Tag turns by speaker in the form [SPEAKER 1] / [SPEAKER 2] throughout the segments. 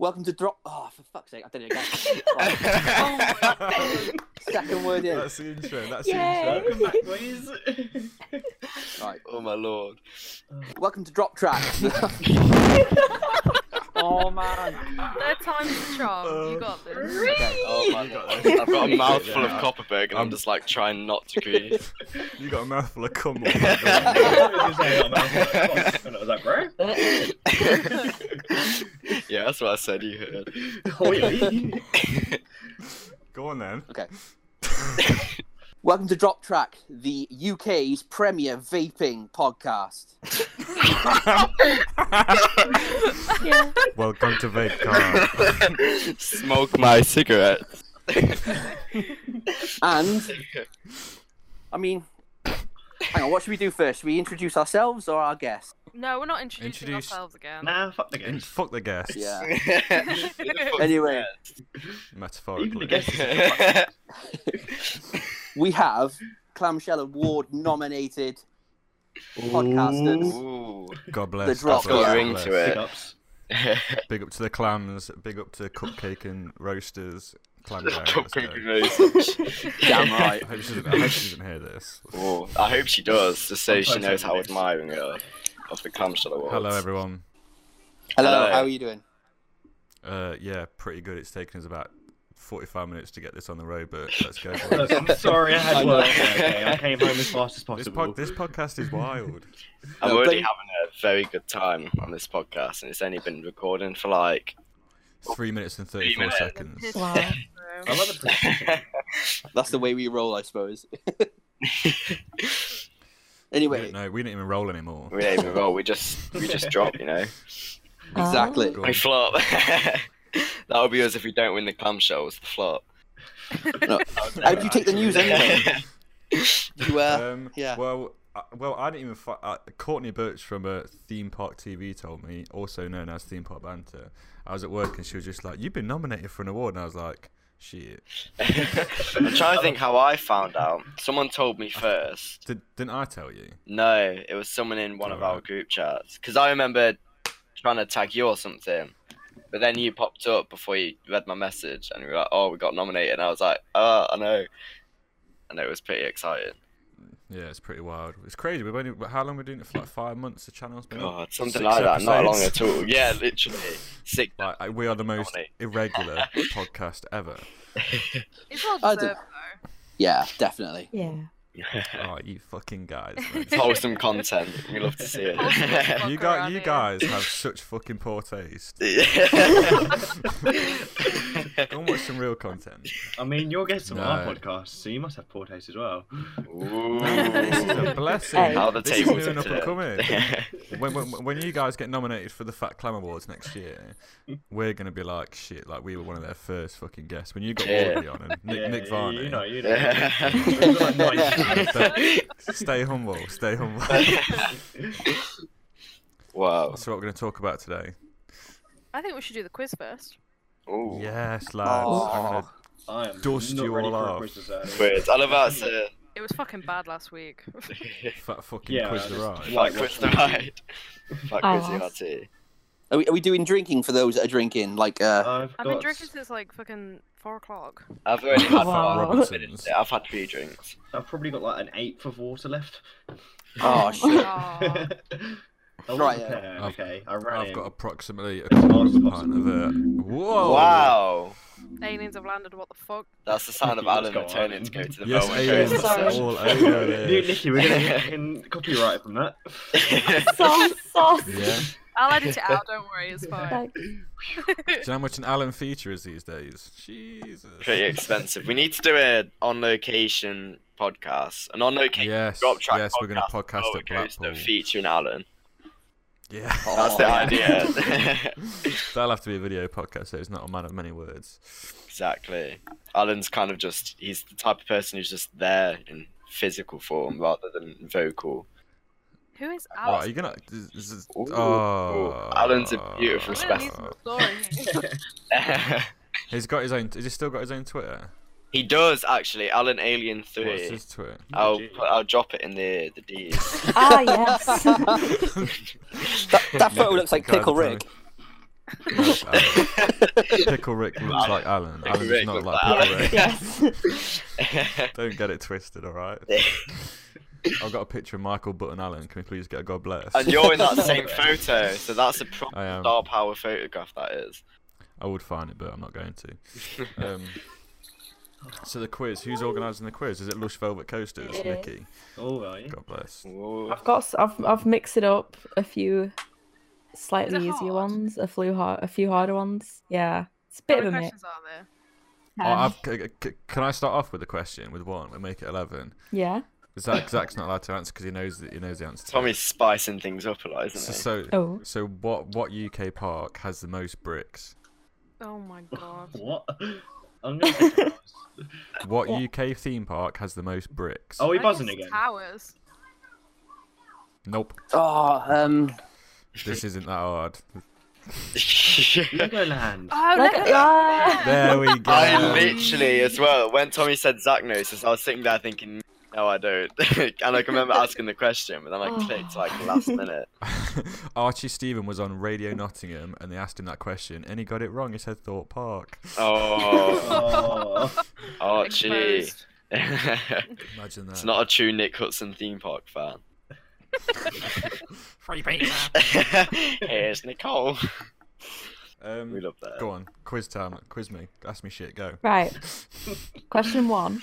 [SPEAKER 1] Welcome to drop. Oh, for fuck's sake! I did it again. Right.
[SPEAKER 2] Oh,
[SPEAKER 1] Second word in.
[SPEAKER 2] That's the intro. That's
[SPEAKER 3] Yay.
[SPEAKER 2] the intro.
[SPEAKER 4] Welcome back, boys.
[SPEAKER 1] Right.
[SPEAKER 5] Oh my lord.
[SPEAKER 1] Welcome to drop tracks. oh man.
[SPEAKER 3] Third time's a
[SPEAKER 4] Uh,
[SPEAKER 3] charm. You got this.
[SPEAKER 1] Okay. Oh my god.
[SPEAKER 5] I've got a mouthful of
[SPEAKER 2] Yeah.
[SPEAKER 5] Copperberg and I'm
[SPEAKER 2] Um,
[SPEAKER 5] just like trying not to create.
[SPEAKER 2] You got a mouthful of cum.
[SPEAKER 4] oh, and I was like, bro.
[SPEAKER 5] yeah, that's what I said you heard.
[SPEAKER 4] Holy.
[SPEAKER 2] Go on then.
[SPEAKER 1] Okay. Welcome to Drop Track, the UK's premier vaping podcast.
[SPEAKER 2] Welcome to Vape Car.
[SPEAKER 5] Smoke my cigarette.
[SPEAKER 1] And I mean, hang on, what should we do first? Should we introduce ourselves or our guest?
[SPEAKER 3] No, we're not introducing
[SPEAKER 2] Introduce-
[SPEAKER 3] ourselves again.
[SPEAKER 4] nah, fuck the games.
[SPEAKER 2] Fuck the guests.
[SPEAKER 1] Yeah. Anyway.
[SPEAKER 5] anyway.
[SPEAKER 2] Metaphorically.
[SPEAKER 4] Even the guests-
[SPEAKER 1] We have Clamshell Award nominated podcasters.
[SPEAKER 5] Ooh.
[SPEAKER 2] God bless.
[SPEAKER 1] drop. Got
[SPEAKER 2] God bless,
[SPEAKER 1] a
[SPEAKER 2] God
[SPEAKER 5] ring
[SPEAKER 2] bless.
[SPEAKER 5] to it.
[SPEAKER 4] Big ups.
[SPEAKER 2] Big up to the clams. Big up to Cupcake and Roasters. Clam Bear, let's go.
[SPEAKER 5] Cupcake roast.
[SPEAKER 1] Damn right.
[SPEAKER 2] I hope she doesn't, I hope she doesn't hear this.
[SPEAKER 5] Ooh, I hope she does, just so she
[SPEAKER 4] Sometimes
[SPEAKER 5] knows how
[SPEAKER 4] it is.
[SPEAKER 5] admiring her of the clamshell awards.
[SPEAKER 2] Hello, everyone.
[SPEAKER 1] Hello,
[SPEAKER 5] Hello.
[SPEAKER 1] how are you doing?
[SPEAKER 2] Uh, yeah, pretty good. It's taken us about 45 minutes to get this on the road, but let's go. boys.
[SPEAKER 4] Look, I'm sorry I
[SPEAKER 1] I
[SPEAKER 4] had
[SPEAKER 1] know.
[SPEAKER 4] work. Okay, I came home as fast as
[SPEAKER 2] this,
[SPEAKER 4] possible.
[SPEAKER 2] pod- this podcast is wild.
[SPEAKER 5] I'm
[SPEAKER 1] No,
[SPEAKER 5] already
[SPEAKER 1] but-
[SPEAKER 5] having a very good time on this podcast, and it's only been recording for like
[SPEAKER 2] Three minutes and 34
[SPEAKER 5] minutes.
[SPEAKER 2] seconds.
[SPEAKER 3] Wow.
[SPEAKER 4] I love the
[SPEAKER 1] That's the way we roll, I suppose.
[SPEAKER 2] We
[SPEAKER 1] anyway,
[SPEAKER 2] don't know. We didn't even roll anymore.
[SPEAKER 5] we don't even roll. We just we just drop, you know.
[SPEAKER 1] exactly.
[SPEAKER 2] Go
[SPEAKER 5] We
[SPEAKER 2] on.
[SPEAKER 5] flop. that would be us if we don't win the clamshell. It's the flop.
[SPEAKER 1] No. How do you take the news anyway? You, uh,
[SPEAKER 2] Um,
[SPEAKER 1] yeah.
[SPEAKER 2] Well, I, well, I didn't even. Fi- uh, Courtney Birch from uh, Theme Park TV told me, also known as Theme Park Banter. I was at work and she was just like, "You've been nominated for an award," and I was like, "Shit,
[SPEAKER 5] I'm trying to think how I found out. Someone told me first.
[SPEAKER 2] Did, didn't I tell you?"
[SPEAKER 5] No, it was someone in one of our
[SPEAKER 2] Alright.
[SPEAKER 5] group chats. Because I remember trying to tag you or something. But then you popped up before you read my message and we were like, oh, we got nominated. And I was like, oh, I know. And it was pretty exciting.
[SPEAKER 2] Yeah, it's pretty wild. It's crazy. We've only how long we doing it for? Like five months. The channel's been up?
[SPEAKER 5] God, something
[SPEAKER 2] Six
[SPEAKER 5] like that. Not long
[SPEAKER 2] episodes.
[SPEAKER 5] at all. Yeah, literally. Sick.
[SPEAKER 2] Like I- we are the most
[SPEAKER 5] Nominate.
[SPEAKER 2] irregular podcast ever.
[SPEAKER 3] It's all
[SPEAKER 1] I
[SPEAKER 3] deserved,
[SPEAKER 1] do-
[SPEAKER 3] though.
[SPEAKER 1] yeah, definitely.
[SPEAKER 6] Yeah.
[SPEAKER 2] Oh, you fucking guys! man.
[SPEAKER 5] Wholesome content. We love to see it.
[SPEAKER 2] you
[SPEAKER 3] Fuck
[SPEAKER 2] guys,
[SPEAKER 3] around
[SPEAKER 2] you
[SPEAKER 3] here.
[SPEAKER 2] guys have such fucking poor taste. Go and watch some real content.
[SPEAKER 4] I mean, you're guests on our
[SPEAKER 2] No.
[SPEAKER 4] podcast, so you must have poor taste as well.
[SPEAKER 5] Ooh.
[SPEAKER 2] This is a blessing.
[SPEAKER 6] Hey.
[SPEAKER 5] How the
[SPEAKER 2] This is
[SPEAKER 5] tables
[SPEAKER 2] new and
[SPEAKER 5] have
[SPEAKER 2] up and coming.
[SPEAKER 5] turned.
[SPEAKER 2] when, when, when you guys get nominated for the Fat Clam Awards next year, we're gonna be like shit. Like we were one of their first fucking guests when you got
[SPEAKER 5] Yeah.
[SPEAKER 2] Audrey on and Nick,
[SPEAKER 4] yeah,
[SPEAKER 2] Nick
[SPEAKER 4] you-
[SPEAKER 2] Varney.
[SPEAKER 4] You know, you know.
[SPEAKER 5] Yeah.
[SPEAKER 4] It was like 90.
[SPEAKER 2] Stay- stay humble. Stay humble. That's
[SPEAKER 5] wow.
[SPEAKER 2] what we're gonna talk about today.
[SPEAKER 3] I think we should do the quiz first.
[SPEAKER 5] Ooh.
[SPEAKER 2] Yes, lads. I'm gonna-
[SPEAKER 1] Oh.
[SPEAKER 4] I am
[SPEAKER 2] Dust
[SPEAKER 4] not
[SPEAKER 2] you
[SPEAKER 4] ready
[SPEAKER 2] all
[SPEAKER 4] for a
[SPEAKER 2] off.
[SPEAKER 4] quiz this early.
[SPEAKER 5] Weird. I love how it's uh,
[SPEAKER 3] It was fucking bad last week.
[SPEAKER 2] fat fucking
[SPEAKER 4] Yeah,
[SPEAKER 2] quiz
[SPEAKER 4] I
[SPEAKER 2] the
[SPEAKER 4] just-
[SPEAKER 2] ride.
[SPEAKER 5] like with the ride. Like
[SPEAKER 6] Oh,
[SPEAKER 5] with the
[SPEAKER 6] that's-
[SPEAKER 5] RT.
[SPEAKER 1] Are we, are we doing drinking for those that are drinking? Like, uh,
[SPEAKER 4] I've
[SPEAKER 3] I've been
[SPEAKER 4] got-
[SPEAKER 3] drinking since like fucking four o'clock.
[SPEAKER 5] I've already
[SPEAKER 2] Fat
[SPEAKER 5] had
[SPEAKER 6] Wow.
[SPEAKER 2] Robinsons.
[SPEAKER 5] Yeah, I've had three drinks.
[SPEAKER 4] I've probably got like an eighth of water left.
[SPEAKER 1] oh shit.
[SPEAKER 3] Aw.
[SPEAKER 4] I was
[SPEAKER 1] Right, uh,
[SPEAKER 4] prepared,
[SPEAKER 2] I've-
[SPEAKER 4] okay. I ran
[SPEAKER 2] I've
[SPEAKER 4] in.
[SPEAKER 2] got approximately a
[SPEAKER 4] As
[SPEAKER 2] quarter
[SPEAKER 4] hard
[SPEAKER 2] of
[SPEAKER 4] as
[SPEAKER 2] a pint
[SPEAKER 4] possible.
[SPEAKER 2] of a. Whoa!
[SPEAKER 5] Wow.
[SPEAKER 3] Aliens have landed. What the fuck?
[SPEAKER 5] That's the sound of
[SPEAKER 4] Let's
[SPEAKER 5] Alan
[SPEAKER 4] go on.
[SPEAKER 5] returning to go to the
[SPEAKER 2] Yes,
[SPEAKER 5] Bowen
[SPEAKER 2] aliens
[SPEAKER 5] Coast.
[SPEAKER 6] Sorry.
[SPEAKER 2] all over
[SPEAKER 4] Dude,
[SPEAKER 2] this.
[SPEAKER 4] Nicky, we're gonna get fucking copyright from that.
[SPEAKER 6] Sauce, sauce.
[SPEAKER 2] Yeah.
[SPEAKER 3] I'll edit it out. Don't worry, it's fine.
[SPEAKER 6] Like,
[SPEAKER 2] Do you know how much an Alan feature is these days? Jesus.
[SPEAKER 5] Pretty expensive. We need to do an on location podcast. An on location
[SPEAKER 2] Yes.
[SPEAKER 5] drop track
[SPEAKER 2] Yes, we're gonna
[SPEAKER 5] of
[SPEAKER 2] podcast
[SPEAKER 5] Bowen
[SPEAKER 2] at
[SPEAKER 5] Coast
[SPEAKER 2] Blackpool.
[SPEAKER 5] and featuring Alan.
[SPEAKER 2] Yeah.
[SPEAKER 5] That's
[SPEAKER 1] Oh,
[SPEAKER 5] the
[SPEAKER 1] yeah.
[SPEAKER 5] idea.
[SPEAKER 2] That'll have to be a video podcast, so it's not a man of many words.
[SPEAKER 5] Exactly. Alan's kind of just he's the type of person who's just there in physical form rather than vocal.
[SPEAKER 3] Who is
[SPEAKER 2] Oh, are
[SPEAKER 3] Alex?
[SPEAKER 2] you gonna? This, this is,
[SPEAKER 5] Ooh,
[SPEAKER 2] oh,
[SPEAKER 5] ooh, Alan's a beautiful
[SPEAKER 3] I'm gonna need some story.
[SPEAKER 2] He's got his own. Has he still got his own Twitter?
[SPEAKER 5] he does actually, Alan Alien
[SPEAKER 2] What's
[SPEAKER 5] Three.
[SPEAKER 2] his Twitter?
[SPEAKER 6] Oh,
[SPEAKER 5] I'll
[SPEAKER 4] Gee.
[SPEAKER 5] put, I'll drop it in the the D's.
[SPEAKER 6] ah, yes.
[SPEAKER 1] That photo looks like
[SPEAKER 2] Guys,
[SPEAKER 1] Pickle
[SPEAKER 2] tell me.
[SPEAKER 1] Rick.
[SPEAKER 2] Not Alan. Pickle Rick looks like Alan.
[SPEAKER 5] Pickle
[SPEAKER 2] Alan does
[SPEAKER 5] Rick
[SPEAKER 2] not
[SPEAKER 5] looks
[SPEAKER 2] like
[SPEAKER 5] like
[SPEAKER 2] Pickle
[SPEAKER 5] Alan.
[SPEAKER 2] Rick.
[SPEAKER 6] yes.
[SPEAKER 2] Don't get it twisted, all right? I've got a picture of Michael Button Allen. Can we please get a God bless?
[SPEAKER 5] and you're in that same photo, so that's a proper
[SPEAKER 2] I am.
[SPEAKER 5] star power photograph. That is.
[SPEAKER 2] I would find it, but I'm not going to. Um, so the quiz. Who's organising the quiz? Is it Lush Velvet Coasters?
[SPEAKER 6] It is.
[SPEAKER 2] Nikki.
[SPEAKER 4] All right.
[SPEAKER 2] God bless.
[SPEAKER 5] Ooh.
[SPEAKER 6] I've got. s- I've I've mixed it up. A few slightly
[SPEAKER 3] Is it
[SPEAKER 6] easier
[SPEAKER 3] hard?
[SPEAKER 6] ones. A few hard. A few harder ones. Yeah. It's a bit
[SPEAKER 3] How
[SPEAKER 6] of a
[SPEAKER 3] many
[SPEAKER 6] mix.
[SPEAKER 3] questions are there?
[SPEAKER 2] Oh, I've, c- c- can I start off with a question? With one, we make it eleven.
[SPEAKER 6] Yeah.
[SPEAKER 2] Zach, Zach's not allowed to answer because he knows that he knows the answer. to it.
[SPEAKER 5] Tommy's spicing things up a lot, isn't
[SPEAKER 2] So,
[SPEAKER 5] he?
[SPEAKER 2] so,
[SPEAKER 6] Oh.
[SPEAKER 2] so what? What UK park has the most bricks?
[SPEAKER 3] Oh my god.
[SPEAKER 4] What? I'm gonna take those.
[SPEAKER 2] What
[SPEAKER 6] Yeah.
[SPEAKER 2] UK theme park has the most bricks?
[SPEAKER 4] Oh,
[SPEAKER 3] I
[SPEAKER 4] he
[SPEAKER 3] guess
[SPEAKER 4] buzzing
[SPEAKER 3] it's
[SPEAKER 4] again.
[SPEAKER 3] Towers.
[SPEAKER 2] nope.
[SPEAKER 1] Oh, um,
[SPEAKER 2] This isn't that hard.
[SPEAKER 4] Legoland.
[SPEAKER 3] Oh,
[SPEAKER 6] Like-
[SPEAKER 3] no.
[SPEAKER 6] ah!
[SPEAKER 2] There we go.
[SPEAKER 5] I literally, as well, when Tommy said Zach notices, I was sitting there thinking, no, I don't. and I can remember asking the question, but then I clicked like last minute.
[SPEAKER 2] Archie Stephen was on Radio Nottingham and they asked him that question and he got it wrong. He said Thorpe Park.
[SPEAKER 5] Oh,
[SPEAKER 4] Oh.
[SPEAKER 5] Archie.
[SPEAKER 3] Exposed.
[SPEAKER 5] it's
[SPEAKER 2] Imagine that.
[SPEAKER 5] not a true Nick Hudson theme park fan.
[SPEAKER 2] free pizza.
[SPEAKER 5] Here's Nicole.
[SPEAKER 2] Um,
[SPEAKER 5] We love that.
[SPEAKER 2] go on, quiz time. Quiz me. Ask me shit. Go.
[SPEAKER 6] Right. Question one.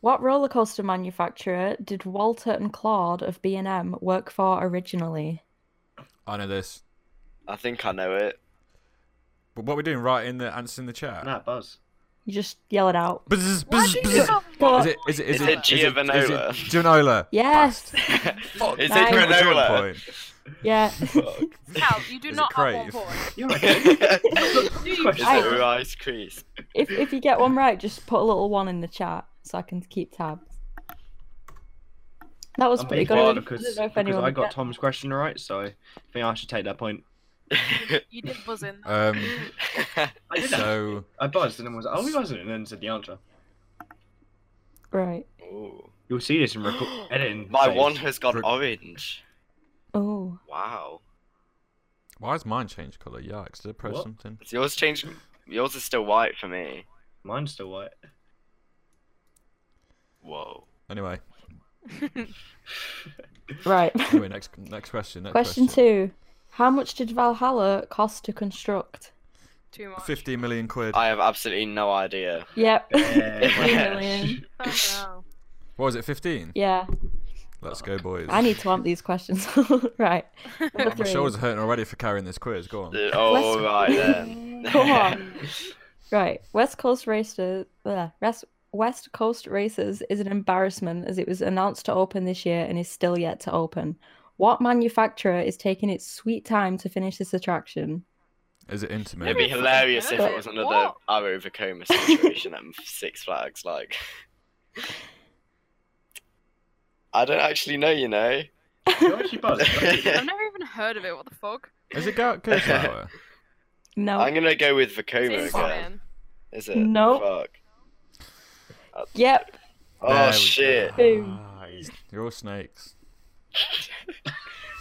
[SPEAKER 6] What roller coaster manufacturer did Walter and Claude of B and M work for originally?
[SPEAKER 2] I know this.
[SPEAKER 5] I think I know it.
[SPEAKER 2] But what we're doing? Right in the answer in the chat.
[SPEAKER 4] Nah, Oh, buzz.
[SPEAKER 6] You just yell it out.
[SPEAKER 2] Bzz,
[SPEAKER 3] Why
[SPEAKER 2] bzz,
[SPEAKER 3] do you
[SPEAKER 2] bzz.
[SPEAKER 3] not
[SPEAKER 6] Go
[SPEAKER 2] Is
[SPEAKER 6] on.
[SPEAKER 2] it? Is it? Is
[SPEAKER 5] Is it
[SPEAKER 2] it? is it- is it
[SPEAKER 5] Giovanola?
[SPEAKER 2] Giovanola.
[SPEAKER 6] Yes.
[SPEAKER 2] Bastard. Fuck,
[SPEAKER 5] Is it
[SPEAKER 6] Nice.
[SPEAKER 2] give us one
[SPEAKER 5] Granola?
[SPEAKER 2] point.
[SPEAKER 6] Yeah.
[SPEAKER 3] Cal, you do
[SPEAKER 2] Is it
[SPEAKER 3] not have one
[SPEAKER 2] Crave?
[SPEAKER 3] point.
[SPEAKER 4] You're right.
[SPEAKER 5] Is
[SPEAKER 3] Do you?
[SPEAKER 4] Question.
[SPEAKER 6] I-
[SPEAKER 5] it Rice Crease?
[SPEAKER 6] if if you get one right, just put a little one in the chat so I can keep tabs. That was
[SPEAKER 4] I'm
[SPEAKER 6] pretty
[SPEAKER 4] being
[SPEAKER 6] good.
[SPEAKER 4] bored
[SPEAKER 6] I
[SPEAKER 4] because,
[SPEAKER 6] don't know if
[SPEAKER 4] because
[SPEAKER 6] anyone.
[SPEAKER 4] I
[SPEAKER 6] would
[SPEAKER 4] got
[SPEAKER 6] get-
[SPEAKER 4] Tom's question right, so I think I should take that point.
[SPEAKER 3] You did buzz in.
[SPEAKER 2] Um,
[SPEAKER 4] I did that.
[SPEAKER 2] so
[SPEAKER 4] I buzzed and then was like, oh, he buzzing, and then said the answer.
[SPEAKER 6] Right.
[SPEAKER 5] Ooh.
[SPEAKER 4] You'll see this in record. editing.
[SPEAKER 5] My
[SPEAKER 4] phase.
[SPEAKER 5] one has gone
[SPEAKER 2] Bru-
[SPEAKER 5] orange.
[SPEAKER 6] Oh.
[SPEAKER 5] Wow.
[SPEAKER 2] why has mine changed colour? Yikes! Did I press
[SPEAKER 4] What?
[SPEAKER 2] something?
[SPEAKER 5] Has yours changed? Yours is still white for me.
[SPEAKER 4] Mine's still white.
[SPEAKER 5] Whoa.
[SPEAKER 2] Anyway,
[SPEAKER 6] Right.
[SPEAKER 2] anyway, next next question. Next
[SPEAKER 6] Question two. How much did Valhalla cost to construct?
[SPEAKER 3] Too much.
[SPEAKER 2] Fifty million quid.
[SPEAKER 5] I have absolutely no idea.
[SPEAKER 6] Yep.
[SPEAKER 4] Uh, Yeah.
[SPEAKER 6] million.
[SPEAKER 3] Oh,
[SPEAKER 2] What was it? Fifteen.
[SPEAKER 6] yeah.
[SPEAKER 2] Let's go, boys.
[SPEAKER 6] I need to answer these questions. right.
[SPEAKER 3] no.
[SPEAKER 2] My
[SPEAKER 6] Number three.
[SPEAKER 2] shoulders are hurting already for carrying this quiz. Go on.
[SPEAKER 5] Uh, Oh,
[SPEAKER 6] Let's-
[SPEAKER 5] right then.
[SPEAKER 6] Come on. Right. West Coast Racers. Ugh. Res- West Coast Racers is an embarrassment as it was announced to open this year and is still yet to open. What manufacturer is taking its sweet time to finish this attraction?
[SPEAKER 2] Is it intimate?
[SPEAKER 5] It'd be hilarious if it was
[SPEAKER 3] What?
[SPEAKER 5] another Arrow Vacoma situation at Six Flags. Like, I don't actually know. You know,
[SPEAKER 4] You actually buzzed. don't you?
[SPEAKER 3] I've never even heard of it. What the fuck?
[SPEAKER 2] Is it Garrett Kirschauer?
[SPEAKER 6] No.
[SPEAKER 5] I'm gonna go with Vacoma
[SPEAKER 3] It's
[SPEAKER 5] again.
[SPEAKER 3] Iron.
[SPEAKER 5] Is it?
[SPEAKER 6] No.
[SPEAKER 5] Fuck.
[SPEAKER 6] Yep.
[SPEAKER 5] Oh shit.
[SPEAKER 6] Boom.
[SPEAKER 2] You're Ah, all snakes.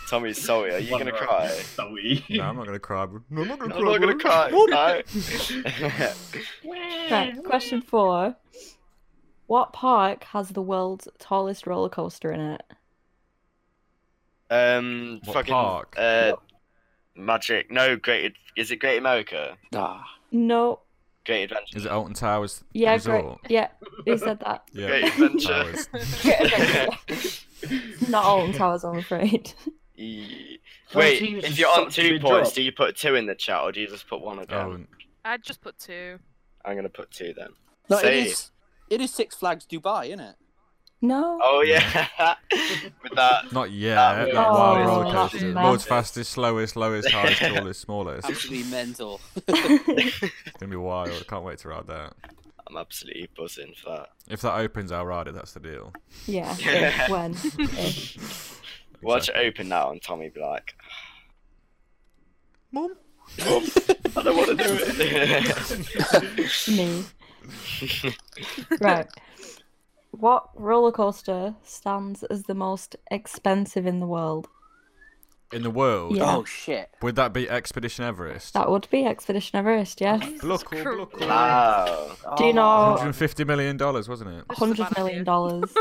[SPEAKER 5] Tommy, sorry. Are you gonna
[SPEAKER 4] Wonder-
[SPEAKER 5] cry?
[SPEAKER 4] Sorry.
[SPEAKER 2] No, I'm not gonna cry. bro. No, I'm not gonna
[SPEAKER 5] I'm
[SPEAKER 2] cry.
[SPEAKER 5] not gonna
[SPEAKER 2] bro.
[SPEAKER 5] cry. No.
[SPEAKER 6] Right. Question four. What park has the world's tallest roller coaster in it?
[SPEAKER 5] um,
[SPEAKER 2] What
[SPEAKER 5] fucking
[SPEAKER 2] park?
[SPEAKER 5] uh, magic. No, Great. Is it Great America?
[SPEAKER 1] ah,
[SPEAKER 6] No.
[SPEAKER 5] Great Adventure.
[SPEAKER 2] Is it Alton Towers
[SPEAKER 6] Yeah. Great.
[SPEAKER 2] Resort?
[SPEAKER 6] Yeah. Who said that?
[SPEAKER 2] Yeah.
[SPEAKER 5] Great Adventure.
[SPEAKER 2] Towers.
[SPEAKER 6] Not Alton Towers, I'm afraid.
[SPEAKER 5] Ye-
[SPEAKER 4] Fourteen
[SPEAKER 5] Wait,
[SPEAKER 4] is
[SPEAKER 5] if
[SPEAKER 4] just
[SPEAKER 5] you're on
[SPEAKER 4] such a
[SPEAKER 5] two
[SPEAKER 4] good
[SPEAKER 5] points,
[SPEAKER 4] job.
[SPEAKER 5] do you put two in the chat or do you just put one again?
[SPEAKER 2] Oh, and-
[SPEAKER 3] I'd just put two.
[SPEAKER 2] Oh.
[SPEAKER 5] I'm gonna put two then.
[SPEAKER 1] no,
[SPEAKER 5] Say.
[SPEAKER 1] it is. It is Six Flags Dubai, isn't it?
[SPEAKER 6] No.
[SPEAKER 5] Oh yeah, with that.
[SPEAKER 2] not yet.
[SPEAKER 5] That
[SPEAKER 2] that
[SPEAKER 5] was-
[SPEAKER 2] wild
[SPEAKER 6] Oh,
[SPEAKER 2] roller
[SPEAKER 6] that's
[SPEAKER 2] coaster.
[SPEAKER 6] mad.
[SPEAKER 2] World's fastest, slowest, lowest, highest, tallest, smallest. It's
[SPEAKER 1] Absolutely mental.
[SPEAKER 2] gonna be wild. Can't wait to ride that.
[SPEAKER 5] I'm absolutely buzzing for
[SPEAKER 2] If that opens, I'll ride it. That's the deal.
[SPEAKER 6] yeah.
[SPEAKER 5] Yeah.
[SPEAKER 6] if, when? if.
[SPEAKER 5] that. Watch it
[SPEAKER 2] Exactly.
[SPEAKER 5] open now, and Tommy be like,
[SPEAKER 2] Mum.
[SPEAKER 5] I don't want to do it.
[SPEAKER 6] Me. right. What roller coaster stands as the most expensive in the world?
[SPEAKER 2] in the world,
[SPEAKER 6] Yeah.
[SPEAKER 1] Oh shit!
[SPEAKER 2] would that be Expedition Everest?
[SPEAKER 6] That would be Expedition Everest, yeah.
[SPEAKER 3] Jesus
[SPEAKER 2] Look, oh,
[SPEAKER 3] Christ.
[SPEAKER 2] look, oh.
[SPEAKER 5] Wow.
[SPEAKER 6] Do
[SPEAKER 1] Oh.
[SPEAKER 6] you know-
[SPEAKER 2] $150 million, wasn't it?
[SPEAKER 3] Just the
[SPEAKER 6] Hundred million dollars.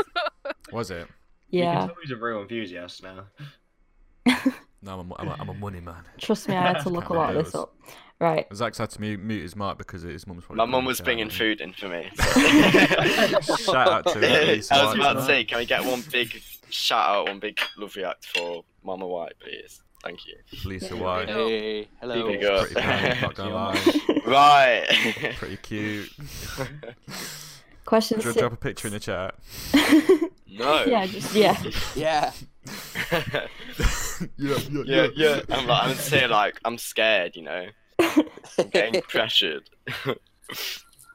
[SPEAKER 2] Was it?
[SPEAKER 4] You
[SPEAKER 6] Yeah.
[SPEAKER 4] can tell he's a real enthusiast now.
[SPEAKER 2] No, I'm a, I'm a, I'm a money man.
[SPEAKER 6] Trust me, I had to look a lot of this up. Right.
[SPEAKER 2] Zach's had to mute, mute his mic because his mum's probably.
[SPEAKER 5] My mum was
[SPEAKER 2] bringing
[SPEAKER 5] bringing food in for me.
[SPEAKER 2] Shout out to her,
[SPEAKER 5] I
[SPEAKER 2] Lisa
[SPEAKER 5] was about
[SPEAKER 2] White.
[SPEAKER 5] to say, can we get one big shout out, one big love react for Mama White, please? Thank you.
[SPEAKER 2] Lisa
[SPEAKER 3] Yeah.
[SPEAKER 2] White.
[SPEAKER 1] Hey, hello.
[SPEAKER 5] There you go.
[SPEAKER 2] Pretty funny, not gonna lie.
[SPEAKER 5] Right.
[SPEAKER 2] Pretty cute.
[SPEAKER 6] Question
[SPEAKER 2] Dro-
[SPEAKER 6] six.
[SPEAKER 2] Drop a picture in the chat.
[SPEAKER 5] no.
[SPEAKER 6] yeah, just yeah.
[SPEAKER 1] Yeah.
[SPEAKER 2] yeah,
[SPEAKER 5] yeah, yeah. I'm like, I'm saying like, I'm scared, you know, I'm getting pressured.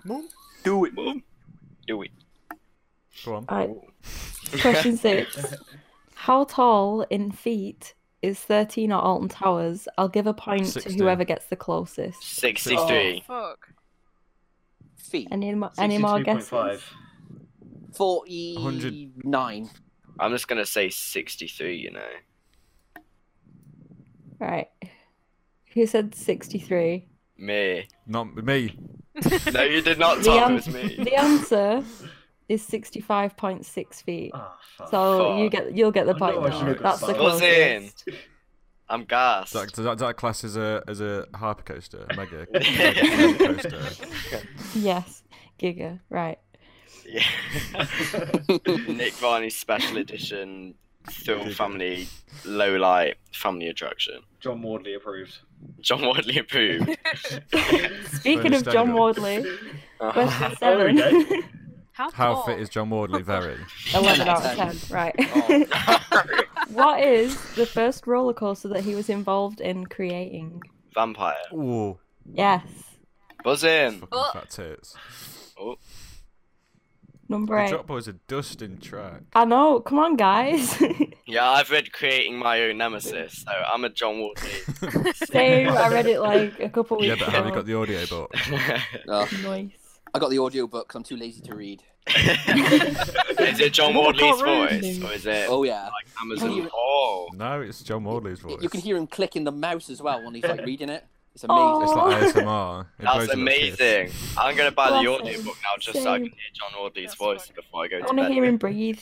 [SPEAKER 2] Mum,
[SPEAKER 1] Do it.
[SPEAKER 5] Mum, do it.
[SPEAKER 2] go on.
[SPEAKER 6] All right. Question six. How tall in feet is 13 at Alton Towers? I'll give a point to
[SPEAKER 2] 16.
[SPEAKER 6] whoever gets the closest.
[SPEAKER 5] Sixty-three.
[SPEAKER 3] Fuck.
[SPEAKER 1] Feet.
[SPEAKER 6] Any, mo- any more guesses?
[SPEAKER 4] 62.5.
[SPEAKER 1] Forty-nine.
[SPEAKER 2] Oh.
[SPEAKER 5] I'm just gonna say sixty-three. You know.
[SPEAKER 6] Right. Who said 63?
[SPEAKER 5] Me.
[SPEAKER 2] Not me.
[SPEAKER 5] No, you did not,
[SPEAKER 6] The,
[SPEAKER 5] Tom.
[SPEAKER 6] an-
[SPEAKER 5] It was me.
[SPEAKER 6] the answer is 65.6 feet.
[SPEAKER 4] Ah, fuck.
[SPEAKER 6] So you
[SPEAKER 5] fuck.
[SPEAKER 6] get you'll get the
[SPEAKER 4] I know
[SPEAKER 6] point.
[SPEAKER 4] I
[SPEAKER 6] now.
[SPEAKER 4] should've got
[SPEAKER 6] That's the
[SPEAKER 4] five.
[SPEAKER 5] Was in.
[SPEAKER 6] closest.
[SPEAKER 5] I'm gassed.
[SPEAKER 2] Zach, does that, does that class as a as a hypercoaster, a mega hypercoaster?
[SPEAKER 5] yeah.
[SPEAKER 6] Yes, Giga. Right.
[SPEAKER 5] Nick Varney's special edition, film family, low light family attraction.
[SPEAKER 4] John Wardley approved.
[SPEAKER 5] John Widely approved.
[SPEAKER 6] Speaking
[SPEAKER 2] Understandable.
[SPEAKER 6] of John Wardley,
[SPEAKER 5] Uh-huh.
[SPEAKER 6] question
[SPEAKER 4] There we
[SPEAKER 6] seven.
[SPEAKER 4] go.
[SPEAKER 3] How,
[SPEAKER 2] How
[SPEAKER 3] tall?
[SPEAKER 2] fit is John Wardley? Very.
[SPEAKER 6] 11 out of Oh, 10. Right. what is the first roller coaster that he was involved in creating?
[SPEAKER 5] Vampire.
[SPEAKER 2] Ooh,
[SPEAKER 6] Yes.
[SPEAKER 5] Buzz in.
[SPEAKER 2] fucking
[SPEAKER 3] Oh.
[SPEAKER 2] fat tits.
[SPEAKER 6] Number
[SPEAKER 2] The
[SPEAKER 6] eight.
[SPEAKER 2] drop boy's a dusting track.
[SPEAKER 6] I know. Come on, guys.
[SPEAKER 5] Yeah, I've read Creating My Own Nemesis, so I'm a John Wardley.
[SPEAKER 6] Same. I read it like a couple
[SPEAKER 2] yeah,
[SPEAKER 6] weeks
[SPEAKER 2] but
[SPEAKER 6] ago.
[SPEAKER 2] have you got the audio book?
[SPEAKER 1] No,
[SPEAKER 6] Nice.
[SPEAKER 1] I got the audiobook 'cause I'm too lazy to read.
[SPEAKER 5] is it John
[SPEAKER 6] What a
[SPEAKER 5] Wardley's
[SPEAKER 6] cartoon.
[SPEAKER 5] voice? Or is it
[SPEAKER 1] Oh yeah.
[SPEAKER 5] like Amazon?
[SPEAKER 1] You-
[SPEAKER 5] Oh.
[SPEAKER 2] No, it's John Wardley's voice.
[SPEAKER 1] You can hear him clicking the mouse as well when he's like reading it. It's amazing.
[SPEAKER 6] Aw.
[SPEAKER 2] It's like ASMR. It blows
[SPEAKER 5] That's
[SPEAKER 2] a little kiss.
[SPEAKER 5] amazing. I'm gonna buy the
[SPEAKER 6] Bless him.
[SPEAKER 5] audiobook now just so I can
[SPEAKER 6] Same.
[SPEAKER 5] hear John Wardley's
[SPEAKER 3] That's
[SPEAKER 5] voice
[SPEAKER 3] fine.
[SPEAKER 5] before I go
[SPEAKER 6] I
[SPEAKER 5] to
[SPEAKER 6] want to
[SPEAKER 5] bed.
[SPEAKER 6] hear him breathe.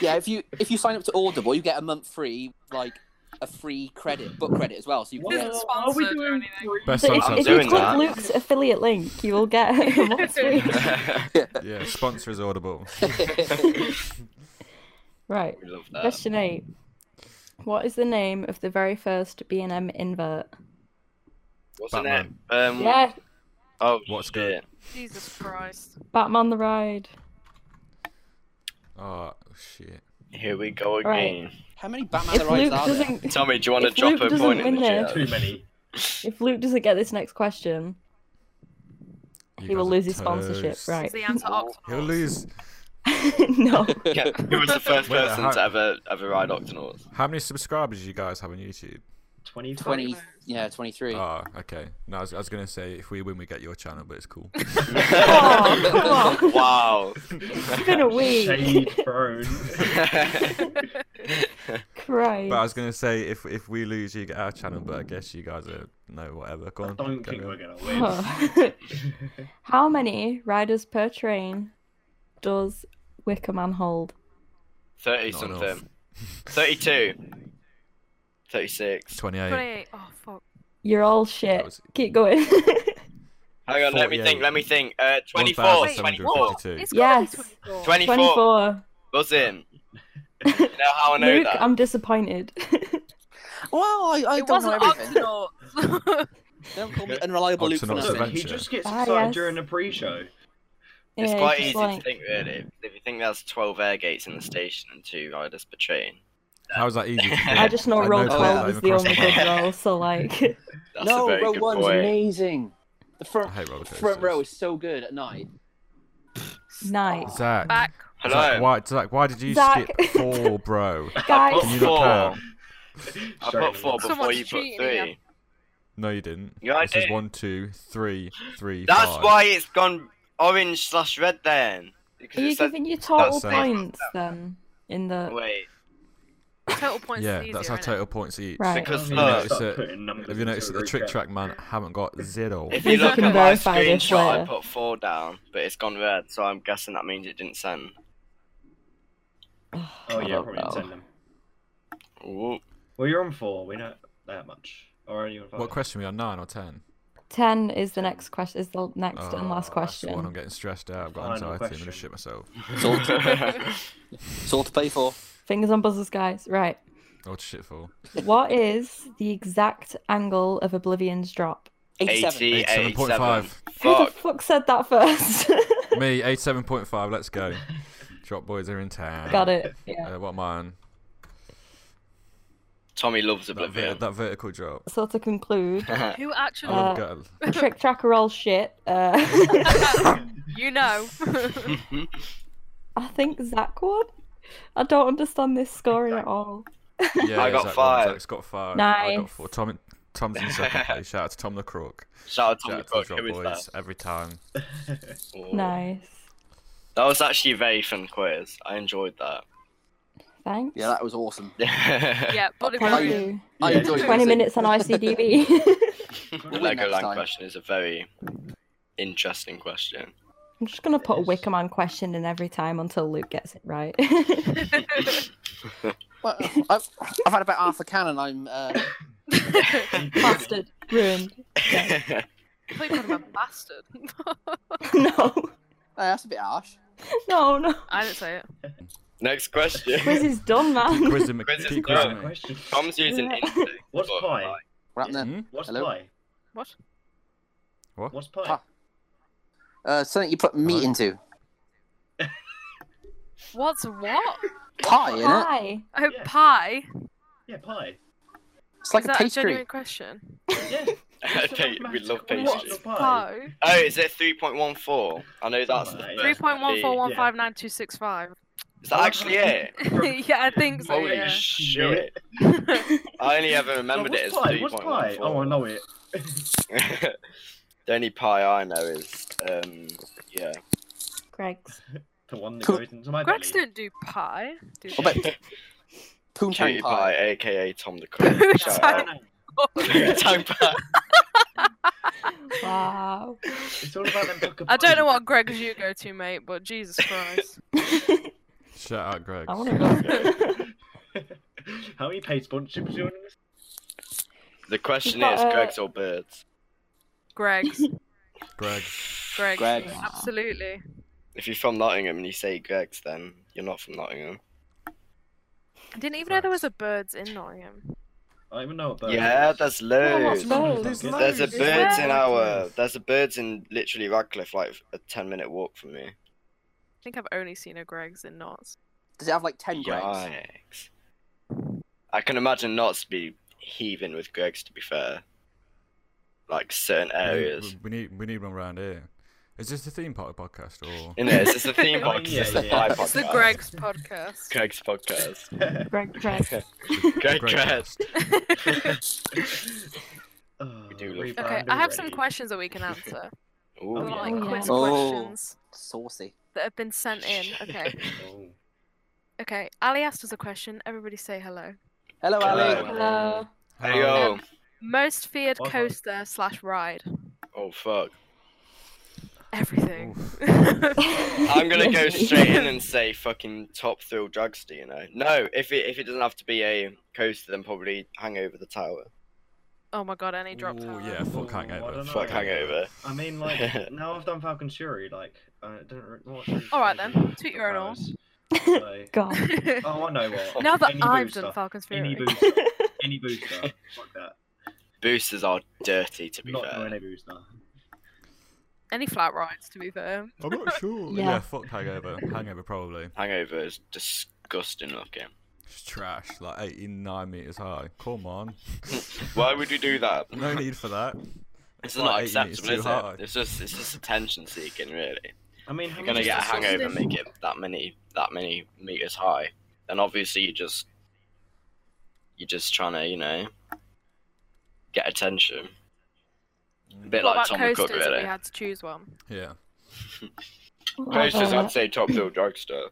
[SPEAKER 1] Yeah, if you if you sign up to Audible, you get a month free, like a free credit, book credit as well. So you can get
[SPEAKER 3] What? sponsored or anything.
[SPEAKER 2] Best
[SPEAKER 6] So
[SPEAKER 2] songs
[SPEAKER 6] if,
[SPEAKER 5] I'm
[SPEAKER 2] I've
[SPEAKER 6] if you
[SPEAKER 5] doing
[SPEAKER 6] click
[SPEAKER 5] that.
[SPEAKER 6] Luke's affiliate link, you will get a month's free.
[SPEAKER 2] Yeah, sponsor is Audible.
[SPEAKER 6] Right.
[SPEAKER 5] we love that.
[SPEAKER 6] Question eight. What is the name of the very first B&M invert?
[SPEAKER 5] Wasn't it?
[SPEAKER 2] Batman.
[SPEAKER 5] Um,
[SPEAKER 6] Yeah,
[SPEAKER 5] Oh,
[SPEAKER 2] What's
[SPEAKER 5] shit.
[SPEAKER 2] good?
[SPEAKER 3] Jesus Christ.
[SPEAKER 6] Batman the Ride.
[SPEAKER 2] Oh shit.
[SPEAKER 5] Here we go
[SPEAKER 6] Right.
[SPEAKER 5] again.
[SPEAKER 1] How many Batman
[SPEAKER 6] If Luke
[SPEAKER 1] rides are there?
[SPEAKER 6] doesn't,
[SPEAKER 5] Tommy, do you want to
[SPEAKER 6] If
[SPEAKER 5] drop
[SPEAKER 6] Luke
[SPEAKER 5] a
[SPEAKER 6] doesn't
[SPEAKER 5] point in the
[SPEAKER 6] win this-
[SPEAKER 5] chat?
[SPEAKER 4] Too many.
[SPEAKER 6] if Luke doesn't get this next question,
[SPEAKER 2] You
[SPEAKER 6] he will
[SPEAKER 2] guys are
[SPEAKER 6] lose his sponsorship.
[SPEAKER 2] toast.
[SPEAKER 3] Is
[SPEAKER 6] Right?
[SPEAKER 3] the answer
[SPEAKER 5] Oh,
[SPEAKER 2] He'll
[SPEAKER 3] octonauts?
[SPEAKER 2] lose.
[SPEAKER 6] no.
[SPEAKER 5] Yeah, who was the first
[SPEAKER 2] Wait,
[SPEAKER 5] person
[SPEAKER 2] how-
[SPEAKER 5] to ever ever ride Octonauts?
[SPEAKER 2] How many subscribers you guys have on YouTube?
[SPEAKER 4] 20,
[SPEAKER 1] Twenty, yeah, twenty-three.
[SPEAKER 5] Oh.
[SPEAKER 2] Ah, okay. No, I was, I was gonna say if we win, we get your channel, but it's cool.
[SPEAKER 6] Oh, come on.
[SPEAKER 5] wow.
[SPEAKER 6] It's been a week.
[SPEAKER 4] Shade thrown.
[SPEAKER 6] Christ.
[SPEAKER 2] but I was gonna say if if we lose, you get our channel. But I guess you guys are no whatever. Go on.
[SPEAKER 4] Don't
[SPEAKER 2] carry
[SPEAKER 4] think
[SPEAKER 2] on.
[SPEAKER 4] we're gonna win.
[SPEAKER 6] Huh. How many riders per train does Wicker Man hold?
[SPEAKER 5] Thirty
[SPEAKER 2] Not
[SPEAKER 5] something.
[SPEAKER 2] enough.
[SPEAKER 5] Thirty-two. Thirty-six.
[SPEAKER 2] Twenty-eight.
[SPEAKER 3] 28. Oh, fuck.
[SPEAKER 6] You're all shit.
[SPEAKER 2] was-
[SPEAKER 6] Keep going.
[SPEAKER 5] Hang on, let me think. Let me think. Uh,
[SPEAKER 2] Oh,
[SPEAKER 5] 24. 24.
[SPEAKER 2] 1,752.
[SPEAKER 3] It's gotta be
[SPEAKER 6] Yes.
[SPEAKER 3] 24.
[SPEAKER 5] 24.
[SPEAKER 6] 24.
[SPEAKER 5] Buzz in. you know how I know
[SPEAKER 6] Luke,
[SPEAKER 5] that?
[SPEAKER 6] I'm disappointed.
[SPEAKER 1] Well, I, I
[SPEAKER 3] It
[SPEAKER 1] don't know
[SPEAKER 3] wasn't
[SPEAKER 1] everything.
[SPEAKER 3] octonauts.
[SPEAKER 1] Don't call me unreliable Luke for
[SPEAKER 2] Octonauts
[SPEAKER 1] nothing.
[SPEAKER 4] Look, he
[SPEAKER 2] adventure.
[SPEAKER 4] just gets
[SPEAKER 6] Ah,
[SPEAKER 4] excited
[SPEAKER 6] yes.
[SPEAKER 4] during the pre-show.
[SPEAKER 6] Yeah,
[SPEAKER 5] It's quite
[SPEAKER 6] just
[SPEAKER 5] easy
[SPEAKER 6] like-
[SPEAKER 5] to think, really. If you think that's 12 air gates in the station and two riders per train,
[SPEAKER 2] How's that easy? to do?
[SPEAKER 6] I just know
[SPEAKER 2] Like, no
[SPEAKER 6] roll
[SPEAKER 2] colours
[SPEAKER 6] twelve
[SPEAKER 2] even
[SPEAKER 6] is the
[SPEAKER 2] crossed
[SPEAKER 6] only
[SPEAKER 2] the
[SPEAKER 6] good
[SPEAKER 2] line.
[SPEAKER 6] roll, so like
[SPEAKER 5] that's a
[SPEAKER 1] no,
[SPEAKER 5] very
[SPEAKER 1] row
[SPEAKER 5] good
[SPEAKER 1] one's
[SPEAKER 5] point.
[SPEAKER 1] amazing. The
[SPEAKER 2] I
[SPEAKER 1] front
[SPEAKER 2] hate roller coasters.
[SPEAKER 1] front row is so good at night.
[SPEAKER 6] nice.
[SPEAKER 2] Zach.
[SPEAKER 3] Back.
[SPEAKER 5] Hello.
[SPEAKER 2] Zach, why, Zach, why did you
[SPEAKER 6] Zach.
[SPEAKER 2] skip four, bro?
[SPEAKER 5] I
[SPEAKER 6] Guys
[SPEAKER 5] put
[SPEAKER 2] Can you not
[SPEAKER 5] four.
[SPEAKER 2] count?
[SPEAKER 5] I
[SPEAKER 4] Shame.
[SPEAKER 5] put four before
[SPEAKER 3] Someone's
[SPEAKER 5] you put
[SPEAKER 3] cheating here.
[SPEAKER 5] three.
[SPEAKER 2] No, you didn't.
[SPEAKER 5] Yeah, I
[SPEAKER 2] this is
[SPEAKER 5] did.
[SPEAKER 2] one, two, three, three,
[SPEAKER 5] That's
[SPEAKER 2] five.
[SPEAKER 5] why it's gone orange slash red then. Because
[SPEAKER 6] Are you
[SPEAKER 5] it said,
[SPEAKER 6] giving your total
[SPEAKER 2] That's, uh,
[SPEAKER 6] points then? In the
[SPEAKER 5] wait,
[SPEAKER 3] Total points
[SPEAKER 2] yeah,
[SPEAKER 3] is easier.
[SPEAKER 2] that's how
[SPEAKER 3] innit?
[SPEAKER 2] total points each.
[SPEAKER 6] Right.
[SPEAKER 5] Because
[SPEAKER 4] Have you
[SPEAKER 5] look,
[SPEAKER 2] uh, it's
[SPEAKER 4] noticed
[SPEAKER 2] a-
[SPEAKER 4] that putting numbers
[SPEAKER 2] Have you noticed
[SPEAKER 4] into a
[SPEAKER 2] that the Trick
[SPEAKER 4] recap?
[SPEAKER 2] Track man haven't got zero?
[SPEAKER 5] If
[SPEAKER 6] We
[SPEAKER 5] you look
[SPEAKER 6] can
[SPEAKER 5] at my
[SPEAKER 6] verify this
[SPEAKER 5] screenshot, I
[SPEAKER 6] later.
[SPEAKER 5] put four down, but it's gone red, so I'm guessing that means it didn't send.
[SPEAKER 4] Oh
[SPEAKER 6] I
[SPEAKER 4] yeah,
[SPEAKER 6] don't
[SPEAKER 4] probably didn't
[SPEAKER 6] know.
[SPEAKER 4] send them.
[SPEAKER 5] Ooh.
[SPEAKER 4] Well, you're on four. We know that much. Or are you on five?
[SPEAKER 2] What question are we on? Nine or ten?
[SPEAKER 6] Ten is the next question. Is the next and
[SPEAKER 2] Oh,
[SPEAKER 6] last
[SPEAKER 2] that's the
[SPEAKER 6] question.
[SPEAKER 2] one I'm getting stressed out. I've got anxiety.
[SPEAKER 4] Final
[SPEAKER 2] I'm gonna
[SPEAKER 4] question.
[SPEAKER 2] shit myself.
[SPEAKER 1] It's all to pay for.
[SPEAKER 6] Fingers on buzzers, guys. Right.
[SPEAKER 2] Or Oh, to shit for.
[SPEAKER 6] what is the exact angle of Oblivion's drop?
[SPEAKER 1] 87.
[SPEAKER 5] 80, 87.5.
[SPEAKER 2] 87.5.
[SPEAKER 6] Who the
[SPEAKER 5] Fuck.
[SPEAKER 6] fuck said that first?
[SPEAKER 2] Oh Me, eighty-seven point five. Let's go. Drop boys are in town.
[SPEAKER 6] Got it. Yeah.
[SPEAKER 2] Uh, what am I on?
[SPEAKER 5] Tommy loves
[SPEAKER 2] That, ver-
[SPEAKER 5] Oblivion.
[SPEAKER 2] that vertical drop.
[SPEAKER 6] So to conclude,
[SPEAKER 3] Who
[SPEAKER 2] I
[SPEAKER 3] actually?
[SPEAKER 2] love
[SPEAKER 6] Uh,
[SPEAKER 2] girl.
[SPEAKER 6] trick tracker all shit. Uh,
[SPEAKER 3] you know.
[SPEAKER 6] I think Zach won. I don't understand this scoring at all.
[SPEAKER 2] Yeah,
[SPEAKER 5] I got
[SPEAKER 2] Zach won,
[SPEAKER 5] five.
[SPEAKER 2] Zach's got five. I got
[SPEAKER 6] Nice.
[SPEAKER 2] four. Tom, Tom's in second place. Shout out to Tom the Crook.
[SPEAKER 5] Shout out to
[SPEAKER 2] Shout
[SPEAKER 5] Tommy
[SPEAKER 2] out to the
[SPEAKER 5] Cook,
[SPEAKER 2] drop
[SPEAKER 5] who is
[SPEAKER 2] boys
[SPEAKER 5] that?
[SPEAKER 2] every time.
[SPEAKER 5] Ooh.
[SPEAKER 6] Nice.
[SPEAKER 5] That was actually a very fun quiz. I enjoyed that.
[SPEAKER 6] Thanks.
[SPEAKER 1] Yeah, that was awesome.
[SPEAKER 5] yeah.
[SPEAKER 3] yeah, bloody
[SPEAKER 6] Thank
[SPEAKER 3] brilliant.
[SPEAKER 6] you.
[SPEAKER 1] I
[SPEAKER 4] Yeah.
[SPEAKER 1] enjoyed it.
[SPEAKER 6] 20 minutes on ICDB.
[SPEAKER 1] We'll win next
[SPEAKER 5] Legoland
[SPEAKER 1] time.
[SPEAKER 5] question is a very interesting question.
[SPEAKER 6] I'm just gonna put a
[SPEAKER 4] Yes.
[SPEAKER 6] Wickerman question in every time until Luke gets it right.
[SPEAKER 1] Well, I've, I've had about half a can and I'm. Uh,
[SPEAKER 6] Bastard. Ruined.
[SPEAKER 3] Please call him a bastard.
[SPEAKER 6] no.
[SPEAKER 1] hey, that's a bit harsh.
[SPEAKER 6] No, no.
[SPEAKER 3] I didn't say it.
[SPEAKER 5] Next
[SPEAKER 6] Quiz
[SPEAKER 5] question.
[SPEAKER 6] is done,
[SPEAKER 2] Keep
[SPEAKER 6] man.
[SPEAKER 2] quizzing me.
[SPEAKER 5] Quiz is
[SPEAKER 2] Keep
[SPEAKER 5] done.
[SPEAKER 2] quizzing me.
[SPEAKER 4] Question.
[SPEAKER 5] Tom's using
[SPEAKER 6] Yeah.
[SPEAKER 5] instinct.
[SPEAKER 4] What's
[SPEAKER 5] but
[SPEAKER 4] pie?
[SPEAKER 1] We're up there.
[SPEAKER 2] Hmm?
[SPEAKER 4] What's
[SPEAKER 1] Hello?
[SPEAKER 4] pie?
[SPEAKER 3] What?
[SPEAKER 2] What?
[SPEAKER 4] What's pie?
[SPEAKER 1] Ha. Uh, something you put meat
[SPEAKER 2] Hello?
[SPEAKER 1] into.
[SPEAKER 3] What's what?
[SPEAKER 1] Pie, innit?
[SPEAKER 6] Hi.
[SPEAKER 3] Oh,
[SPEAKER 4] Yeah.
[SPEAKER 3] pie.
[SPEAKER 4] Yeah, pie.
[SPEAKER 1] It's like
[SPEAKER 3] is
[SPEAKER 1] a
[SPEAKER 3] that
[SPEAKER 1] pastry.
[SPEAKER 3] a genuine question?
[SPEAKER 4] Yeah.
[SPEAKER 5] Okay, we love
[SPEAKER 4] What's
[SPEAKER 5] pastry.
[SPEAKER 4] the pie?
[SPEAKER 3] Pie.
[SPEAKER 5] Oh, is it 3.14? I know that's the
[SPEAKER 4] Alright.
[SPEAKER 5] first one.
[SPEAKER 4] Yeah.
[SPEAKER 3] 3.1415965.
[SPEAKER 5] Is that actually it?
[SPEAKER 3] yeah, I think so.
[SPEAKER 5] Holy
[SPEAKER 3] yeah.
[SPEAKER 5] shit. I only ever
[SPEAKER 4] Oh,
[SPEAKER 5] remembered it as
[SPEAKER 4] what's pie? What's pie? Oh, I
[SPEAKER 5] 3.14.
[SPEAKER 4] know it.
[SPEAKER 5] the only pie I know is, um, yeah.
[SPEAKER 6] Greg's.
[SPEAKER 4] The one that
[SPEAKER 1] Cool.
[SPEAKER 4] goes into my
[SPEAKER 3] Greg's
[SPEAKER 4] belly.
[SPEAKER 3] don't do pie. Do
[SPEAKER 1] I
[SPEAKER 3] they?
[SPEAKER 1] bet Poontang
[SPEAKER 5] Cutie
[SPEAKER 1] pie.
[SPEAKER 5] Pie, aka Tom the Crook.
[SPEAKER 3] Poontang
[SPEAKER 5] Shout out. Poontang Pie.
[SPEAKER 6] Wow.
[SPEAKER 4] It's all about them pucker
[SPEAKER 3] I don't know
[SPEAKER 4] pies.
[SPEAKER 3] what Greg's you go to, mate, but Jesus Christ.
[SPEAKER 6] I
[SPEAKER 2] Shout out, Greg.
[SPEAKER 6] wanna go.
[SPEAKER 4] How many paid sponsorships you on this?
[SPEAKER 5] The question
[SPEAKER 6] You've
[SPEAKER 5] is,
[SPEAKER 6] got a-
[SPEAKER 5] Greg's or birds?
[SPEAKER 3] Greg's.
[SPEAKER 2] Greg.
[SPEAKER 3] Greg's.
[SPEAKER 1] Greg.
[SPEAKER 3] Absolutely.
[SPEAKER 5] If you're from Nottingham and you say Greg's, then you're not from Nottingham.
[SPEAKER 3] I didn't even know there was a birds in Nottingham.
[SPEAKER 4] I don't even know what that
[SPEAKER 5] Yeah,
[SPEAKER 4] is.
[SPEAKER 5] there's loads.
[SPEAKER 6] what's birds? There's
[SPEAKER 5] There's a
[SPEAKER 3] Is
[SPEAKER 5] birds
[SPEAKER 3] there?
[SPEAKER 5] in our. There's a birds in literally Radcliffe, like a ten minute walk from me.
[SPEAKER 3] I think I've only seen a Greg's in Notts.
[SPEAKER 1] Does it have like 10 grams?
[SPEAKER 5] Yikes! I can imagine not to be heaving with Greg's. To be fair, like certain
[SPEAKER 2] We need-
[SPEAKER 4] Mm-hmm.
[SPEAKER 5] areas.
[SPEAKER 2] We need we need one round here. Is this the theme park podcast or?
[SPEAKER 5] In it, it's a theme
[SPEAKER 4] Oh,
[SPEAKER 5] podcast.
[SPEAKER 4] yeah,
[SPEAKER 5] it's a
[SPEAKER 4] yeah.
[SPEAKER 5] pie
[SPEAKER 3] It's the
[SPEAKER 5] podcast.
[SPEAKER 3] Greg's podcast.
[SPEAKER 5] Greg's podcast.
[SPEAKER 6] Greg, Greg.
[SPEAKER 5] Greg
[SPEAKER 2] Greg
[SPEAKER 5] Greg's.
[SPEAKER 4] Oh,
[SPEAKER 5] We do love-
[SPEAKER 4] rebrand
[SPEAKER 3] Okay, I have some
[SPEAKER 4] already.
[SPEAKER 3] questions that we can answer.
[SPEAKER 5] Ooh,
[SPEAKER 3] They're
[SPEAKER 5] yeah.
[SPEAKER 3] like quiz
[SPEAKER 1] Oh.
[SPEAKER 3] questions
[SPEAKER 1] Saucy.
[SPEAKER 3] that have been sent in. Okay.
[SPEAKER 4] Oh.
[SPEAKER 3] Okay. Ali asked us a question. Everybody say hello.
[SPEAKER 1] Hello,
[SPEAKER 5] Hello.
[SPEAKER 1] Ali.
[SPEAKER 6] Hello.
[SPEAKER 5] There you go.
[SPEAKER 3] Um, Most feared
[SPEAKER 4] Bye-bye.
[SPEAKER 3] coaster slash ride.
[SPEAKER 5] Oh fuck.
[SPEAKER 3] Everything.
[SPEAKER 5] I'm gonna go
[SPEAKER 6] Yes.
[SPEAKER 5] straight in and say fucking top thrill dragster, you know. No, if it if it doesn't have to be a coaster, then probably Hangover the Tower.
[SPEAKER 3] oh my god, any drop
[SPEAKER 2] Ooh,
[SPEAKER 3] tower.
[SPEAKER 2] yeah, fuck
[SPEAKER 4] Ooh, I
[SPEAKER 2] hangover.
[SPEAKER 4] don't know.
[SPEAKER 5] Fuck Hangover.
[SPEAKER 4] I mean, like, now I've done Falcon Fury, like, I don't re- not really
[SPEAKER 3] Alright then,
[SPEAKER 4] know what
[SPEAKER 3] tweet your own
[SPEAKER 4] that was. So-
[SPEAKER 6] God.
[SPEAKER 4] Oh, I know what.
[SPEAKER 3] now that
[SPEAKER 4] Any
[SPEAKER 3] I've
[SPEAKER 4] booster.
[SPEAKER 3] done Falcon's
[SPEAKER 4] Any
[SPEAKER 3] Fury.
[SPEAKER 4] booster. Any booster. Fuck that.
[SPEAKER 5] Boosters are dirty, to be
[SPEAKER 4] Not
[SPEAKER 5] fair.
[SPEAKER 4] doing any booster.
[SPEAKER 3] Any flat rides, to be fair.
[SPEAKER 2] I'm not sure.
[SPEAKER 6] Yeah.
[SPEAKER 2] Yeah. fuck hangover. Hangover probably.
[SPEAKER 5] Hangover is disgusting looking.
[SPEAKER 2] It's trash. Like 89 meters high. Come on.
[SPEAKER 5] Why would we do that?
[SPEAKER 2] No need for that.
[SPEAKER 5] It's
[SPEAKER 2] like
[SPEAKER 5] not
[SPEAKER 2] 80 meters
[SPEAKER 5] acceptable, is
[SPEAKER 2] too high.
[SPEAKER 5] it? It's just it's just attention seeking, really.
[SPEAKER 4] I mean, how
[SPEAKER 5] You're gonna
[SPEAKER 4] much
[SPEAKER 5] get a
[SPEAKER 4] is this?
[SPEAKER 5] hangover, make it that many that many meters high, and obviously you just you're just trying to you know get attention. A bit
[SPEAKER 3] What
[SPEAKER 5] like
[SPEAKER 3] about
[SPEAKER 5] Tom the
[SPEAKER 3] coasters
[SPEAKER 5] Cook,
[SPEAKER 3] if we
[SPEAKER 5] really.
[SPEAKER 3] had to choose one?
[SPEAKER 2] Yeah.
[SPEAKER 5] Coasters,
[SPEAKER 6] Uh,
[SPEAKER 3] Uh-huh.
[SPEAKER 5] I'd say top thrill dragster.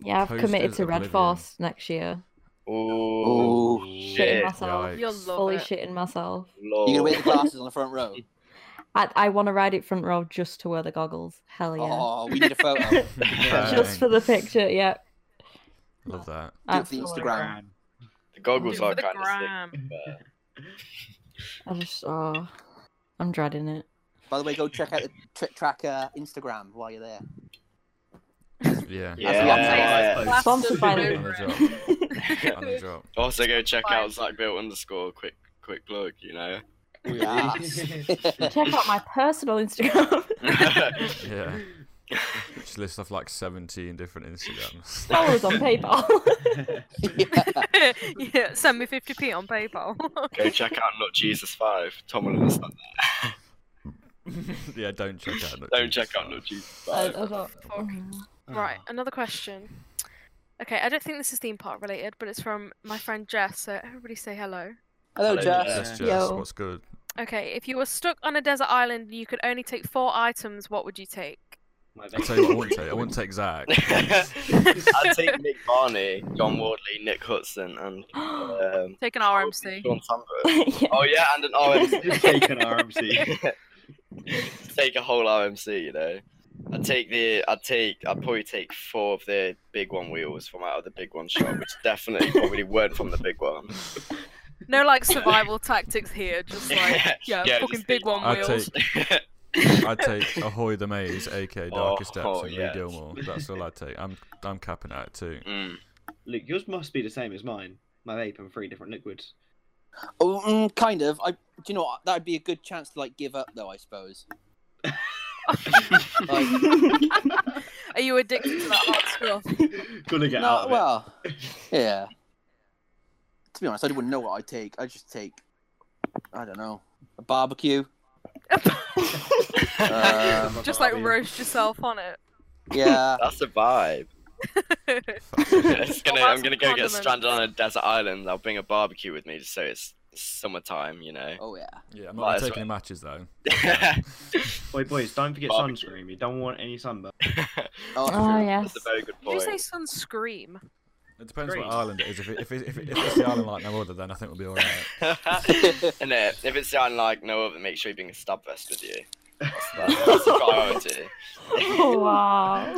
[SPEAKER 6] yeah, I've committed
[SPEAKER 2] Coasters
[SPEAKER 6] to Red
[SPEAKER 2] Oblivion.
[SPEAKER 6] Force next year.
[SPEAKER 5] Ooh,
[SPEAKER 6] Shitting
[SPEAKER 5] shit.
[SPEAKER 6] myself.
[SPEAKER 2] Yikes.
[SPEAKER 3] You'll love
[SPEAKER 6] Fully
[SPEAKER 3] it.
[SPEAKER 6] shitting myself.
[SPEAKER 5] Lord.
[SPEAKER 1] You're gonna wear the glasses on the front row.
[SPEAKER 6] I, I want to ride it front row just to wear the goggles. Hell yeah.
[SPEAKER 1] Oh, we need a photo. Oh,
[SPEAKER 6] Just for the picture, yeah.
[SPEAKER 2] Love
[SPEAKER 1] Do
[SPEAKER 2] that.
[SPEAKER 1] it for the
[SPEAKER 6] absolutely.
[SPEAKER 1] Instagram.
[SPEAKER 5] the goggles
[SPEAKER 3] Do it
[SPEAKER 5] are
[SPEAKER 3] for the
[SPEAKER 5] kind of
[SPEAKER 3] gram.
[SPEAKER 5] sick. but-
[SPEAKER 6] I just, oh, I'm dreading it.
[SPEAKER 1] By the way, go check out the Trick Tracker Instagram while you're there.
[SPEAKER 2] Yeah.
[SPEAKER 5] Yeah.
[SPEAKER 3] That's
[SPEAKER 6] Sponsored by
[SPEAKER 3] the
[SPEAKER 6] the-
[SPEAKER 2] On the
[SPEAKER 3] favorite.
[SPEAKER 2] drop. On the drop.
[SPEAKER 5] Also, go check
[SPEAKER 3] Fine.
[SPEAKER 5] out Zach Built underscore quick quick plug. You know.
[SPEAKER 6] Check out my personal Instagram.
[SPEAKER 2] Yeah. Just list off like 17 different Instagrams.
[SPEAKER 6] Follow us on PayPal.
[SPEAKER 3] yeah, send me 50p on PayPal.
[SPEAKER 5] go check out Not Jesus Five. Tom will understand.
[SPEAKER 2] yeah, don't check out. Nut
[SPEAKER 5] Don't
[SPEAKER 2] Juice.
[SPEAKER 5] check out Not Jesus
[SPEAKER 6] I, I mm.
[SPEAKER 5] Five.
[SPEAKER 6] don't-
[SPEAKER 3] right, another question. Okay, I don't think this is theme park related, but it's from my friend Jess, so everybody say hello.
[SPEAKER 1] Hello,
[SPEAKER 5] Hello,
[SPEAKER 1] Jess.
[SPEAKER 5] Jess.
[SPEAKER 2] Yes, Jess,
[SPEAKER 6] Yo.
[SPEAKER 2] what's good?
[SPEAKER 3] Okay, if you were stuck on a desert island and you could only take four items, what would you take?
[SPEAKER 2] I'll tell you what I wouldn't take. I wouldn't take Zach.
[SPEAKER 5] I'd take Nick Barney, John Wardley, Nick Hudson, and um,
[SPEAKER 3] Take an RMC.
[SPEAKER 5] Sean Sandberg.
[SPEAKER 6] yeah.
[SPEAKER 5] Oh yeah, and an RMC.
[SPEAKER 4] Just take an RMC.
[SPEAKER 5] take a whole RMC, you know. I'd take the, I'd take, I'd probably take four of the big one wheels from out of the big one shop, which definitely probably weren't from the big one.
[SPEAKER 3] No like survival tactics here, just like yeah,
[SPEAKER 5] Yeah,
[SPEAKER 3] fucking
[SPEAKER 5] just
[SPEAKER 3] big
[SPEAKER 5] take-
[SPEAKER 3] one
[SPEAKER 2] I'd
[SPEAKER 3] wheels.
[SPEAKER 2] take, I'd take Ahoy the Maze, aka Darkest Depths,
[SPEAKER 5] Oh,
[SPEAKER 2] and
[SPEAKER 5] yes.
[SPEAKER 2] Lee Gilmore. That's all I'd take. I'm I'm capping out too.
[SPEAKER 5] Mm.
[SPEAKER 4] Look, yours must be the same as mine. My vape and three different liquids.
[SPEAKER 1] Oh, mm, kind of. I. Do you know what? That'd be a good chance to like give up, though. I suppose. like,
[SPEAKER 3] Are you addicted to that hot stuff?
[SPEAKER 4] Gonna get out
[SPEAKER 1] no,
[SPEAKER 4] of
[SPEAKER 1] well, yeah. To be honest, I wouldn't know what I'd take. I'd just take, I don't know, a barbecue. um,
[SPEAKER 4] it.
[SPEAKER 3] just like roast yourself on it.
[SPEAKER 1] yeah.
[SPEAKER 5] That's a vibe. It's gonna,
[SPEAKER 3] Oh, that's
[SPEAKER 5] I'm gonna go get
[SPEAKER 3] condiment.
[SPEAKER 5] stranded on a desert island. I'll bring a barbecue with me just so it's summertime, you know.
[SPEAKER 1] Oh yeah.
[SPEAKER 2] Yeah, I'm
[SPEAKER 5] Might
[SPEAKER 2] not
[SPEAKER 5] as
[SPEAKER 2] taking
[SPEAKER 5] well.
[SPEAKER 2] any matches though.
[SPEAKER 4] Wait, boys, don't forget
[SPEAKER 5] Barbecue.
[SPEAKER 4] sunscreen. You don't want any sunburn.
[SPEAKER 1] Oh,
[SPEAKER 6] Oh,
[SPEAKER 5] That's a
[SPEAKER 6] yes.
[SPEAKER 5] very good
[SPEAKER 3] Did you say
[SPEAKER 5] point.
[SPEAKER 3] sunscream?
[SPEAKER 2] It depends
[SPEAKER 4] Greece.
[SPEAKER 2] what island it is. If, it, if, it, if, it, if it's the island like no other, then I think we'll be all right.
[SPEAKER 5] and uh, if it's sounding like no other, make sure you bring a stab vest with you. That's, that's, that's a priority.
[SPEAKER 6] Oh, wow.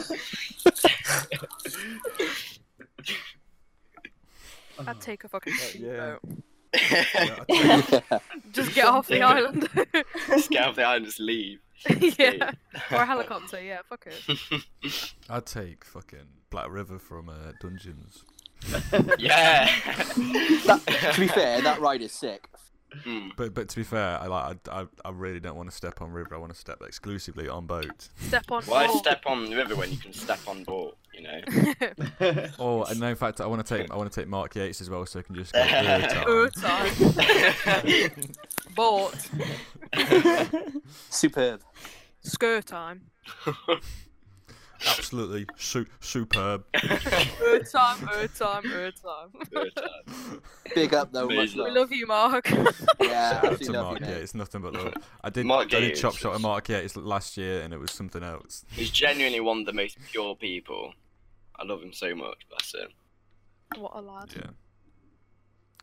[SPEAKER 3] I'd take a fucking
[SPEAKER 2] yeah.
[SPEAKER 3] speedboat.
[SPEAKER 2] Yeah, I'd take-
[SPEAKER 1] yeah.
[SPEAKER 3] Just get off the
[SPEAKER 5] Yeah.
[SPEAKER 3] island.
[SPEAKER 5] Just get off the island, just leave.
[SPEAKER 3] yeah. Or a helicopter, yeah, fuck it.
[SPEAKER 2] I'd take fucking Black River from uh, Dungeons.
[SPEAKER 5] Yeah.
[SPEAKER 1] That, to be fair, that ride is sick.
[SPEAKER 5] Mm.
[SPEAKER 2] But but to be fair, I like I, I, I really don't want to step on river. I want to step exclusively on boat.
[SPEAKER 3] Step on
[SPEAKER 5] Why
[SPEAKER 3] board.
[SPEAKER 5] step on the river when you can step on board? You know.
[SPEAKER 2] Oh, and no, in fact, I want to take I want to take Mark Yates as well, so I can just go. "Ooh, Tom."
[SPEAKER 3] Ooh, sorry. Board.
[SPEAKER 1] Superb.
[SPEAKER 3] Scur time.
[SPEAKER 2] Absolutely su- superb.
[SPEAKER 3] Ooh, time, ooh, time, ooh, time.
[SPEAKER 5] Good time.
[SPEAKER 1] Big up though. Much
[SPEAKER 5] Amazing.
[SPEAKER 1] love.
[SPEAKER 3] We love you, Mark.
[SPEAKER 1] Yeah.
[SPEAKER 2] Shout out
[SPEAKER 1] Absolutely
[SPEAKER 2] to
[SPEAKER 1] love
[SPEAKER 2] Mark
[SPEAKER 1] you, mate.
[SPEAKER 2] Yates, nothing but love. I did
[SPEAKER 5] Mark
[SPEAKER 2] I did
[SPEAKER 5] Yates
[SPEAKER 2] chop shot at
[SPEAKER 5] is-
[SPEAKER 2] Mark Yates last year, and it was something else.
[SPEAKER 5] He's genuinely one of the most pure people. I love him so much. Bless him.
[SPEAKER 3] what a lad.
[SPEAKER 2] Yeah.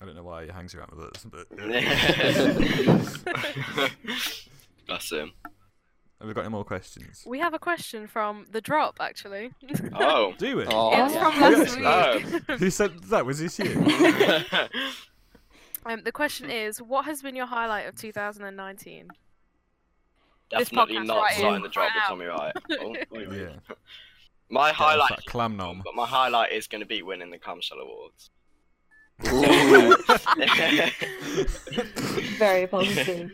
[SPEAKER 2] I don't know why he hangs around with us, but
[SPEAKER 5] Bless him.
[SPEAKER 2] have we got any more questions?
[SPEAKER 3] We have a question from The Drop, actually.
[SPEAKER 5] Oh.
[SPEAKER 2] Do we?
[SPEAKER 1] Oh,
[SPEAKER 3] It's
[SPEAKER 1] yeah.
[SPEAKER 3] from last
[SPEAKER 2] Seriously?
[SPEAKER 3] week.
[SPEAKER 2] Who said that? Was this you?
[SPEAKER 3] Um, the question is, what has been your highlight of 2019?
[SPEAKER 5] Definitely
[SPEAKER 3] podcast
[SPEAKER 5] not
[SPEAKER 3] right
[SPEAKER 5] starting
[SPEAKER 3] in,
[SPEAKER 5] the job
[SPEAKER 3] right
[SPEAKER 5] with
[SPEAKER 3] out.
[SPEAKER 5] Tommy Wright. Oh,
[SPEAKER 4] Wait, wait.
[SPEAKER 2] yeah.
[SPEAKER 5] my highlight,
[SPEAKER 2] That clam nom.
[SPEAKER 5] but my highlight is going to be winning the Clamshell Awards.
[SPEAKER 1] Ooh.
[SPEAKER 2] Oh,
[SPEAKER 6] Very positive.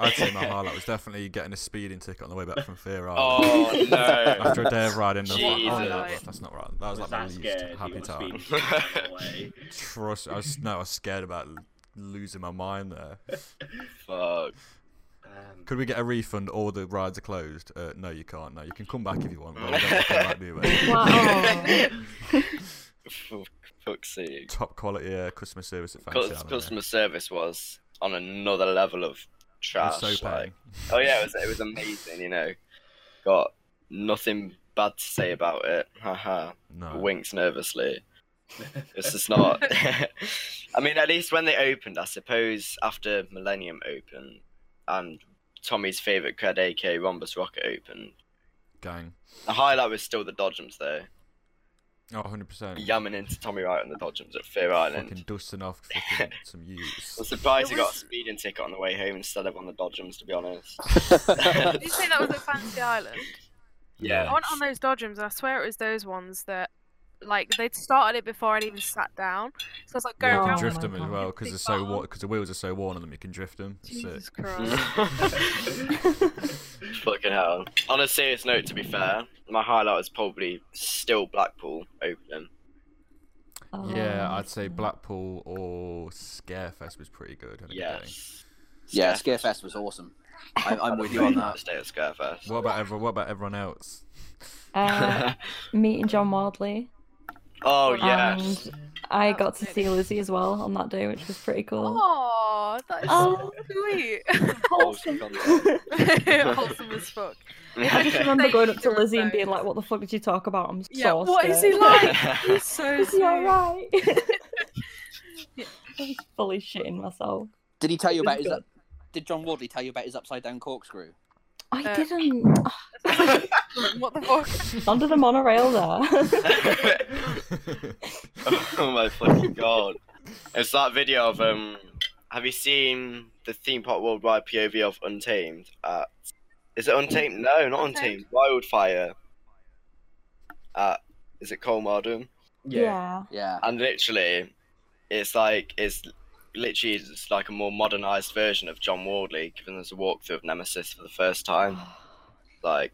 [SPEAKER 2] I'd say my highlight was definitely getting a speeding ticket on the way back from Fear Island.
[SPEAKER 5] oh no!
[SPEAKER 2] After a day of riding, I was like, oh, no,
[SPEAKER 3] Jesus.
[SPEAKER 2] that's not right. That was like
[SPEAKER 4] Was
[SPEAKER 2] my
[SPEAKER 4] that
[SPEAKER 2] least
[SPEAKER 4] scared? You
[SPEAKER 2] happy
[SPEAKER 4] wanna
[SPEAKER 2] time.
[SPEAKER 4] speed straight away?
[SPEAKER 2] Trust, I was no, I was scared about l- losing my mind there.
[SPEAKER 5] Fuck.
[SPEAKER 4] Um,
[SPEAKER 2] Could we get a refund? All the rides are closed. Uh, no, you can't. No, you can come back if you want. Well, we don't have to come back, do we?
[SPEAKER 6] Wow.
[SPEAKER 5] For fuck's sake.
[SPEAKER 2] Top quality uh, customer service at Fancy
[SPEAKER 5] Cus-
[SPEAKER 2] Island.
[SPEAKER 5] Customer service was on another level of trash.
[SPEAKER 2] It's so
[SPEAKER 5] like-
[SPEAKER 2] paying.
[SPEAKER 5] oh yeah, it was, it was amazing. You know, got nothing bad to say about it. Haha.
[SPEAKER 2] No.
[SPEAKER 5] Winks nervously. It's just not. I mean, at least when they opened, I suppose after Millennium opened and Tommy's favourite cred AK Rhombus Rocket opened,
[SPEAKER 2] Gang.
[SPEAKER 5] the highlight was still the Dodgems though.
[SPEAKER 2] Oh, 100%.
[SPEAKER 5] Yamming into Tommy Wright on the Dodgems at Fear Island.
[SPEAKER 2] Fucking dusting off fucking some use.
[SPEAKER 5] I'm surprised he
[SPEAKER 3] It was-
[SPEAKER 5] got a speeding ticket on the way home instead of on the Dodgems, to be honest.
[SPEAKER 3] Did you say that was at Fancy Island? I
[SPEAKER 5] Yeah.
[SPEAKER 3] went on those dodgems, and I swear it was those ones that, like, they'd started it before I'd even sat down. So I was like, going
[SPEAKER 2] Yeah, you
[SPEAKER 6] Oh
[SPEAKER 2] can
[SPEAKER 3] around.
[SPEAKER 2] drift
[SPEAKER 6] my
[SPEAKER 2] them as
[SPEAKER 6] God.
[SPEAKER 2] well because they're so wa- because the wheels are so worn on them. You can drift them. That's it.
[SPEAKER 3] Jesus Christ.
[SPEAKER 5] Fucking hell. On a serious note, to be fair, my highlight was probably still Blackpool opening.
[SPEAKER 2] Yeah,
[SPEAKER 6] Oh,
[SPEAKER 2] I'd say Blackpool or Scarefest was pretty good. any day.
[SPEAKER 5] Yes.
[SPEAKER 1] yeah, Scarefest was awesome. I, I'm with you on that.
[SPEAKER 5] Stay at Scarefest.
[SPEAKER 2] What about everyone? What about everyone else?
[SPEAKER 6] uh, meeting John Wardley.
[SPEAKER 5] oh
[SPEAKER 6] Um,
[SPEAKER 5] yes.
[SPEAKER 6] And I
[SPEAKER 3] That
[SPEAKER 6] got
[SPEAKER 3] was
[SPEAKER 6] to
[SPEAKER 3] good.
[SPEAKER 6] see Lizzie as well on that day, which was pretty cool.
[SPEAKER 3] Oh, that is
[SPEAKER 6] Oh.
[SPEAKER 3] so sweet.
[SPEAKER 1] Oh,
[SPEAKER 5] Wholesome.
[SPEAKER 3] Wholesome as fuck.
[SPEAKER 6] I just remember
[SPEAKER 3] Thank
[SPEAKER 6] going
[SPEAKER 3] you
[SPEAKER 6] up to
[SPEAKER 3] for
[SPEAKER 6] Lizzie and
[SPEAKER 3] those.
[SPEAKER 6] being like, "What the fuck did you talk about?" I'm
[SPEAKER 3] Yeah,
[SPEAKER 6] so
[SPEAKER 3] what is he
[SPEAKER 6] scared."
[SPEAKER 3] like? He's so
[SPEAKER 6] Is he
[SPEAKER 3] sweet.
[SPEAKER 6] alright? I was fully shitting myself.
[SPEAKER 1] Did he tell you
[SPEAKER 6] It was
[SPEAKER 1] about his?
[SPEAKER 6] good.
[SPEAKER 1] Did John Wardley tell you about his upside down corkscrew?
[SPEAKER 6] I
[SPEAKER 3] Uh,
[SPEAKER 6] didn't. Oh,
[SPEAKER 3] what the fuck?
[SPEAKER 6] under the monorail there.
[SPEAKER 5] oh my fucking god. It's that video of um have you seen the theme park worldwide POV of Untamed at is it Untamed? No, not Untamed.
[SPEAKER 3] Untamed.
[SPEAKER 5] Wildfire. At is it Colmardon?
[SPEAKER 4] yeah.
[SPEAKER 6] yeah.
[SPEAKER 1] Yeah.
[SPEAKER 5] And literally, it's like it's literally it's like a more modernized version of John Wardley, giving us a walkthrough of Nemesis for the first time. Like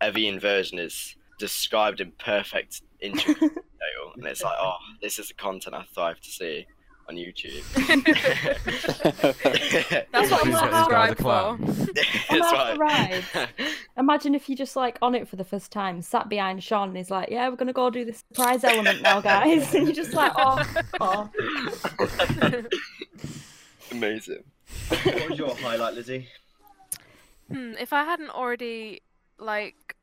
[SPEAKER 5] every inversion is described in perfect intricate detail, and it's like, oh, this is the content I thrive to see on YouTube. Oh,
[SPEAKER 3] That's what
[SPEAKER 2] Please let this
[SPEAKER 3] I'm gonna
[SPEAKER 2] guy
[SPEAKER 3] subscribe
[SPEAKER 2] the clown.
[SPEAKER 3] for.
[SPEAKER 5] That's
[SPEAKER 6] after Imagine if you're just like on it for the first time, sat behind Sean, and he's like, "Yeah, we're gonna go do this surprise element now, guys," and you're just like, "Oh, oh."
[SPEAKER 5] Amazing.
[SPEAKER 4] What was your highlight, Lizzie?
[SPEAKER 3] Hmm, if I hadn't already, like,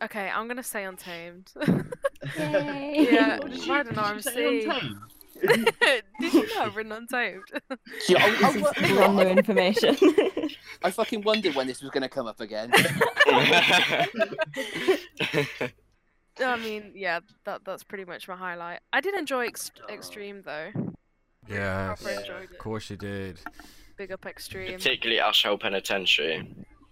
[SPEAKER 3] okay, I'm gonna say Untamed.
[SPEAKER 6] Yay.
[SPEAKER 3] yeah,
[SPEAKER 4] What did you-
[SPEAKER 3] I don't know.
[SPEAKER 4] did
[SPEAKER 3] I'm
[SPEAKER 4] you say
[SPEAKER 3] seeing.
[SPEAKER 4] Untamed?
[SPEAKER 3] Did you know I've written Untamed?
[SPEAKER 1] Gee, I,
[SPEAKER 6] This
[SPEAKER 1] I,
[SPEAKER 6] is brand new information.
[SPEAKER 1] I fucking wondered when this was going to come up again.
[SPEAKER 3] I mean, yeah, that that's pretty much my highlight. I did enjoy ex-
[SPEAKER 4] Oh.
[SPEAKER 3] Extreme though.
[SPEAKER 2] yes,
[SPEAKER 3] Proper
[SPEAKER 4] Yeah.
[SPEAKER 3] enjoyed
[SPEAKER 2] of
[SPEAKER 3] it.
[SPEAKER 2] course you did.
[SPEAKER 3] Big up Extreme.
[SPEAKER 5] Particularly Ashell Penitentiary.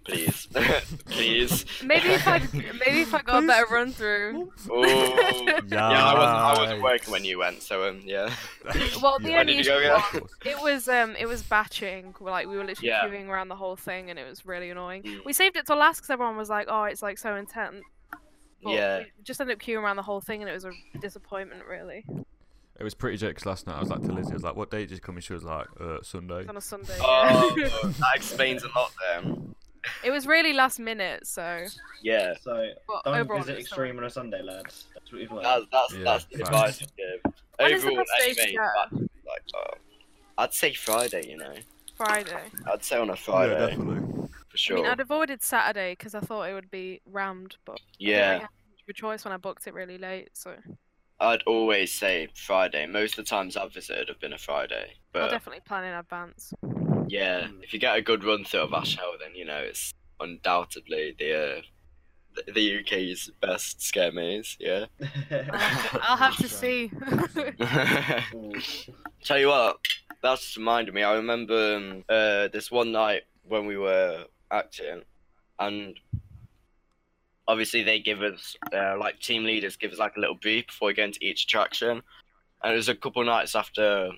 [SPEAKER 5] Please. Please.
[SPEAKER 3] Maybe if I maybe if I got a better run through.
[SPEAKER 5] Ooh. Yeah, I wasn't, I wasn't working when you went, so um, yeah.
[SPEAKER 3] Well, the
[SPEAKER 5] Where
[SPEAKER 3] only
[SPEAKER 5] did you
[SPEAKER 3] issue
[SPEAKER 5] go again?
[SPEAKER 3] was it was um it was batching. Like we were literally
[SPEAKER 5] Yeah.
[SPEAKER 3] queuing around the whole thing, and it was really annoying.
[SPEAKER 5] Mm.
[SPEAKER 3] We saved it till last because everyone was like, "Oh, it's like so intense." But
[SPEAKER 5] Yeah.
[SPEAKER 3] we just ended up queuing around the whole thing, and it was a disappointment, really.
[SPEAKER 2] It was pretty jokes last night. I was like to Lizzie, I was like, "What date did you come?" And she was like, uh, "Sunday."
[SPEAKER 3] It's on a Sunday.
[SPEAKER 5] Oh,
[SPEAKER 3] yeah.
[SPEAKER 5] that explains a lot then.
[SPEAKER 3] it was really last minute, so.
[SPEAKER 5] Yeah,
[SPEAKER 4] So,
[SPEAKER 3] But
[SPEAKER 4] don't
[SPEAKER 3] overall,
[SPEAKER 4] visit
[SPEAKER 3] it was alright.
[SPEAKER 4] Extreme on a Sunday, lads. That's what you've
[SPEAKER 5] that,
[SPEAKER 4] learned.
[SPEAKER 5] that's
[SPEAKER 2] Yeah,
[SPEAKER 5] that's the
[SPEAKER 2] facts.
[SPEAKER 5] advice I'd give.
[SPEAKER 3] When is the
[SPEAKER 5] Overall,
[SPEAKER 3] best day to
[SPEAKER 5] anyway,
[SPEAKER 3] go?
[SPEAKER 5] that's like, uh, I'd say Friday. You know,
[SPEAKER 3] Friday.
[SPEAKER 5] I'd say on a
[SPEAKER 2] yeah,
[SPEAKER 5] Friday
[SPEAKER 2] definitely.
[SPEAKER 5] for sure.
[SPEAKER 3] I mean, I'd avoided Saturday because I thought it would be rammed, but I didn't really
[SPEAKER 5] yeah,
[SPEAKER 3] have much of a choice when I booked it really late. So
[SPEAKER 5] I'd always say Friday. Most of the times I've visited have been a Friday,
[SPEAKER 3] I'll
[SPEAKER 5] but
[SPEAKER 3] definitely plan in advance.
[SPEAKER 5] yeah, if you get a good run through of Ash Hill, then you know it's undoubtedly the uh, the- the UK's best scare maze. Yeah.
[SPEAKER 3] I'll have to, I'll have to see.
[SPEAKER 4] Ooh.
[SPEAKER 5] Tell you what, that's just reminded me. I remember um, uh, this one night when we were acting, and obviously they give us uh, like team leaders give us like a little brief before we go into each attraction. And it was a couple nights after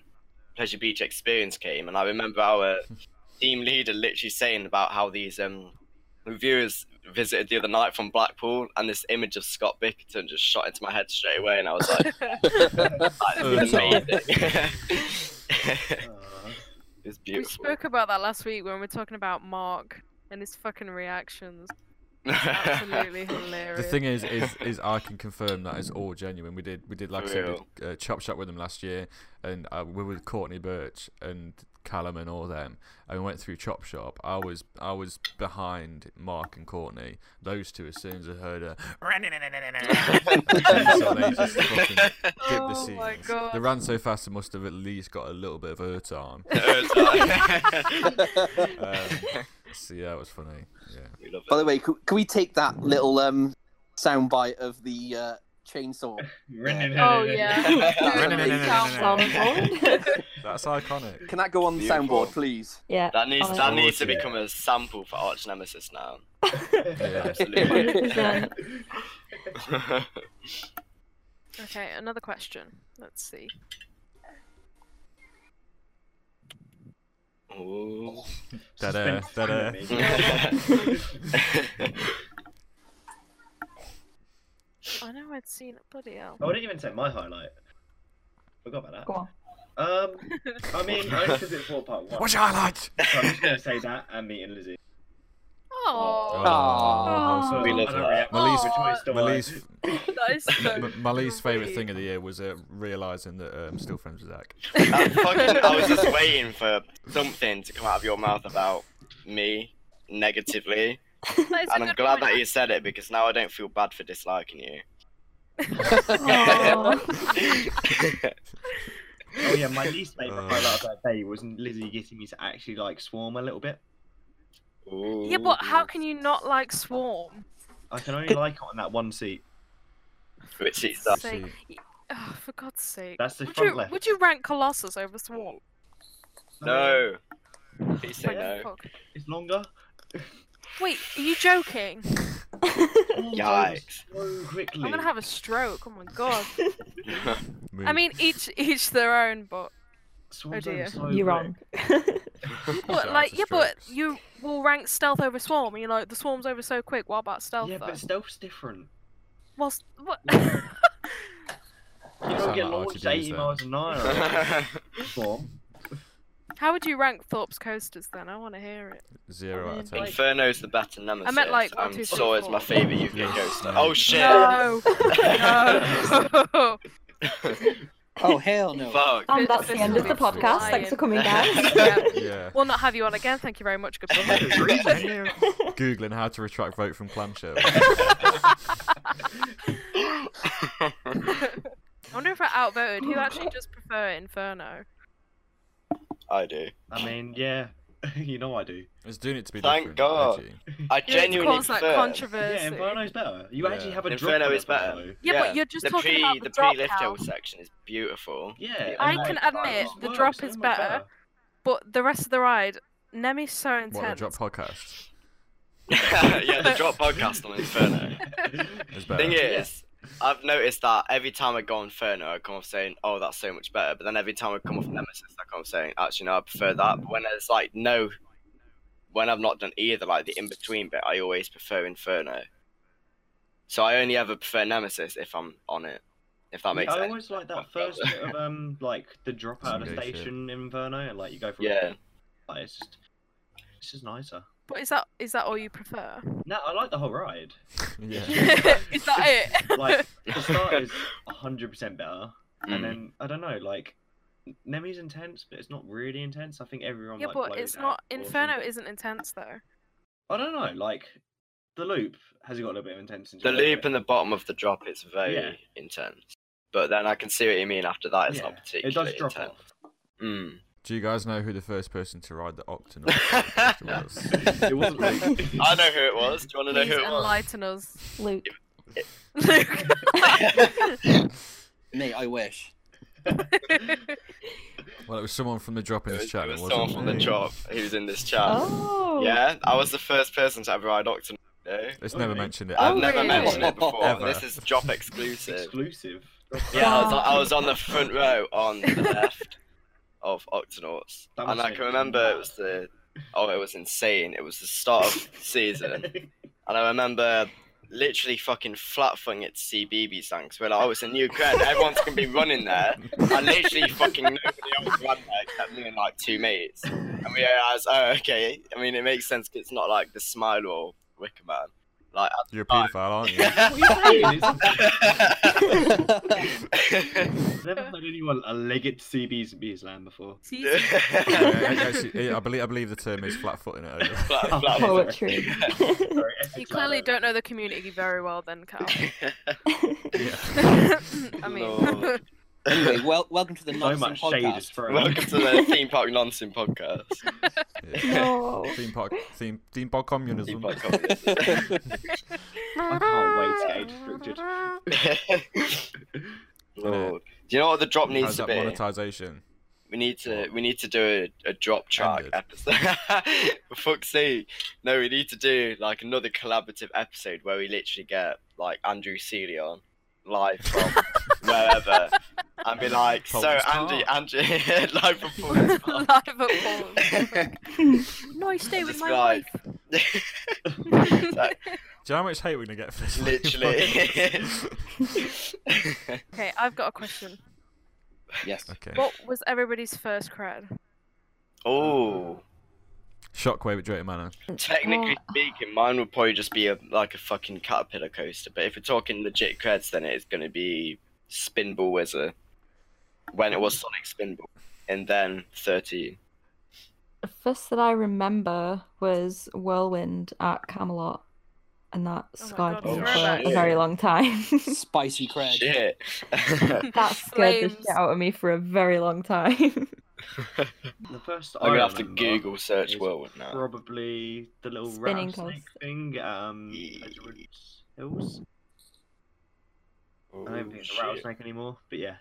[SPEAKER 5] Pleasure Beach Experience came, and I remember our team leader literally saying about how these um, reviewers visited the other night from Blackpool, and this image of Scott Bickerton just shot into my head straight away, and I was like. That's
[SPEAKER 2] Uh,
[SPEAKER 5] amazing.
[SPEAKER 4] Aw.
[SPEAKER 5] it's
[SPEAKER 3] we
[SPEAKER 5] beautiful.
[SPEAKER 3] spoke about that last week when we were talking about Mark and his fucking reactions. Absolutely hilarious.
[SPEAKER 2] The thing is, is, is I can confirm that is all genuine. We did, we did like I said, we did, uh, chop shop with them last year, and uh, we were with Courtney Birch, and Callum and all them, and we went through Chop Shop, I was I was behind Mark and Courtney. Those two, as soon as I heard a, so they just fucking dip the
[SPEAKER 3] Oh my
[SPEAKER 2] scenes.
[SPEAKER 3] God.
[SPEAKER 2] They ran so fast, they must have at least got a little bit of hurt on. Um, so yeah, it was funny. Yeah.
[SPEAKER 5] we love
[SPEAKER 1] By
[SPEAKER 5] it.
[SPEAKER 1] the way, can, can we take that little um soundbite of the uh, chainsaw?
[SPEAKER 3] Oh, yeah.
[SPEAKER 2] That's iconic.
[SPEAKER 1] Can that go on the
[SPEAKER 5] Beautiful.
[SPEAKER 1] soundboard, please?
[SPEAKER 6] Yeah.
[SPEAKER 5] That needs
[SPEAKER 6] Oh,
[SPEAKER 5] that
[SPEAKER 2] yeah.
[SPEAKER 5] needs to
[SPEAKER 2] Yeah.
[SPEAKER 5] become a sample for Arch Nemesis now.
[SPEAKER 2] Yeah.
[SPEAKER 5] Absolutely.
[SPEAKER 6] 100%.
[SPEAKER 3] Okay, another question. Let's see.
[SPEAKER 5] Ooh.
[SPEAKER 2] Da-da,
[SPEAKER 4] Suspense
[SPEAKER 2] da-da.
[SPEAKER 4] anime.
[SPEAKER 3] I know I'd seen it. Bloody hell.
[SPEAKER 4] Oh, I didn't even say my highlight. Forgot about
[SPEAKER 6] Go
[SPEAKER 4] that.
[SPEAKER 6] on.
[SPEAKER 4] Um, I mean, I because it's all part one.
[SPEAKER 2] What's your highlight?
[SPEAKER 4] So I'm just gonna say that and meeting Lizzie.
[SPEAKER 3] Oh,
[SPEAKER 2] Oh,
[SPEAKER 6] Aww.
[SPEAKER 2] how
[SPEAKER 5] We
[SPEAKER 2] sweet.
[SPEAKER 5] love
[SPEAKER 4] I don't
[SPEAKER 5] that.
[SPEAKER 4] really have
[SPEAKER 2] My least-
[SPEAKER 4] much choice, do I?
[SPEAKER 2] My least,
[SPEAKER 5] Oh.
[SPEAKER 3] that is so.
[SPEAKER 2] m- my least favorite
[SPEAKER 3] sweet.
[SPEAKER 2] thing of the year was uh, realizing that uh, I'm still friends with Zach.
[SPEAKER 5] I, fucking, I was just waiting for something to come out of your mouth about me negatively,
[SPEAKER 3] That is a
[SPEAKER 5] and I'm
[SPEAKER 3] good
[SPEAKER 5] glad
[SPEAKER 3] point.
[SPEAKER 5] that you said it because now I don't feel bad for disliking you.
[SPEAKER 6] Aw.
[SPEAKER 4] Oh yeah, my least favorite
[SPEAKER 2] Uh.
[SPEAKER 4] highlight of that day was Lizzie getting me to actually like swarm a little bit.
[SPEAKER 5] Ooh.
[SPEAKER 3] Yeah, but how can you not like Swarm?
[SPEAKER 4] I can only like it on that one seat.
[SPEAKER 5] Which is
[SPEAKER 3] God's
[SPEAKER 2] See,
[SPEAKER 3] sake. Oh, for God's sake.
[SPEAKER 4] That's the
[SPEAKER 3] would
[SPEAKER 4] front
[SPEAKER 3] you,
[SPEAKER 4] left.
[SPEAKER 3] Would you rank Colossus over Swarm?
[SPEAKER 5] no. Please say
[SPEAKER 3] Wait,
[SPEAKER 5] no.
[SPEAKER 3] fuck.
[SPEAKER 4] It's longer.
[SPEAKER 3] Wait, are you joking?
[SPEAKER 5] Yikes.
[SPEAKER 4] So quickly.
[SPEAKER 3] I'm gonna have a stroke. Oh my god.
[SPEAKER 2] move.
[SPEAKER 3] I mean, each each their own, but
[SPEAKER 4] Swarms
[SPEAKER 3] oh
[SPEAKER 4] over
[SPEAKER 3] dear.
[SPEAKER 4] so
[SPEAKER 6] You're
[SPEAKER 4] quick.
[SPEAKER 6] wrong.
[SPEAKER 3] but
[SPEAKER 2] out
[SPEAKER 3] like
[SPEAKER 2] to
[SPEAKER 3] yeah, but
[SPEAKER 2] strokes.
[SPEAKER 3] you will rank stealth over swarm, and you're like the swarm's over so quick. What about stealth?
[SPEAKER 4] Yeah,
[SPEAKER 3] though?
[SPEAKER 4] but stealth's different.
[SPEAKER 3] Well, s- what?
[SPEAKER 4] You don't
[SPEAKER 2] sound
[SPEAKER 4] get
[SPEAKER 2] like
[SPEAKER 4] launched
[SPEAKER 2] RTDs
[SPEAKER 4] 80
[SPEAKER 2] then.
[SPEAKER 4] miles an hour. Swarm.
[SPEAKER 3] How would you rank Thorpe's coasters then? I want to hear it.
[SPEAKER 2] zero out of ten.
[SPEAKER 5] Inferno's the better nemesis.
[SPEAKER 3] I meant, like, one,
[SPEAKER 5] and
[SPEAKER 3] two, three,
[SPEAKER 5] so is my
[SPEAKER 3] four.
[SPEAKER 5] favourite UK
[SPEAKER 2] Yes,
[SPEAKER 5] ghost.
[SPEAKER 2] no.
[SPEAKER 5] Oh shit!
[SPEAKER 3] No, no.
[SPEAKER 1] Oh hell no!
[SPEAKER 5] Fuck.
[SPEAKER 6] and that's the end of the podcast. Thanks for coming, guys.
[SPEAKER 3] Yeah.
[SPEAKER 2] Yeah.
[SPEAKER 3] We'll not have you on again. Thank you very much. Goodbye.
[SPEAKER 2] Googling how to retract vote from clamshell.
[SPEAKER 3] I wonder if I outvoted. Who actually just prefer Inferno?
[SPEAKER 5] I do.
[SPEAKER 4] I mean, yeah. you know I do.
[SPEAKER 2] It's doing it to be
[SPEAKER 5] Thank
[SPEAKER 2] different,
[SPEAKER 5] God.
[SPEAKER 2] edgy.
[SPEAKER 5] I
[SPEAKER 3] You know, to
[SPEAKER 5] genuinely
[SPEAKER 3] cause that
[SPEAKER 5] prefer-
[SPEAKER 4] Yeah,
[SPEAKER 3] controversy. Yeah,
[SPEAKER 4] Inferno's better. You actually
[SPEAKER 2] Yeah.
[SPEAKER 4] have a drop
[SPEAKER 5] Inferno
[SPEAKER 4] on
[SPEAKER 5] is
[SPEAKER 4] it,
[SPEAKER 5] better.
[SPEAKER 4] though.
[SPEAKER 3] but you're just
[SPEAKER 5] the
[SPEAKER 3] talking
[SPEAKER 5] pre,
[SPEAKER 3] about the,
[SPEAKER 5] the
[SPEAKER 3] drop
[SPEAKER 5] pre-lift
[SPEAKER 3] count.
[SPEAKER 5] hill section is beautiful.
[SPEAKER 4] Yeah.
[SPEAKER 3] I
[SPEAKER 4] and,
[SPEAKER 3] can
[SPEAKER 4] like,
[SPEAKER 3] admit
[SPEAKER 4] it
[SPEAKER 3] the
[SPEAKER 4] works
[SPEAKER 3] drop
[SPEAKER 4] so
[SPEAKER 3] is
[SPEAKER 4] much
[SPEAKER 3] better. But the rest of the ride, Nemi's so
[SPEAKER 2] What the
[SPEAKER 3] intense.
[SPEAKER 2] drop podcast
[SPEAKER 5] yeah, the drop podcast on Inferno.
[SPEAKER 2] is better.
[SPEAKER 5] Thing is, I've noticed that every time I go on Inferno, I come off saying, "Oh, that's so much better," but then every time I come off Nemesis, I come off saying, "Actually, no, I prefer that." But when there's like no, when I've not done either, like the in between bit, I always prefer Inferno. So I only ever prefer Nemesis if I'm on it. If that
[SPEAKER 4] Yeah,
[SPEAKER 5] makes
[SPEAKER 4] I
[SPEAKER 5] sense.
[SPEAKER 4] always like that first bit of um like the drop out of
[SPEAKER 2] Some
[SPEAKER 4] the
[SPEAKER 2] gay shit.
[SPEAKER 4] station in Inferno and like you go from
[SPEAKER 5] Yeah.
[SPEAKER 4] like, it's just it's just nicer.
[SPEAKER 3] But is that is that all you prefer?
[SPEAKER 4] No, I like the whole ride.
[SPEAKER 2] yeah.
[SPEAKER 3] is that it?
[SPEAKER 4] Like the start is hundred percent better,
[SPEAKER 5] Mm.
[SPEAKER 4] and then I don't know like. Nemi's intense, but it's not really intense. I think everyone.
[SPEAKER 3] yeah,
[SPEAKER 4] like,
[SPEAKER 3] but
[SPEAKER 4] blows
[SPEAKER 3] it's
[SPEAKER 4] out
[SPEAKER 3] not.
[SPEAKER 4] or something.
[SPEAKER 3] Inferno isn't intense though.
[SPEAKER 4] I don't know. Like the loop has got a little bit of intensity.
[SPEAKER 5] Mm. The
[SPEAKER 4] to it,
[SPEAKER 5] loop
[SPEAKER 4] but
[SPEAKER 5] and the bottom of the drop is very
[SPEAKER 4] Yeah.
[SPEAKER 5] intense. But then I can see what you mean after that. It's
[SPEAKER 4] Yeah,
[SPEAKER 5] not
[SPEAKER 4] it
[SPEAKER 5] particularly
[SPEAKER 4] does drop
[SPEAKER 5] intense.
[SPEAKER 4] off.
[SPEAKER 5] Mm.
[SPEAKER 2] Do you guys know who the first person to ride the Octonaut was?
[SPEAKER 4] It wasn't like
[SPEAKER 5] I know who it was. Do you want to know
[SPEAKER 3] Please
[SPEAKER 5] who it was?
[SPEAKER 3] enlighten us,
[SPEAKER 6] Luke.
[SPEAKER 3] Luke.
[SPEAKER 1] Mate, I wish.
[SPEAKER 2] Well, it was someone from the drop in
[SPEAKER 5] It
[SPEAKER 2] this
[SPEAKER 5] was,
[SPEAKER 2] chat.
[SPEAKER 5] it was
[SPEAKER 2] wasn't
[SPEAKER 5] someone from the
[SPEAKER 2] me.
[SPEAKER 5] drop who's in this chat.
[SPEAKER 6] Oh.
[SPEAKER 5] Yeah, I was the first person to ever ride Octon. you know?
[SPEAKER 2] It's
[SPEAKER 4] Oh,
[SPEAKER 2] never
[SPEAKER 4] really?
[SPEAKER 2] mentioned it.
[SPEAKER 5] I've
[SPEAKER 6] Oh,
[SPEAKER 2] ever.
[SPEAKER 5] never
[SPEAKER 6] really?
[SPEAKER 5] mentioned it before.
[SPEAKER 2] Ever.
[SPEAKER 5] This is drop exclusive.
[SPEAKER 4] exclusive.
[SPEAKER 5] Yeah, I was, I was on the front row on the left of Octonauts,
[SPEAKER 4] That
[SPEAKER 5] and
[SPEAKER 4] must
[SPEAKER 5] I
[SPEAKER 4] make
[SPEAKER 5] can
[SPEAKER 4] you
[SPEAKER 5] remember
[SPEAKER 4] mad.
[SPEAKER 5] it was the oh, it was insane. It was the start of the season. And I remember literally fucking flat fung it to see BB's then, 'cause We're like, oh, it's a new crowd. Everyone's going to be running there. And literally fucking nobody else ran there except me and like two mates. uh, And we realised, oh, okay. I mean, it makes sense 'cause it's not like the smile or Wicker Man. Like,
[SPEAKER 2] You're a paedophile, aren't you?
[SPEAKER 4] What are you saying?
[SPEAKER 5] I-
[SPEAKER 4] I've never heard anyone uh, a legged CBB slam before.
[SPEAKER 7] See,
[SPEAKER 2] Yeah, actually, I believe I believe the term is flat footing it over.
[SPEAKER 5] Flat-
[SPEAKER 4] Oh,
[SPEAKER 5] flat-
[SPEAKER 6] Poetry.
[SPEAKER 4] Sorry,
[SPEAKER 3] You
[SPEAKER 4] ethics
[SPEAKER 3] clearly
[SPEAKER 4] lab.
[SPEAKER 3] don't know the community very well, then, Cal.
[SPEAKER 2] Yeah.
[SPEAKER 3] I mean,
[SPEAKER 5] Lord.
[SPEAKER 1] Anyway, well, welcome to the
[SPEAKER 4] So
[SPEAKER 1] Nonsense
[SPEAKER 4] much shade is
[SPEAKER 1] podcast.
[SPEAKER 4] thrown.
[SPEAKER 5] Welcome to the theme park nonsense podcast.
[SPEAKER 2] yeah.
[SPEAKER 6] no.
[SPEAKER 2] Theme park, theme, theme park communism.
[SPEAKER 5] Theme park communism.
[SPEAKER 4] I can't wait to get restricted.
[SPEAKER 5] Lord. Do you know what the drop
[SPEAKER 2] How's
[SPEAKER 5] needs to
[SPEAKER 2] that
[SPEAKER 5] be?
[SPEAKER 2] monetization?
[SPEAKER 5] We need to we need to do a, a drop track
[SPEAKER 2] Ended.
[SPEAKER 5] episode. For Fuck's sake. No, we need to do like another collaborative episode where we literally get like Andrew Seeley on live from wherever and be like,
[SPEAKER 2] Fulton's
[SPEAKER 5] so Andy,
[SPEAKER 2] Park."
[SPEAKER 5] Andy, live from Fulton's
[SPEAKER 3] live
[SPEAKER 5] Park.
[SPEAKER 3] at Paul's. Nice day with
[SPEAKER 5] Just
[SPEAKER 3] my
[SPEAKER 5] like-
[SPEAKER 3] wife.
[SPEAKER 2] Do you know how much hate we're gonna get for this?
[SPEAKER 5] Literally.
[SPEAKER 3] okay, I've got a question.
[SPEAKER 1] Yes.
[SPEAKER 2] okay.
[SPEAKER 3] What was everybody's first cred?
[SPEAKER 5] oh.
[SPEAKER 2] Shockwave at Drayton Manor.
[SPEAKER 5] Technically
[SPEAKER 6] What?
[SPEAKER 5] speaking, mine would probably just be a, like a fucking caterpillar coaster. But if we're talking legit creds, then it's going to be Spinball Wizard when it was Sonic Spinball, and then 13.
[SPEAKER 6] The first that I remember was Whirlwind at Camelot, and that
[SPEAKER 3] Oh my God,
[SPEAKER 6] scarred me
[SPEAKER 5] Oh,
[SPEAKER 6] for a
[SPEAKER 5] shit.
[SPEAKER 6] very long time.
[SPEAKER 1] Spicy Craig.
[SPEAKER 5] Shit.
[SPEAKER 6] that scared the
[SPEAKER 3] Flames.
[SPEAKER 6] shit out of me for a very long time.
[SPEAKER 4] The first
[SPEAKER 5] I'm
[SPEAKER 4] I
[SPEAKER 5] gonna have to
[SPEAKER 4] remember
[SPEAKER 5] Google search
[SPEAKER 4] is
[SPEAKER 5] Whirlwind now.
[SPEAKER 4] Probably the little
[SPEAKER 6] Spinning
[SPEAKER 4] rattlesnake
[SPEAKER 6] coast.
[SPEAKER 4] thing. Um,
[SPEAKER 5] Yeah.
[SPEAKER 4] Edwards Hills.
[SPEAKER 5] Oh,
[SPEAKER 4] I don't think it's
[SPEAKER 5] shit.
[SPEAKER 4] a rattlesnake anymore, but yeah.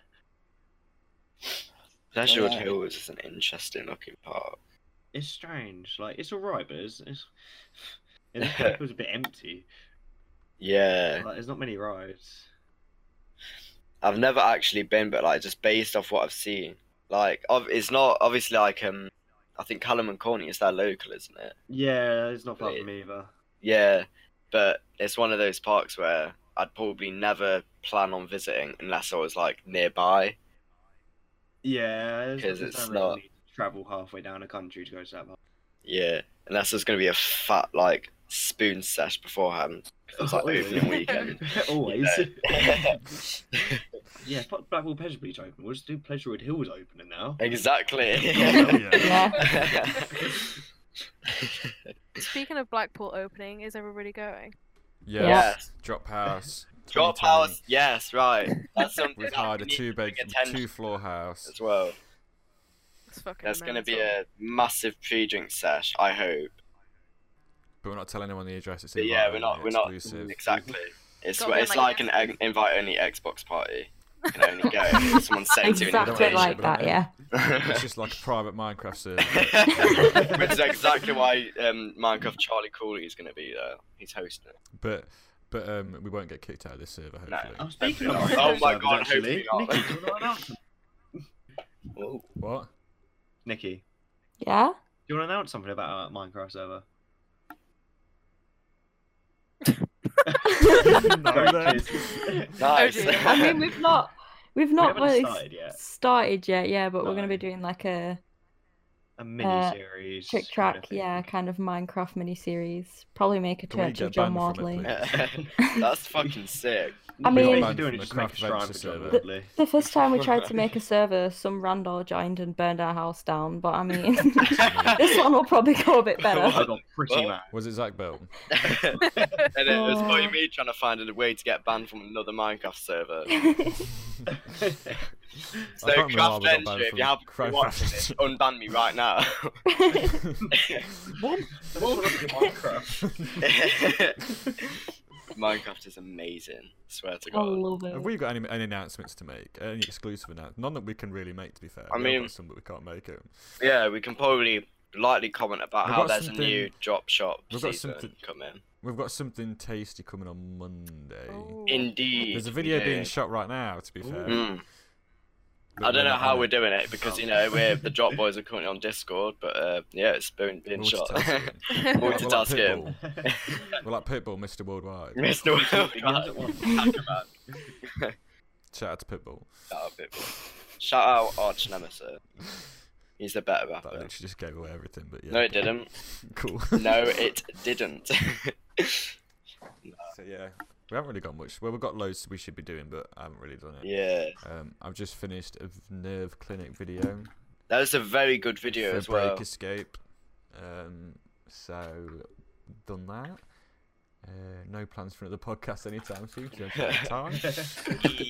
[SPEAKER 5] Pleasurewood
[SPEAKER 1] Yeah.
[SPEAKER 5] Hills is an interesting looking park.
[SPEAKER 4] It's strange. Like it's alright, but it's, it's it was a bit empty.
[SPEAKER 5] Yeah,
[SPEAKER 4] Like, there's not many rides.
[SPEAKER 5] I've never actually been, but like just based off what I've seen, like ov- it's not obviously like um, I think Callum and Corny is their local, isn't it?
[SPEAKER 4] Yeah, it's not far
[SPEAKER 5] Wait.
[SPEAKER 4] from me either.
[SPEAKER 5] Yeah, but it's one of those parks where I'd probably never plan on visiting unless I was like nearby.
[SPEAKER 4] Yeah, there's-
[SPEAKER 5] 'Cause
[SPEAKER 4] there's
[SPEAKER 5] it's
[SPEAKER 4] no reason
[SPEAKER 5] not-
[SPEAKER 4] you need to Travel halfway down a country to go to that park.
[SPEAKER 5] Yeah, unless there's gonna be a fat like spoon sesh beforehand. It's like the opening weekend.
[SPEAKER 4] Always.
[SPEAKER 5] Yeah.
[SPEAKER 4] Yeah, fuck Blackwell Pleasure Beach open. We'll just do Pleasurewood Hills opening now.
[SPEAKER 5] exactly.
[SPEAKER 6] Oh, yeah.
[SPEAKER 3] Speaking of Blackpool opening, is everybody going?
[SPEAKER 2] Yes.
[SPEAKER 5] Yes.
[SPEAKER 2] Drop house.
[SPEAKER 5] Drop
[SPEAKER 2] 2020.
[SPEAKER 5] house. Yes, right. That's something
[SPEAKER 2] We've
[SPEAKER 5] that
[SPEAKER 2] hired
[SPEAKER 5] we
[SPEAKER 2] a
[SPEAKER 5] need to
[SPEAKER 2] two bed,
[SPEAKER 5] bring attention
[SPEAKER 2] two floor house.
[SPEAKER 5] as well.
[SPEAKER 3] It's fucking.
[SPEAKER 5] There's gonna be
[SPEAKER 3] mental.
[SPEAKER 5] a massive pre-drink sesh. I hope.
[SPEAKER 2] But we're not telling anyone the address. It's
[SPEAKER 5] But yeah,
[SPEAKER 2] invite
[SPEAKER 5] we're not.
[SPEAKER 2] only,
[SPEAKER 5] We're not
[SPEAKER 2] exclusive.
[SPEAKER 5] exactly. It's
[SPEAKER 3] Gotta be
[SPEAKER 5] it's like
[SPEAKER 3] like-
[SPEAKER 5] an ex- invite-only Xbox party. You can only go if someone sends you an
[SPEAKER 6] Exactly
[SPEAKER 5] invitation.
[SPEAKER 6] like that, yeah.
[SPEAKER 2] It's just like a private Minecraft server.
[SPEAKER 5] Which is exactly why um, Minecraft Charlie Cooley is going to be there. He's hosting it.
[SPEAKER 2] but but um, we won't get kicked out of this server.
[SPEAKER 5] No.
[SPEAKER 2] Hopefully.
[SPEAKER 4] I'm speaking
[SPEAKER 5] Oh
[SPEAKER 4] of.
[SPEAKER 5] my God,
[SPEAKER 4] actually.
[SPEAKER 5] hopefully not.
[SPEAKER 4] Nikki, do you want to announce something?
[SPEAKER 2] What?
[SPEAKER 4] Nikki, do
[SPEAKER 6] Yeah?
[SPEAKER 4] you want to announce something about our Minecraft server?
[SPEAKER 2] No, then.
[SPEAKER 5] Nice.
[SPEAKER 3] dear.
[SPEAKER 6] I mean, we've not we've
[SPEAKER 4] we
[SPEAKER 6] not
[SPEAKER 4] haven't
[SPEAKER 6] really
[SPEAKER 4] started yet.
[SPEAKER 6] started yet, yeah, but we're going
[SPEAKER 4] No.
[SPEAKER 6] to be doing like a
[SPEAKER 4] A mini series.
[SPEAKER 6] Uh, trick track, yeah, kind of Minecraft mini series. Probably make a
[SPEAKER 2] Can we
[SPEAKER 6] Church of
[SPEAKER 2] get
[SPEAKER 6] John
[SPEAKER 2] banned from it,
[SPEAKER 6] Wadley.
[SPEAKER 2] please?
[SPEAKER 5] That's fucking sick.
[SPEAKER 6] I mean-
[SPEAKER 4] what doing
[SPEAKER 2] From
[SPEAKER 4] is just
[SPEAKER 2] the
[SPEAKER 4] make a
[SPEAKER 2] Craft
[SPEAKER 4] shrine for
[SPEAKER 2] Adventure
[SPEAKER 4] John
[SPEAKER 2] server.
[SPEAKER 4] Wadley.
[SPEAKER 6] The first time we tried to make a server, some rando joined and burned our house down. But I mean, this one will probably go a bit better.
[SPEAKER 4] I got pretty
[SPEAKER 5] Well-
[SPEAKER 4] mad.
[SPEAKER 2] Was it Zach Belton?
[SPEAKER 5] and it was probably
[SPEAKER 6] Oh.
[SPEAKER 5] me trying to find a way to get banned from another Minecraft server. So
[SPEAKER 2] I can't remember why we
[SPEAKER 5] Craft
[SPEAKER 2] got banned
[SPEAKER 5] Venture, if
[SPEAKER 2] from
[SPEAKER 5] you haven't
[SPEAKER 2] Craft
[SPEAKER 5] been watching this,
[SPEAKER 2] Venture.
[SPEAKER 5] unban me right now. Minecraft is amazing. Swear to
[SPEAKER 6] I
[SPEAKER 5] God.
[SPEAKER 6] love
[SPEAKER 2] Have
[SPEAKER 6] it.
[SPEAKER 2] we got any, any announcements to make? Any exclusive announcements? None that we can really make, to be fair.
[SPEAKER 5] I
[SPEAKER 2] We have
[SPEAKER 5] mean-
[SPEAKER 2] got some, but we can't make it.
[SPEAKER 5] Yeah, we can probably lightly comment about
[SPEAKER 2] We've
[SPEAKER 5] how
[SPEAKER 2] got
[SPEAKER 5] there's
[SPEAKER 2] something-
[SPEAKER 5] a new drop shop
[SPEAKER 2] we've got
[SPEAKER 5] season
[SPEAKER 2] something-
[SPEAKER 5] coming.
[SPEAKER 2] We've got something tasty coming on Monday.
[SPEAKER 6] Oh.
[SPEAKER 3] Ooh.
[SPEAKER 5] Indeed.
[SPEAKER 2] There's a
[SPEAKER 5] we
[SPEAKER 2] video
[SPEAKER 5] do.
[SPEAKER 2] being shot right now, to be fair.
[SPEAKER 5] Mm.
[SPEAKER 2] but
[SPEAKER 5] I don't
[SPEAKER 2] we're
[SPEAKER 5] know
[SPEAKER 2] not
[SPEAKER 5] how
[SPEAKER 2] on
[SPEAKER 5] we're
[SPEAKER 2] it.
[SPEAKER 5] doing it because you know we're the drop boys are currently on Discord, but uh, yeah, it's been being shot.
[SPEAKER 2] Multitasking. We're like- we're like
[SPEAKER 5] Multitasking.
[SPEAKER 2] Pitbull. We're like Pitbull, Mr. Worldwide.
[SPEAKER 5] Mr.
[SPEAKER 4] Begins
[SPEAKER 5] Worldwide.
[SPEAKER 4] at once.
[SPEAKER 2] Shout out to Pitbull.
[SPEAKER 5] Shout out, Pitbull. Shout out Arch Nemesis. He's the better
[SPEAKER 2] That
[SPEAKER 5] rapper.
[SPEAKER 2] literally just gave away everything, but yeah.
[SPEAKER 5] No, it didn't.
[SPEAKER 2] Cool.
[SPEAKER 5] No, it didn't. no,
[SPEAKER 2] So yeah, we haven't really got much. Well, we've got loads we should be doing, but I haven't really done it.
[SPEAKER 5] Yeah.
[SPEAKER 2] Um, I've just finished a v- nerve clinic video
[SPEAKER 5] That was a very good video
[SPEAKER 2] for
[SPEAKER 5] as well.
[SPEAKER 2] Break Escape. Um, so done that. Uh, no plans for another podcast anytime soon. 'cause we don't have time.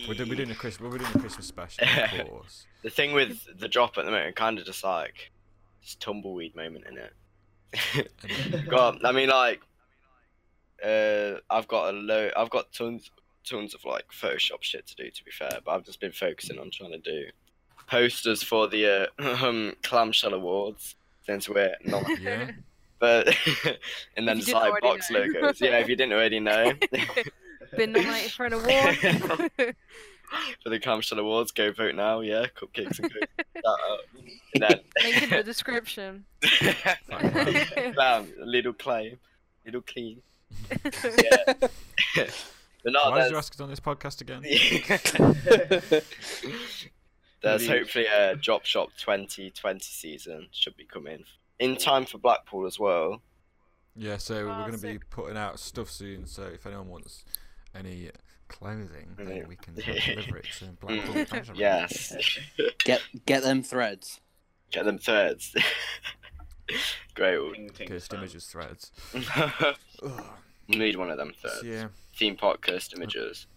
[SPEAKER 2] we're, doing, we're doing a Christmas. We're doing a Christmas special, of course.
[SPEAKER 5] The thing with the drop at the moment, kind of just like this tumbleweed moment in it. got, I mean, like, uh, I've got a low, I've got tons, tons of like Photoshop shit to do. To be fair, but I've just been focusing on trying to do posters for the uh, clamshell awards since we're not.
[SPEAKER 2] Yeah.
[SPEAKER 5] But and then
[SPEAKER 3] you didn't
[SPEAKER 5] side
[SPEAKER 3] already
[SPEAKER 5] box
[SPEAKER 3] know.
[SPEAKER 5] logos. Yeah, if you didn't already know,
[SPEAKER 3] Been nominated for an award.
[SPEAKER 5] for the clamshell awards, go vote now. Yeah, cupcakes and cookies. Shout out. And then
[SPEAKER 3] Link in the description.
[SPEAKER 2] Fucking hell.
[SPEAKER 5] Bam, little claim, little clean. But no,
[SPEAKER 2] Why did
[SPEAKER 5] there's,
[SPEAKER 2] you ask us on this podcast again?
[SPEAKER 5] there's
[SPEAKER 4] Please.
[SPEAKER 5] hopefully a Drop Shop 2020 season should be coming in time for Blackpool as well.
[SPEAKER 2] Yeah, so we're
[SPEAKER 3] Oh,
[SPEAKER 2] going to be
[SPEAKER 3] sick.
[SPEAKER 2] putting out stuff soon. So if anyone wants any clothing,
[SPEAKER 5] Yeah.
[SPEAKER 2] then we can uh, deliver it to Blackpool.
[SPEAKER 3] Mm.
[SPEAKER 2] Fashion Week.
[SPEAKER 5] Yes,
[SPEAKER 1] Get get them threads.
[SPEAKER 5] get them thirds. Great.
[SPEAKER 4] Ting, ting,
[SPEAKER 2] Cursed
[SPEAKER 4] fam.
[SPEAKER 2] images threads. Ugh.
[SPEAKER 5] Need one of them
[SPEAKER 2] So
[SPEAKER 5] thirds.
[SPEAKER 2] yeah,
[SPEAKER 5] Theme park cursed images.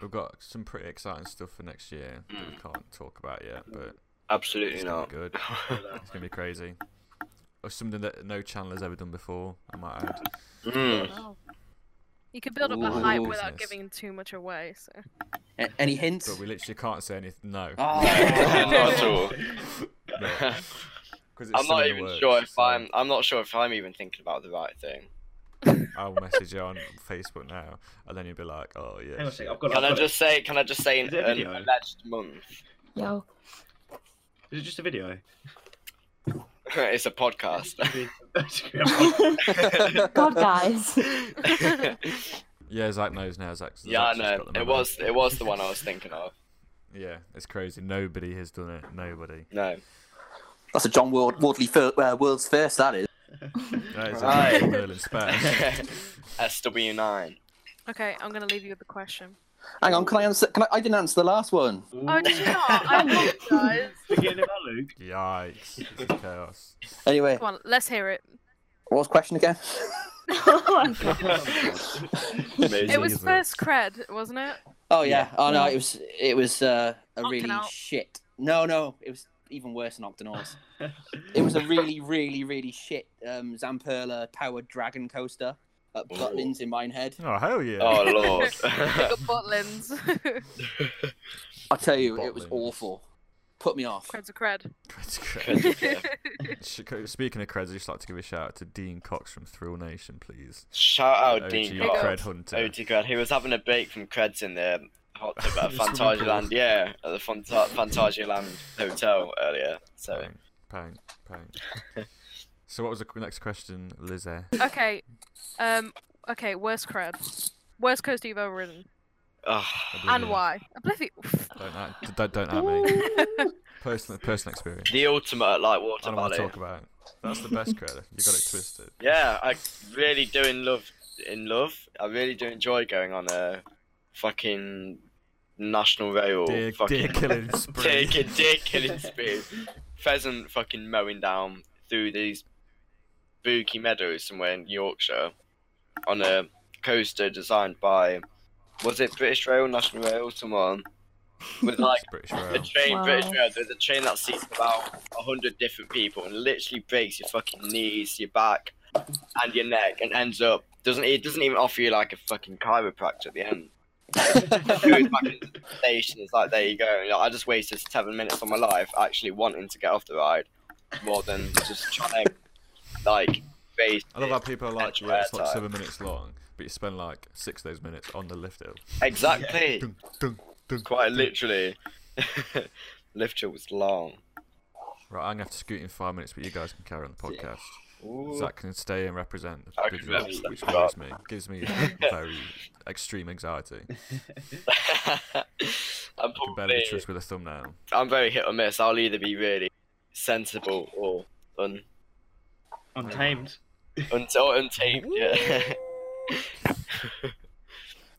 [SPEAKER 2] we've got some pretty exciting stuff for next year that we
[SPEAKER 5] Mm.
[SPEAKER 2] can't talk about yet, but
[SPEAKER 5] Absolutely
[SPEAKER 2] it's gonna
[SPEAKER 5] not.
[SPEAKER 2] be good. It's gonna be crazy. Or something that no channel has ever done before. I might add.
[SPEAKER 5] Mm.
[SPEAKER 3] You can build up a
[SPEAKER 1] Ooh.
[SPEAKER 3] hype without
[SPEAKER 2] Business.
[SPEAKER 3] giving too much away. So.
[SPEAKER 1] A- any hints?
[SPEAKER 2] But we literally can't say anything. No,
[SPEAKER 5] Not
[SPEAKER 1] Oh.
[SPEAKER 5] at all.
[SPEAKER 2] because
[SPEAKER 5] I'm not even sure if I'm. I'm not sure if I'm even thinking about the right thing.
[SPEAKER 2] I'll message you on Facebook now, and then you'll be like, "Oh yeah."
[SPEAKER 4] Hang on a
[SPEAKER 2] shit.
[SPEAKER 4] second, I've got.
[SPEAKER 5] Can
[SPEAKER 4] I've
[SPEAKER 5] I
[SPEAKER 4] got
[SPEAKER 5] just say? Can I just say an,
[SPEAKER 4] Is it a
[SPEAKER 5] an
[SPEAKER 4] video?
[SPEAKER 5] alleged month?
[SPEAKER 6] Yo,
[SPEAKER 4] It. Is it just a video?
[SPEAKER 5] it's a podcast.
[SPEAKER 6] God, guys.
[SPEAKER 2] Yeah, Zach knows now. Zach.
[SPEAKER 5] yeah, I
[SPEAKER 2] Zach's just
[SPEAKER 5] know.
[SPEAKER 2] got the
[SPEAKER 5] It
[SPEAKER 2] memo.
[SPEAKER 5] was. It was the one I was thinking of.
[SPEAKER 2] Yeah, it's crazy. Nobody has done it. Nobody.
[SPEAKER 5] No.
[SPEAKER 1] That's a John Ward- Wardley fir- uh, world's first. That is.
[SPEAKER 2] That is
[SPEAKER 5] Right.
[SPEAKER 2] a Merlin spec.
[SPEAKER 5] SW9.
[SPEAKER 3] Okay, I'm gonna leave you with the question.
[SPEAKER 1] Hang on, can I answer? Can I? I didn't answer the last one.
[SPEAKER 3] Oh, did you not? I apologise.
[SPEAKER 4] Forgetting about Luke.
[SPEAKER 2] Yikes! It's chaos.
[SPEAKER 1] Anyway,
[SPEAKER 3] Come on, let's hear it.
[SPEAKER 1] what was the question again?
[SPEAKER 6] oh my God.
[SPEAKER 5] Amazing.
[SPEAKER 3] It was
[SPEAKER 2] Jesus.
[SPEAKER 3] first cred, wasn't it?
[SPEAKER 1] Oh yeah. Oh no, it was it was uh, a
[SPEAKER 3] Knocked
[SPEAKER 1] really
[SPEAKER 3] it out.
[SPEAKER 1] shit. No, no, it was even worse than Octonauts. it was a really, really, really shit um, Zamperla powered dragon coaster at
[SPEAKER 5] Ooh.
[SPEAKER 1] Butlins in Minehead.
[SPEAKER 2] Oh hell yeah!
[SPEAKER 5] Oh lord.
[SPEAKER 3] Big up Butlins.
[SPEAKER 1] I tell you, it was
[SPEAKER 2] Butlins.
[SPEAKER 1] awful. Put me off.
[SPEAKER 3] Cred's a cred.
[SPEAKER 2] Creds-
[SPEAKER 5] Creds are
[SPEAKER 2] creds. Sh- co- Speaking of creds, I'd just like to give a shout out to Dean Cox from Thrill Nation, please.
[SPEAKER 5] Shout out
[SPEAKER 2] OG
[SPEAKER 5] Oh, Dean
[SPEAKER 2] Cred
[SPEAKER 5] Cox.
[SPEAKER 2] Hunter.
[SPEAKER 5] OT Cred. He was having a break from Creds in the hot tub at
[SPEAKER 2] This would be
[SPEAKER 5] Fantasia
[SPEAKER 2] cool.
[SPEAKER 5] Land. Yeah, at the Fanta- Fantasia Land Hotel earlier. So
[SPEAKER 2] Bang, bang, bang. so what was the qu- next question, Lizzie?
[SPEAKER 3] Okay. Um. Okay. Worst cred. Worst coaster you've ever ridden,
[SPEAKER 5] ugh,
[SPEAKER 3] and why? Oblivion.
[SPEAKER 2] Don't at, don't, don't at me. Personal personal experience.
[SPEAKER 5] the ultimate at like
[SPEAKER 2] I
[SPEAKER 5] Water
[SPEAKER 2] don't want to
[SPEAKER 5] Valley.
[SPEAKER 2] talk about. It. That's the best cred. You got it twisted.
[SPEAKER 5] Yeah, I really do in love in love. I really do enjoy going on a fucking national rail
[SPEAKER 2] Deer,
[SPEAKER 5] Oh, fucking
[SPEAKER 2] deer killing spree.
[SPEAKER 5] Take a deer killing spree. Pheasant fucking mowing down through these booky meadows somewhere in Yorkshire on a coaster designed by was it British Rail, National Rail, someone? With like
[SPEAKER 2] It's British
[SPEAKER 5] a
[SPEAKER 2] Rail.
[SPEAKER 5] train,
[SPEAKER 6] Wow.
[SPEAKER 5] British Rail, there's a train that seats about a hundred different people and literally breaks your fucking knees, your back, and your neck, and ends up doesn't it doesn't even offer you like a fucking chiropractor at the end. It goes back into the station. It's like there you go. Like, I just wasted seven minutes of my life actually wanting to get off the ride, more than just trying to like base.
[SPEAKER 2] I love how people are like,
[SPEAKER 5] Extra
[SPEAKER 2] yeah, it's like
[SPEAKER 5] airtime.
[SPEAKER 2] seven minutes long, but you spend like six of those minutes on the lift hill.
[SPEAKER 5] Exactly.
[SPEAKER 2] Dun, dun, dun,
[SPEAKER 5] Quite
[SPEAKER 2] dun.
[SPEAKER 5] literally. Lift hill was long.
[SPEAKER 2] Right, I'm gonna have to scoot in five minutes, but you guys can carry on the podcast. Zach can stay and represent,
[SPEAKER 5] I can
[SPEAKER 2] the visual,
[SPEAKER 5] represent.
[SPEAKER 2] which worries me. Gives me very extreme anxiety.
[SPEAKER 5] I'm
[SPEAKER 2] Can barely
[SPEAKER 5] probably
[SPEAKER 2] be trust with a thumbnail.
[SPEAKER 5] I'm very hit or miss. I'll either be really sensible or un,
[SPEAKER 4] Untamed.
[SPEAKER 5] un- or untamed. Yeah.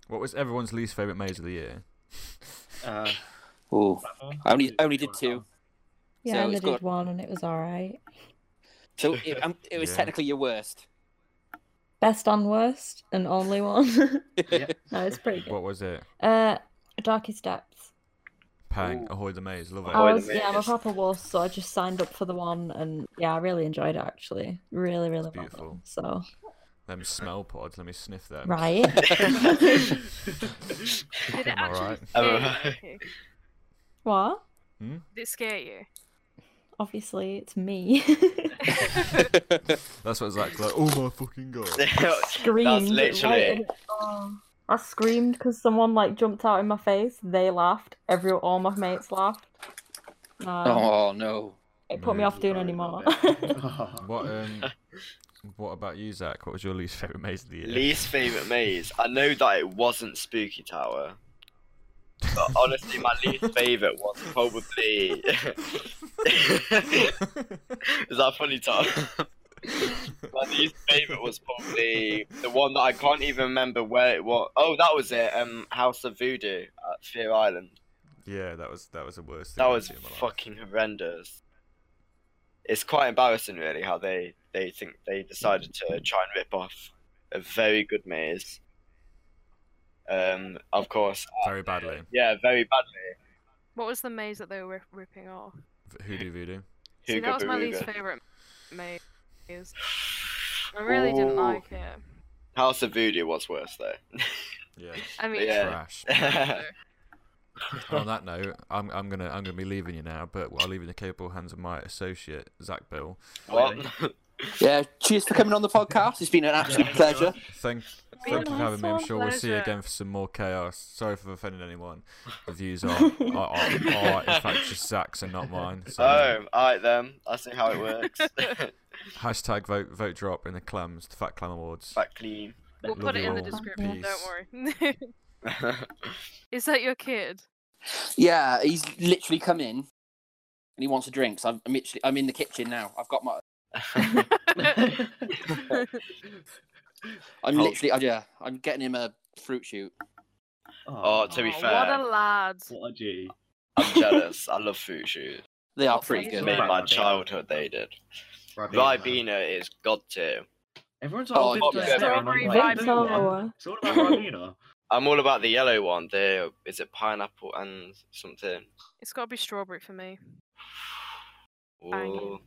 [SPEAKER 2] What was everyone's least favourite maze of the year?
[SPEAKER 4] Uh,
[SPEAKER 1] Oh,
[SPEAKER 4] that one?
[SPEAKER 1] I only- I only did two.
[SPEAKER 6] Yeah,
[SPEAKER 1] So
[SPEAKER 6] I only
[SPEAKER 1] it's
[SPEAKER 6] did
[SPEAKER 1] got-
[SPEAKER 6] one and it was all right.
[SPEAKER 1] so it, um, it was
[SPEAKER 2] Yeah.
[SPEAKER 1] technically your worst.
[SPEAKER 6] Best and worst and only one.
[SPEAKER 4] Yeah.
[SPEAKER 6] no, it's pretty good.
[SPEAKER 2] What was it?
[SPEAKER 6] Uh, Darkest Depths.
[SPEAKER 2] Pang,
[SPEAKER 4] Ooh.
[SPEAKER 2] Ahoy the Maze, love it.
[SPEAKER 5] Ahoy
[SPEAKER 6] I
[SPEAKER 5] the
[SPEAKER 6] was, yeah, I'm a
[SPEAKER 5] Maze.
[SPEAKER 6] proper wuss, so I just signed up for the one, and yeah, I really enjoyed it actually. Really, really well
[SPEAKER 2] beautiful.
[SPEAKER 6] done. So
[SPEAKER 2] Them smell pods, let me sniff them.
[SPEAKER 6] right,
[SPEAKER 5] Oh,
[SPEAKER 3] Did it
[SPEAKER 2] I'm
[SPEAKER 3] actually
[SPEAKER 2] alright.
[SPEAKER 3] scare
[SPEAKER 5] I'm alright.
[SPEAKER 3] you?
[SPEAKER 6] what?
[SPEAKER 3] Oh, Did it scare you?
[SPEAKER 6] Obviously, it's me.
[SPEAKER 2] That's what Zach's like, oh my fucking god.
[SPEAKER 6] screamed.
[SPEAKER 5] That's
[SPEAKER 6] right
[SPEAKER 5] literally.
[SPEAKER 6] in- oh. I screamed because someone like jumped out in my face. They laughed. Every all my mates laughed. No,
[SPEAKER 1] oh no.
[SPEAKER 6] it put
[SPEAKER 2] Amazing.
[SPEAKER 6] me off doing any
[SPEAKER 4] Sorry
[SPEAKER 6] more.
[SPEAKER 4] about that.
[SPEAKER 2] What um what about you, Zach? What was your least favourite maze of the year?
[SPEAKER 5] Least favorite maze. I know that it wasn't Spooky Tower, but honestly, my least favorite was probably. Is that funny, Tom? my least favorite was probably the one that I can't even remember where it was. Oh, that was it. Um, House of Voodoo at Fear Island.
[SPEAKER 2] Yeah, that was that was the worst thing
[SPEAKER 5] That
[SPEAKER 2] I've
[SPEAKER 5] was
[SPEAKER 2] seen in my life.
[SPEAKER 5] fucking horrendous. It's quite embarrassing, really, how they they think they decided to try and rip off a very good maze. Um, of course,
[SPEAKER 2] very badly.
[SPEAKER 5] yeah, very badly.
[SPEAKER 3] What was the maze that they were rip- ripping off?
[SPEAKER 2] V- Hoodoo voodoo.
[SPEAKER 3] See,
[SPEAKER 5] Hooga
[SPEAKER 3] that was my least
[SPEAKER 5] Booga.
[SPEAKER 3] favorite maze. I really didn't
[SPEAKER 5] Ooh.
[SPEAKER 3] like it.
[SPEAKER 5] House of Voodoo was worse though.
[SPEAKER 2] Yeah.
[SPEAKER 3] I mean,
[SPEAKER 5] Yeah.
[SPEAKER 2] Trash. On that note, I'm I'm gonna I'm gonna be leaving you now, but I'll leave in the capable hands of my associate, Zach Bill.
[SPEAKER 5] what?
[SPEAKER 1] Yeah, cheers for coming on the podcast. It's been an absolute pleasure.
[SPEAKER 2] Thank
[SPEAKER 3] been
[SPEAKER 2] thank you for having me. I'm
[SPEAKER 6] awesome.
[SPEAKER 2] sure we'll see you
[SPEAKER 3] Pleasure.
[SPEAKER 2] again for some more chaos. Sorry for offending anyone. The views are are, are, are in fact just Zach's and not mine. So
[SPEAKER 5] oh, alright then. I see how it works.
[SPEAKER 2] hashtag vote vote drop in the clams, the Fat Clam Awards.
[SPEAKER 5] Back clean.
[SPEAKER 3] we'll
[SPEAKER 2] Love
[SPEAKER 3] put it in the
[SPEAKER 2] you all.
[SPEAKER 3] description. Don't worry.
[SPEAKER 5] That's
[SPEAKER 3] Is that your kid?
[SPEAKER 1] Yeah, he's literally come in and he wants a drink. So I'm, I'm literally I'm in the kitchen now. I've got my I'm
[SPEAKER 5] Oh.
[SPEAKER 1] literally I, yeah I'm getting him a fruit shoot.
[SPEAKER 5] Oh, to be
[SPEAKER 3] Aw,
[SPEAKER 5] fair-
[SPEAKER 3] what a lad.
[SPEAKER 4] What a G.
[SPEAKER 5] I'm jealous. I love food shoot.
[SPEAKER 1] They are
[SPEAKER 3] What
[SPEAKER 1] pretty
[SPEAKER 3] flavour?
[SPEAKER 1] good.
[SPEAKER 5] Made my childhood. They did. Ribena is god tier.
[SPEAKER 4] Everyone's like,
[SPEAKER 1] Oh,
[SPEAKER 4] oh,
[SPEAKER 5] yeah.
[SPEAKER 4] Vimto.
[SPEAKER 3] Strawberry
[SPEAKER 6] Vimto. Vimto.
[SPEAKER 4] It's all about Ribena.
[SPEAKER 5] I'm all about the yellow one. The is it pineapple and something?
[SPEAKER 3] It's got to be strawberry for me. Banging.
[SPEAKER 5] Ooh.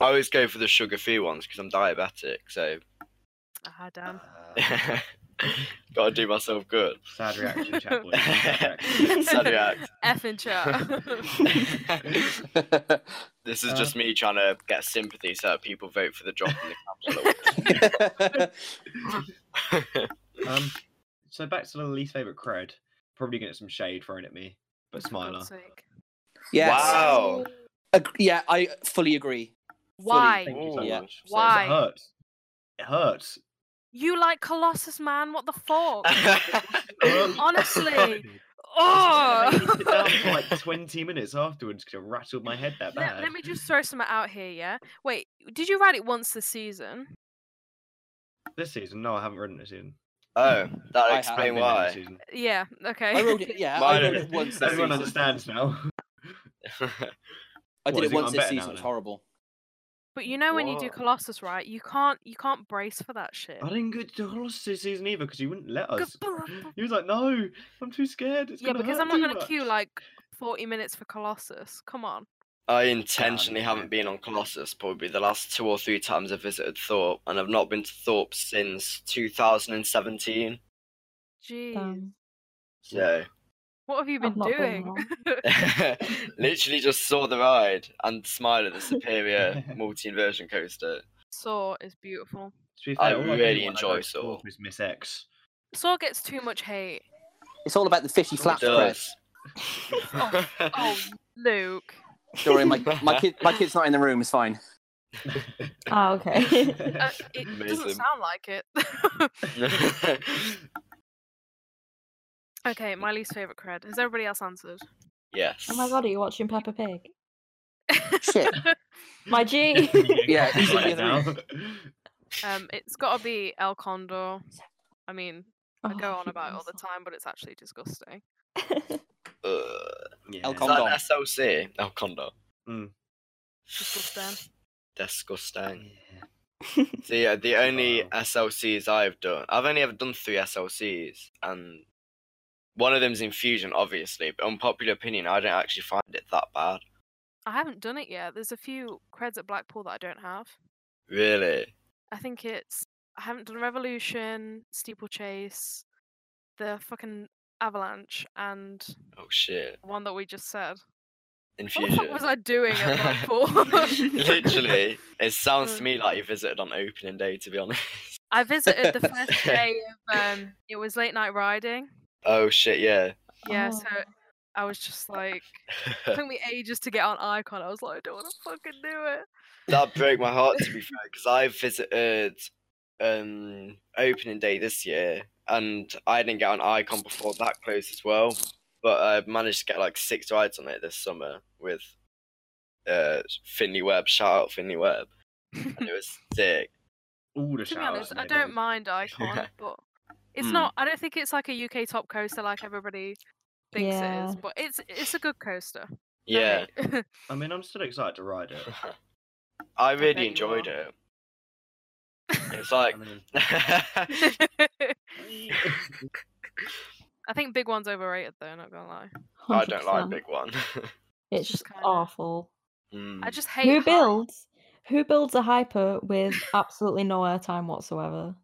[SPEAKER 5] I always go for the sugar-free ones because I'm diabetic, so
[SPEAKER 3] Ah, damn.
[SPEAKER 4] Uh,
[SPEAKER 5] gotta do myself good.
[SPEAKER 4] sad reaction, chat boys. Sad reaction.
[SPEAKER 5] Sad react.
[SPEAKER 3] F in chat.
[SPEAKER 5] this is
[SPEAKER 4] Uh.
[SPEAKER 5] just me trying to get sympathy so that people vote for the drop in the capital.
[SPEAKER 4] Um, so back to the least favorite cred. Probably gonna get some shade thrown at me, but
[SPEAKER 3] For
[SPEAKER 4] Smiler.
[SPEAKER 3] God's sake.
[SPEAKER 1] yes.
[SPEAKER 5] Wow.
[SPEAKER 1] Ag- yeah, I fully agree.
[SPEAKER 3] Why?
[SPEAKER 4] Thank you so
[SPEAKER 1] Yeah.
[SPEAKER 4] much.
[SPEAKER 3] Why?
[SPEAKER 4] It hurts. It hurts.
[SPEAKER 3] You like Colossus, man. What the fuck? Honestly.
[SPEAKER 4] I
[SPEAKER 3] Oh!
[SPEAKER 4] sit down for like 20 minutes afterwards because I rattled my head that
[SPEAKER 3] let,
[SPEAKER 4] bad.
[SPEAKER 3] let me just throw some out here, yeah? Wait, did you write it once this season?
[SPEAKER 4] This season, no, I haven't written this season.
[SPEAKER 5] oh,
[SPEAKER 1] I
[SPEAKER 5] that'll
[SPEAKER 1] have
[SPEAKER 5] explain
[SPEAKER 4] Haven't written this
[SPEAKER 5] why.
[SPEAKER 4] season.
[SPEAKER 3] Yeah, okay.
[SPEAKER 1] I wrote it. Yeah, I
[SPEAKER 5] Mine
[SPEAKER 1] wrote
[SPEAKER 5] is-
[SPEAKER 1] it once. This
[SPEAKER 4] Everyone
[SPEAKER 1] season.
[SPEAKER 4] understands now.
[SPEAKER 1] I
[SPEAKER 4] What,
[SPEAKER 1] did
[SPEAKER 4] has
[SPEAKER 1] it
[SPEAKER 4] it
[SPEAKER 1] once
[SPEAKER 4] gotten
[SPEAKER 1] this
[SPEAKER 4] better now
[SPEAKER 1] season. It was
[SPEAKER 4] then?
[SPEAKER 1] horrible.
[SPEAKER 3] But you know when you do
[SPEAKER 5] What?
[SPEAKER 3] Colossus, right? You can't you can't brace for that shit.
[SPEAKER 4] I didn't get to the Colossus this season either because you wouldn't let us.
[SPEAKER 3] Kaboom.
[SPEAKER 4] He was like, "No, I'm too scared." It's
[SPEAKER 3] yeah,
[SPEAKER 4] gonna
[SPEAKER 3] because
[SPEAKER 4] hurt
[SPEAKER 3] I'm not
[SPEAKER 4] too
[SPEAKER 3] gonna queue
[SPEAKER 4] much."
[SPEAKER 3] like 40 minutes for Colossus. Come on.
[SPEAKER 5] I intentionally
[SPEAKER 4] Yeah.
[SPEAKER 5] haven't been on Colossus probably the last two or three times I've visited Thorpe, and I've not been to Thorpe since 2017.
[SPEAKER 3] Jeez.
[SPEAKER 6] Damn.
[SPEAKER 5] So
[SPEAKER 3] What have you
[SPEAKER 6] I've
[SPEAKER 3] been
[SPEAKER 6] not been
[SPEAKER 3] doing?
[SPEAKER 5] literally just saw the ride and smiled at the superior multi-inversion coaster.
[SPEAKER 3] Saw is beautiful.
[SPEAKER 4] To be
[SPEAKER 5] I
[SPEAKER 4] all do
[SPEAKER 5] really
[SPEAKER 4] when I
[SPEAKER 5] enjoy
[SPEAKER 4] go to
[SPEAKER 5] Saw.
[SPEAKER 4] Thorpe Is Miss X.
[SPEAKER 3] Saw gets too much hate.
[SPEAKER 1] It's all about the fishy flaps press.
[SPEAKER 5] Does.
[SPEAKER 3] Oh, Luke.
[SPEAKER 1] Don't worry, my, my kid, my kid's not in the room. It's fine.
[SPEAKER 6] Ah, okay.
[SPEAKER 3] Uh, it doesn't
[SPEAKER 5] Amazing.
[SPEAKER 3] sound like it. okay, my least favorite cred. Has everybody else answered?
[SPEAKER 5] yes.
[SPEAKER 6] oh my god, are you watching Peppa Pig?
[SPEAKER 1] Shit.
[SPEAKER 6] My G.
[SPEAKER 1] Yeah,
[SPEAKER 4] Right
[SPEAKER 1] easily
[SPEAKER 4] now.
[SPEAKER 3] um, it's got to be El Condor. I mean, I
[SPEAKER 6] Oh,
[SPEAKER 3] go on
[SPEAKER 6] hate
[SPEAKER 3] about it all the
[SPEAKER 6] myself.
[SPEAKER 3] time, but it's actually disgusting.
[SPEAKER 5] Ugh.
[SPEAKER 4] Yeah.
[SPEAKER 1] El
[SPEAKER 5] Uh, Is
[SPEAKER 1] Condom.
[SPEAKER 5] that SOC? El Condom.
[SPEAKER 1] Hmm.
[SPEAKER 4] Mm.
[SPEAKER 3] Disgusting.
[SPEAKER 5] Disgusting.
[SPEAKER 4] Yeah.
[SPEAKER 5] See, uh, the only
[SPEAKER 4] Wow.
[SPEAKER 5] SLCs I've done, I've only ever done three SLCs, and one of them's Infusion, obviously. But unpopular opinion, I don't actually find it that bad.
[SPEAKER 3] I haven't done it yet. There's a few creds at Blackpool that I don't have.
[SPEAKER 5] Really.
[SPEAKER 3] I think it's I haven't done Revolution, Steeplechase, the fucking Avalanche, and
[SPEAKER 5] Oh shit.
[SPEAKER 3] one that we just said. What the
[SPEAKER 5] Infusion.
[SPEAKER 3] fuck was I doing at Blackpool?
[SPEAKER 5] Literally, it sounds to me like you visited on opening day. To be honest.
[SPEAKER 3] I visited the first day of um, it was late night riding.
[SPEAKER 5] Oh shit. Yeah.
[SPEAKER 3] Yeah,
[SPEAKER 6] Oh.
[SPEAKER 3] so I was just like, it took me ages to get on Icon. I was like, I don't want to fucking do it.
[SPEAKER 5] that broke my heart to be fair because I visited um opening day this year and I didn't get an icon before that closed as well, but I managed to get like six rides on it this summer with uh Finley Webb. Shout out Finley Webb, and it was sick.
[SPEAKER 4] All the
[SPEAKER 3] To be
[SPEAKER 4] showers.
[SPEAKER 3] honest,
[SPEAKER 4] and
[SPEAKER 3] I
[SPEAKER 4] everything.
[SPEAKER 3] don't mind Icon, but it's
[SPEAKER 5] Hmm.
[SPEAKER 3] not. I don't think it's like a UK top coaster like everybody thinks it
[SPEAKER 6] Yeah.
[SPEAKER 3] is. But it's it's a good coaster. no
[SPEAKER 5] Yeah,
[SPEAKER 3] hate.
[SPEAKER 4] I mean, I'm still excited to ride it.
[SPEAKER 5] I
[SPEAKER 3] bet
[SPEAKER 5] really
[SPEAKER 3] you
[SPEAKER 5] enjoyed
[SPEAKER 3] are.
[SPEAKER 5] it. It's like
[SPEAKER 4] I mean,
[SPEAKER 3] I think big one's overrated though. Not gonna lie.
[SPEAKER 5] I don't like
[SPEAKER 6] 100%.
[SPEAKER 5] big one.
[SPEAKER 6] It's
[SPEAKER 3] just
[SPEAKER 6] just
[SPEAKER 3] kinda-
[SPEAKER 6] awful.
[SPEAKER 5] Mm.
[SPEAKER 3] I just hate
[SPEAKER 6] Who
[SPEAKER 3] height.
[SPEAKER 6] builds? Who builds a hyper with absolutely no airtime whatsoever?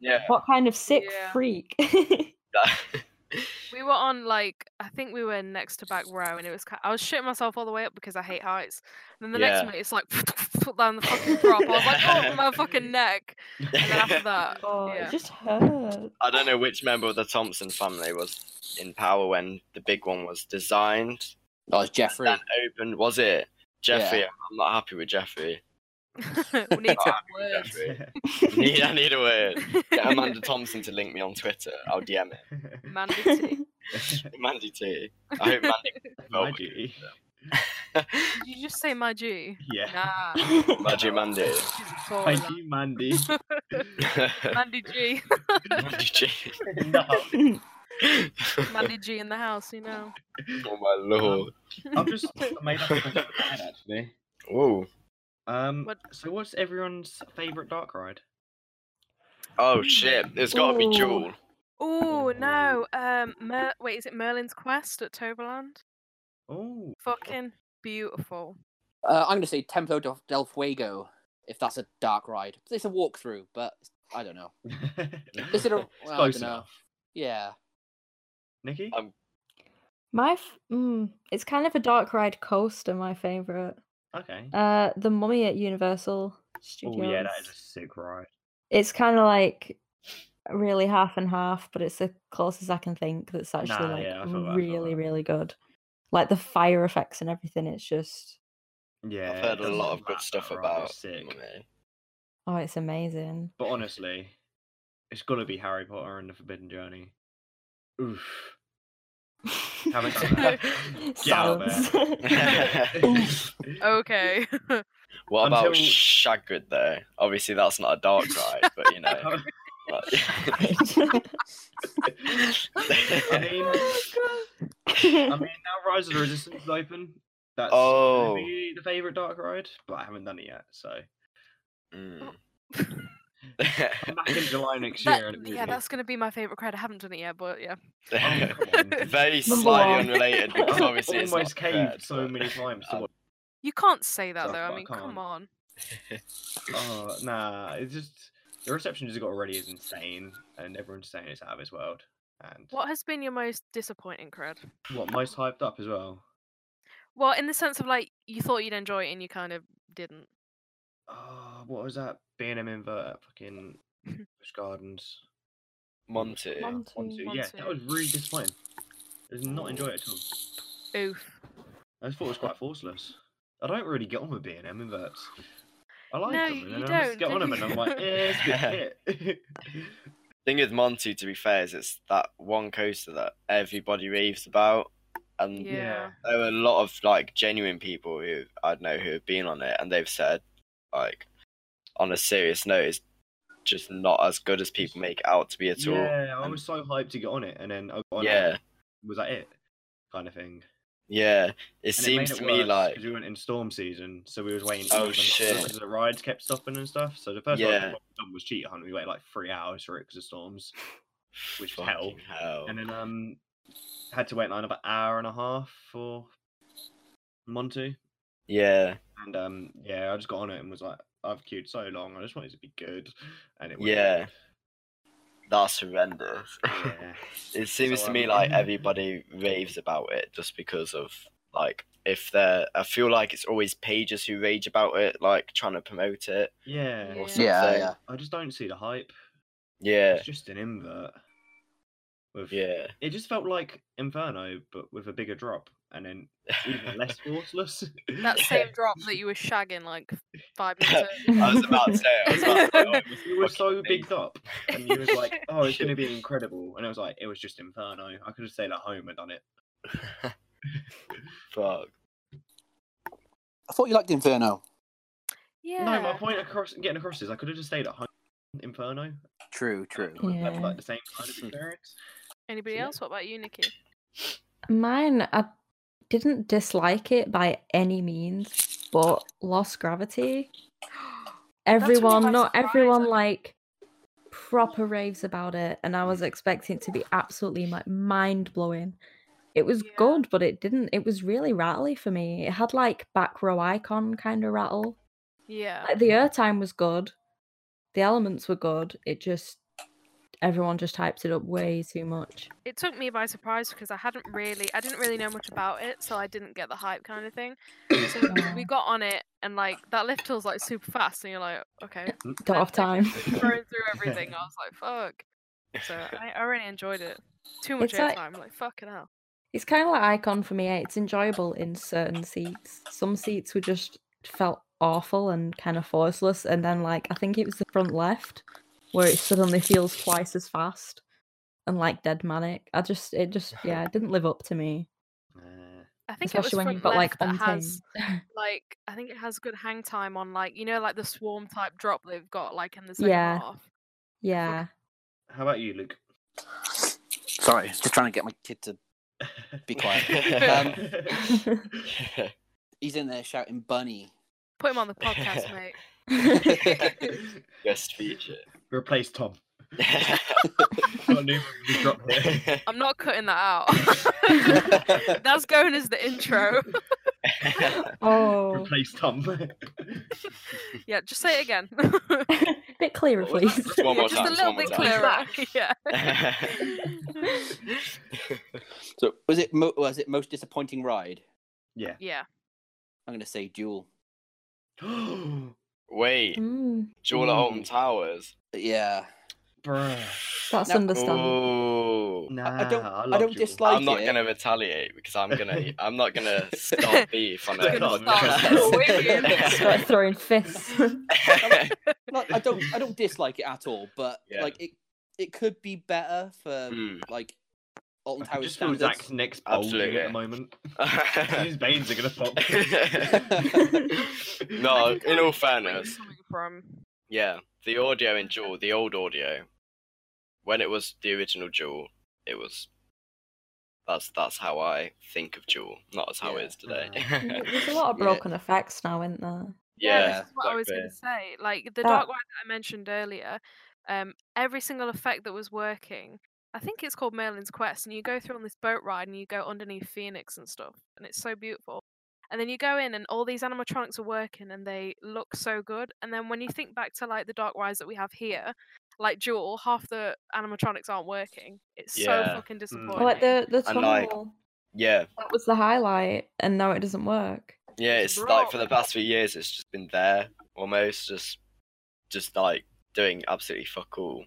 [SPEAKER 5] yeah.
[SPEAKER 6] What kind of sick
[SPEAKER 3] Yeah.
[SPEAKER 6] freak?
[SPEAKER 5] that-
[SPEAKER 3] We were on like I think we were next to back row, and it was ki- I was shitting myself all the way up because I hate heights. And then the next
[SPEAKER 5] Yeah.
[SPEAKER 3] minute it's like down the fucking drop. I was like, oh my fucking neck. And then after that,
[SPEAKER 6] oh,
[SPEAKER 3] yeah.
[SPEAKER 6] it just hurts.
[SPEAKER 5] I don't know which member of the Thompson family was in power when the big one was designed.
[SPEAKER 1] Oh, it's Jeffrey.
[SPEAKER 5] That opened, was it? Jeffrey, I'm not happy with Jeffrey.
[SPEAKER 3] we need
[SPEAKER 5] Not
[SPEAKER 3] some
[SPEAKER 5] happy with
[SPEAKER 3] words.
[SPEAKER 5] Jeffrey. need, I need a word. Get Amanda Thompson to link me on Twitter. I'll DM it.
[SPEAKER 3] Mandy T.
[SPEAKER 5] Mandy T. I hope Mandy.
[SPEAKER 4] My duty.
[SPEAKER 3] Did you just say my G?
[SPEAKER 4] Yeah.
[SPEAKER 3] Nah.
[SPEAKER 5] Magic Mandy.
[SPEAKER 3] she's a
[SPEAKER 4] My
[SPEAKER 3] Tory, lad.
[SPEAKER 4] G, Mandy.
[SPEAKER 3] Mandy G.
[SPEAKER 5] Mandy G.
[SPEAKER 4] no.
[SPEAKER 3] Mandy G in the house, you know.
[SPEAKER 5] oh my lord.
[SPEAKER 4] I've just made up a question in my head, actually.
[SPEAKER 5] Whoa.
[SPEAKER 4] Um,
[SPEAKER 3] What-
[SPEAKER 4] so what's everyone's favourite dark ride?
[SPEAKER 5] Oh shit. It's gotta be
[SPEAKER 6] Ooh.
[SPEAKER 5] Jewel.
[SPEAKER 3] Oh no. Um Mer- wait, is it Merlin's Quest at Toverland?
[SPEAKER 4] Oh,
[SPEAKER 3] Fucking beautiful.
[SPEAKER 1] Uh, I'm going to say Templo del, del Fuego, if that's a dark ride. It's a walkthrough, but I don't know. Is it a? well, I
[SPEAKER 4] close
[SPEAKER 1] don't know.
[SPEAKER 4] enough.
[SPEAKER 1] Yeah.
[SPEAKER 4] Nikki?
[SPEAKER 5] Um,
[SPEAKER 6] My, f- mm, it's kind of a dark ride coaster. My favorite,
[SPEAKER 4] Okay.
[SPEAKER 6] uh, the Mummy at Universal Studios.
[SPEAKER 4] Oh yeah, that is a sick ride.
[SPEAKER 6] It's kind of like really half and half, but it's the closest I can think that's actually
[SPEAKER 4] Nah,
[SPEAKER 6] like
[SPEAKER 4] yeah, I feel that, I feel
[SPEAKER 6] really,
[SPEAKER 4] that.
[SPEAKER 6] really good. Like the fire effects and everything. It's just
[SPEAKER 4] Yeah,
[SPEAKER 5] I've
[SPEAKER 4] it
[SPEAKER 5] heard a
[SPEAKER 4] doesn't
[SPEAKER 5] lot of good
[SPEAKER 4] matter,
[SPEAKER 5] stuff
[SPEAKER 4] right,
[SPEAKER 5] about
[SPEAKER 4] it's sick.
[SPEAKER 5] Mummy.
[SPEAKER 6] oh, it's amazing.
[SPEAKER 4] But honestly, it's gotta be Harry Potter and the Forbidden Journey. Oof. Haven't done that. Get out of
[SPEAKER 6] Sounds.
[SPEAKER 3] Okay.
[SPEAKER 5] What about
[SPEAKER 4] Until-
[SPEAKER 5] Shagrid though? Obviously, that's not a dark ride, but you know. like-
[SPEAKER 4] Oh, I mean, I mean, now Rise of the Resistance is open. That's
[SPEAKER 5] Oh.
[SPEAKER 4] maybe the favorite dark ride, but I haven't done it yet. So
[SPEAKER 5] Mm.
[SPEAKER 4] I'm back in July next
[SPEAKER 3] That-
[SPEAKER 4] year. and it will
[SPEAKER 3] yeah,
[SPEAKER 4] be-
[SPEAKER 3] that's gonna be my favourite credit. I haven't done it yet, but yeah.
[SPEAKER 5] Very
[SPEAKER 6] Number
[SPEAKER 5] slightly
[SPEAKER 6] one.
[SPEAKER 5] unrelated because
[SPEAKER 4] I've
[SPEAKER 5] obviously it's
[SPEAKER 4] almost
[SPEAKER 5] not
[SPEAKER 4] caved
[SPEAKER 5] prepared,
[SPEAKER 4] so
[SPEAKER 5] but-
[SPEAKER 4] many times. To
[SPEAKER 5] Um,
[SPEAKER 4] watch.
[SPEAKER 3] You can't say that
[SPEAKER 4] Oh,
[SPEAKER 3] though. I
[SPEAKER 4] I
[SPEAKER 3] mean, come
[SPEAKER 4] can't.
[SPEAKER 3] on.
[SPEAKER 4] Oh nah, it's just the reception it's got already is insane, and everyone's saying it's out of this world. And
[SPEAKER 3] What has been your most disappointing cred?
[SPEAKER 4] what most hyped up as well.
[SPEAKER 3] Well, in the sense of like you thought you'd enjoy it and you kind of didn't.
[SPEAKER 4] Oh, what was that? B and M invert at fucking Bush Gardens.
[SPEAKER 5] Monty.
[SPEAKER 6] Mon-
[SPEAKER 4] One two.
[SPEAKER 3] One,
[SPEAKER 4] Yeah,
[SPEAKER 3] two.
[SPEAKER 4] that was really disappointing. I did not enjoy it at all.
[SPEAKER 3] Oof.
[SPEAKER 4] I just thought it was quite forceless. I don't really get on with B and M inverts. I like
[SPEAKER 3] No,
[SPEAKER 4] them, and
[SPEAKER 3] you
[SPEAKER 4] then I just
[SPEAKER 3] don't,
[SPEAKER 4] get
[SPEAKER 3] do
[SPEAKER 4] on them, and I'm like,
[SPEAKER 3] you?
[SPEAKER 4] eh, it's a bit shit."
[SPEAKER 5] Thing with Monty, to be fair, is it's that one coaster that everybody raves about, and
[SPEAKER 3] Yeah.
[SPEAKER 5] there were a lot of like genuine people who I know who have been on it, and they've said like on a serious note, it's just not as good as people make it out to be at all.
[SPEAKER 4] Yeah, I
[SPEAKER 5] And-
[SPEAKER 4] was so hyped to get on it, and then I got on
[SPEAKER 5] Yeah.
[SPEAKER 4] it. Was that it? Kind of thing.
[SPEAKER 5] Yeah, it
[SPEAKER 4] And
[SPEAKER 5] seems to me like
[SPEAKER 4] because we went in storm season, so we was waiting.
[SPEAKER 5] Oh, shit.
[SPEAKER 4] Because the rides kept stopping and stuff. So the first ride
[SPEAKER 5] Yeah.
[SPEAKER 4] we done was cheetah hunt. We waited like three hours for it because of storms, which was hell.
[SPEAKER 5] fucking hell.
[SPEAKER 4] And then um, had to wait like another hour and a half for Monty.
[SPEAKER 5] Yeah,
[SPEAKER 4] And um, yeah, I just got on it and was like, I've queued so long. I just wanted to be good, and it was
[SPEAKER 5] yeah, that's horrendous.
[SPEAKER 4] yeah.
[SPEAKER 5] it seems
[SPEAKER 4] So,
[SPEAKER 5] to me
[SPEAKER 4] um,
[SPEAKER 5] like everybody raves about it just because of like if they're I feel like it's always pages who rage about it, like trying to promote it.
[SPEAKER 4] yeah.
[SPEAKER 3] Yeah.
[SPEAKER 5] So-
[SPEAKER 1] yeah.
[SPEAKER 4] I just don't see the hype.
[SPEAKER 5] Yeah,
[SPEAKER 4] It's just an invert. With
[SPEAKER 5] yeah,
[SPEAKER 4] it just felt like Inferno, but with a bigger drop, and then even less forceless.
[SPEAKER 3] That same drop that you were shagging like five minutes ago.
[SPEAKER 5] I was about to say. I was about to say, oh, it was
[SPEAKER 4] you were
[SPEAKER 5] fucking
[SPEAKER 4] so
[SPEAKER 5] amazing.
[SPEAKER 4] bigged up, and you was like, "Oh, it's gonna be incredible," and I was like, "It was just Inferno. I could have stayed at home and done it."
[SPEAKER 5] Fuck.
[SPEAKER 1] I thought you liked Inferno.
[SPEAKER 3] Yeah.
[SPEAKER 4] No, my point across getting across is I could have just stayed at home. Inferno,
[SPEAKER 1] True, true.
[SPEAKER 4] I would've had,
[SPEAKER 6] Yeah.
[SPEAKER 4] like the same kind of experience.
[SPEAKER 3] Anybody
[SPEAKER 4] Yeah.
[SPEAKER 3] else? What about you, Nikki?
[SPEAKER 6] Mine, I didn't dislike it by any means, but Lost Gravity. Everyone,
[SPEAKER 3] I'm
[SPEAKER 6] not
[SPEAKER 3] surprised
[SPEAKER 6] everyone,
[SPEAKER 3] at.
[SPEAKER 6] like proper raves about it, and I was expecting it to be absolutely like mind blowing. It was
[SPEAKER 3] Yeah.
[SPEAKER 6] good, but it didn't. It was really rattly for me. It had like back row icon kind of rattle.
[SPEAKER 3] Yeah.
[SPEAKER 6] Like Uh, the airtime was good, the elements were good. It just everyone just hyped it up way too much.
[SPEAKER 3] It took me by surprise because I hadn't really, I didn't really know much about it, so I didn't get the hype kind of thing. So we
[SPEAKER 6] Oh.
[SPEAKER 3] got on it, and like that lift hill's like super fast, and you're like, okay,
[SPEAKER 6] Don't have time.
[SPEAKER 3] throwing through everything. I was like, fuck. So I, I really enjoyed it. Too much
[SPEAKER 6] It's like-
[SPEAKER 3] airtime, like fucking hell.
[SPEAKER 6] It's kind of like Icon for me. eh? It's enjoyable in certain seats. Some seats were just felt awful and kind of forceless. And then, like, I think it was the front left where it suddenly feels twice as fast and like dead manic. I just, it just, yeah, it didn't live up to me.
[SPEAKER 4] Uh,
[SPEAKER 3] I think
[SPEAKER 6] Especially
[SPEAKER 3] it was
[SPEAKER 6] when
[SPEAKER 3] front
[SPEAKER 6] you've got like
[SPEAKER 3] left that
[SPEAKER 6] untamed.
[SPEAKER 3] has like I think it has good hang time on like you know like the swarm type drop they've got like in the second
[SPEAKER 6] Yeah.
[SPEAKER 3] half.
[SPEAKER 6] yeah.
[SPEAKER 4] how about you, Luke?
[SPEAKER 1] Sorry, just trying to get my kid to be quiet.
[SPEAKER 6] Um,
[SPEAKER 5] Um,
[SPEAKER 1] He's in there shouting bunny.
[SPEAKER 3] Put him on the podcast, mate.
[SPEAKER 5] Best feature.
[SPEAKER 4] Replace Tom. Got a new one we just dropped here.
[SPEAKER 3] I'm not cutting that out. That's going as the intro.
[SPEAKER 6] Oh,
[SPEAKER 4] Replace Tom.
[SPEAKER 3] Yeah, just say it again.
[SPEAKER 6] bit clearer,
[SPEAKER 5] What was that?
[SPEAKER 6] please.
[SPEAKER 5] Just one
[SPEAKER 3] Yeah,
[SPEAKER 5] more
[SPEAKER 3] just
[SPEAKER 5] time.
[SPEAKER 3] a
[SPEAKER 5] one
[SPEAKER 3] little
[SPEAKER 5] more
[SPEAKER 3] bit
[SPEAKER 5] time.
[SPEAKER 3] clearer. yeah.
[SPEAKER 1] So was it mo- was it most disappointing ride?
[SPEAKER 4] yeah.
[SPEAKER 3] Yeah.
[SPEAKER 1] I'm gonna say Duel.
[SPEAKER 4] Bruh.
[SPEAKER 5] Wait,
[SPEAKER 6] Mm,
[SPEAKER 5] Jewel at Holton Towers.
[SPEAKER 1] Yeah,
[SPEAKER 6] that's
[SPEAKER 1] Now-
[SPEAKER 5] Oh.
[SPEAKER 6] understandable.
[SPEAKER 5] Ooh.
[SPEAKER 4] Nah,
[SPEAKER 1] I- I don't-
[SPEAKER 4] I,
[SPEAKER 1] I
[SPEAKER 4] love
[SPEAKER 1] don't
[SPEAKER 4] Jewel.
[SPEAKER 1] dislike
[SPEAKER 5] I'm not
[SPEAKER 1] it.
[SPEAKER 5] gonna retaliate because I'm gonna I'm not gonna start beef on
[SPEAKER 4] Good
[SPEAKER 5] it.
[SPEAKER 4] on.
[SPEAKER 6] Start throwing fists.
[SPEAKER 1] Like, I don't I don't dislike it at all, but
[SPEAKER 5] Yeah.
[SPEAKER 1] like it it could be better for
[SPEAKER 5] Mm.
[SPEAKER 1] like Alton
[SPEAKER 4] I can
[SPEAKER 1] Towers
[SPEAKER 4] Hmm. just feel
[SPEAKER 1] standards.
[SPEAKER 4] Zach's neck's bulging at
[SPEAKER 5] Absolutely.
[SPEAKER 4] the moment. His veins are gonna pop.
[SPEAKER 5] no, in all
[SPEAKER 3] Where
[SPEAKER 5] fairness,
[SPEAKER 3] you coming from?
[SPEAKER 5] yeah, the audio in Jewel, the old audio, when it was the original Jewel, it was. That's that's how I think of Jewel, not as how
[SPEAKER 1] Yeah.
[SPEAKER 5] it is today.
[SPEAKER 6] There's a lot of
[SPEAKER 1] Yeah.
[SPEAKER 6] broken effects now, isn't there?
[SPEAKER 5] yeah,
[SPEAKER 3] this is what I was going to
[SPEAKER 5] exactly.
[SPEAKER 3] say. Like the
[SPEAKER 6] That-
[SPEAKER 3] dark web that I mentioned earlier, um, every single effect that was working. I think it's called Merlin's Quest, and you go through on this boat ride, and you go underneath Phoenix and stuff, and it's so beautiful. And then you go in, and all these animatronics are working, and they look so good. And then when you think back to like the dark rides that we have here, like Jewel, half the animatronics aren't working. It's so
[SPEAKER 5] Yeah. hmm.
[SPEAKER 3] fucking disappointing.
[SPEAKER 6] Well, Oh, like the the
[SPEAKER 5] And,
[SPEAKER 6] tunnel.
[SPEAKER 5] like, yeah,
[SPEAKER 6] That was the highlight, and now it doesn't work.
[SPEAKER 5] Yeah,
[SPEAKER 3] It's
[SPEAKER 5] it's like for the
[SPEAKER 3] broke.
[SPEAKER 5] past few years, it's just been there almost, just, just like doing absolutely fuck all.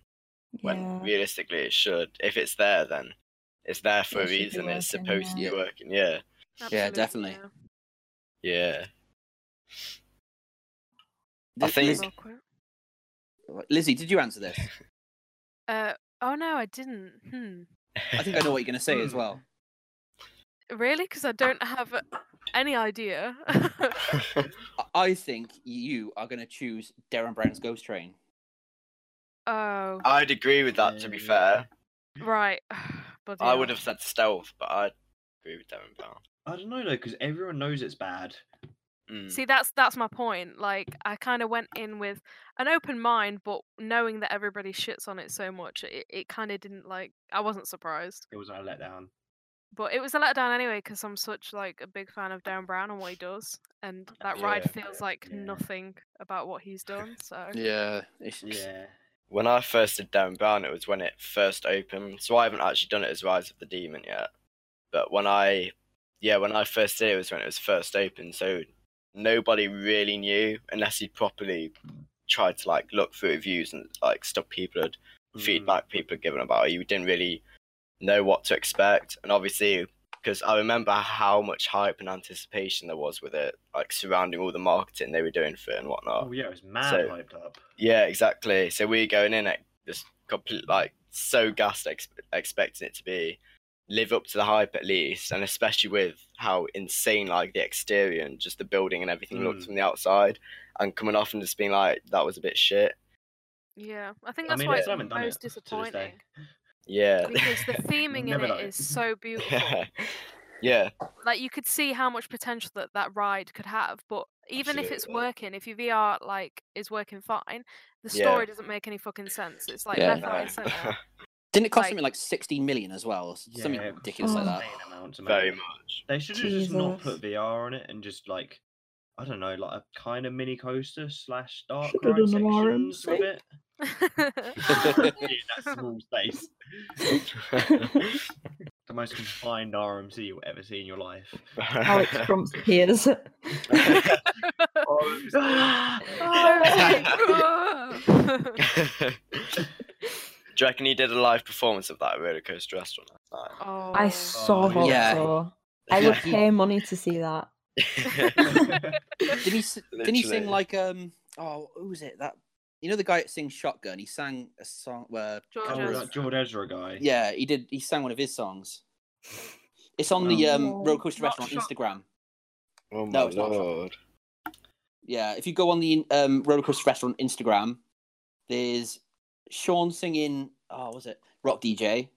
[SPEAKER 5] When
[SPEAKER 6] Yeah.
[SPEAKER 5] realistically, it should. If it's there, then it's there for
[SPEAKER 6] It
[SPEAKER 5] a
[SPEAKER 6] should be
[SPEAKER 5] reason. It's
[SPEAKER 6] working,
[SPEAKER 5] supposed to
[SPEAKER 1] yeah.
[SPEAKER 5] be working. Yeah,
[SPEAKER 1] Yeah,
[SPEAKER 3] Absolutely,
[SPEAKER 1] definitely.
[SPEAKER 3] yeah.
[SPEAKER 5] yeah.
[SPEAKER 1] Li-
[SPEAKER 5] I think-
[SPEAKER 1] Liz-
[SPEAKER 3] Real quick.
[SPEAKER 1] Lizzie, did you answer this?
[SPEAKER 3] Uh, oh no, I didn't. Hmm.
[SPEAKER 1] I think I know what you're gonna say
[SPEAKER 4] Hmm.
[SPEAKER 1] as well.
[SPEAKER 3] Really? Because I don't have any idea.
[SPEAKER 1] I- I think you are gonna choose Darren Brown's Ghost Train.
[SPEAKER 3] Oh,
[SPEAKER 5] I'd agree with that. To be fair,
[SPEAKER 4] Mm.
[SPEAKER 3] right. Bloody
[SPEAKER 5] I
[SPEAKER 3] hell.
[SPEAKER 5] would have said stealth, but I agree with Darren Brown.
[SPEAKER 4] I don't know though, because everyone knows it's bad.
[SPEAKER 5] Mm.
[SPEAKER 3] See, that's that's my point. Like, I kind of went in with an open mind, but knowing that everybody shits on it so much, it, it kind of didn't like. I wasn't surprised,
[SPEAKER 4] It was our letdown.
[SPEAKER 3] but it was a letdown anyway because I'm such like a big fan of Dan Brown and what he does, and that ride
[SPEAKER 5] Yeah.
[SPEAKER 3] feels like
[SPEAKER 4] Yeah.
[SPEAKER 3] nothing about what he's done. So
[SPEAKER 1] Yeah. It's,
[SPEAKER 4] Yeah.
[SPEAKER 5] When I first did Darren Brown, it was when it first opened. So I haven't actually done it as Rise of the Demon yet. But when I, yeah, when I first did it was when it was first opened. So nobody really knew unless you properly tried to like look through reviews and like stuff people had
[SPEAKER 4] Hmm.
[SPEAKER 5] feedback people had given about it. You didn't really know what to expect, and obviously, because I remember how much hype and anticipation there was with it, like surrounding all the marketing they were doing for it and whatnot.
[SPEAKER 4] Oh yeah, it was mad
[SPEAKER 5] So-
[SPEAKER 4] hyped up.
[SPEAKER 5] Yeah, exactly. So we were going in at just complete like so gassed, ex- expecting it to be live up to the hype at least, and especially with how insane like the exterior and just the building and everything looked
[SPEAKER 4] Mm.
[SPEAKER 5] from the outside, and coming off and just being like that was a bit shit.
[SPEAKER 3] yeah, I
[SPEAKER 4] I
[SPEAKER 3] think that's
[SPEAKER 4] mean,
[SPEAKER 3] why
[SPEAKER 4] I
[SPEAKER 3] it's
[SPEAKER 4] haven't done
[SPEAKER 3] most
[SPEAKER 4] it to this day.
[SPEAKER 3] disappointing
[SPEAKER 5] Yeah.
[SPEAKER 3] because the theming in
[SPEAKER 4] Never
[SPEAKER 3] it
[SPEAKER 4] done it.
[SPEAKER 3] is so beautiful.
[SPEAKER 5] yeah. Yeah.
[SPEAKER 3] like you could see how much potential that that ride could have but even if it's
[SPEAKER 5] Absolutely.
[SPEAKER 3] working if your vr like is working fine the
[SPEAKER 5] Yeah.
[SPEAKER 3] story doesn't make any fucking sense it's like
[SPEAKER 1] Yeah,
[SPEAKER 3] left right and
[SPEAKER 5] no.
[SPEAKER 3] center
[SPEAKER 1] Didn't it cost
[SPEAKER 3] Like-
[SPEAKER 1] something like 16 million as well? or Something
[SPEAKER 4] Yeah.
[SPEAKER 1] ridiculous like
[SPEAKER 6] Oh.
[SPEAKER 1] that.
[SPEAKER 4] Insane amounts of
[SPEAKER 5] Very
[SPEAKER 4] money.
[SPEAKER 5] much.
[SPEAKER 4] They should have just not
[SPEAKER 6] Jesus.
[SPEAKER 4] put VR on it and just like, I don't know, like a kind of mini coaster slash dark ride
[SPEAKER 6] Should've done an
[SPEAKER 4] sections with
[SPEAKER 6] RMC.
[SPEAKER 4] it. in that small space. the most confined RMC you'll ever see in your life.
[SPEAKER 6] Alex Trump's peers.
[SPEAKER 5] Do you reckon he did a live performance of that at roller coaster restaurant last
[SPEAKER 6] I so
[SPEAKER 4] Oh,
[SPEAKER 6] hope
[SPEAKER 1] yeah.
[SPEAKER 6] so. I
[SPEAKER 5] night?
[SPEAKER 6] would pay money to see that.
[SPEAKER 1] Did he? s- Didn't he sing
[SPEAKER 5] Literally.
[SPEAKER 1] like um? Oh, who was it? That you know the guy that sings Shotgun. He sang a song where
[SPEAKER 4] oh,
[SPEAKER 3] George
[SPEAKER 4] that George Ezra guy.
[SPEAKER 1] yeah, he did. He sang one of his songs. It's on the
[SPEAKER 6] Oh.
[SPEAKER 1] um roller coaster
[SPEAKER 3] Not
[SPEAKER 1] restaurant
[SPEAKER 3] Shotgun.
[SPEAKER 1] Instagram.
[SPEAKER 5] oh
[SPEAKER 1] No,
[SPEAKER 5] my
[SPEAKER 1] it's not.
[SPEAKER 5] lord.
[SPEAKER 1] Yeah, if you go on the um, roller coaster restaurant Instagram, there's Sean singing. Oh, what was it Rock DJ?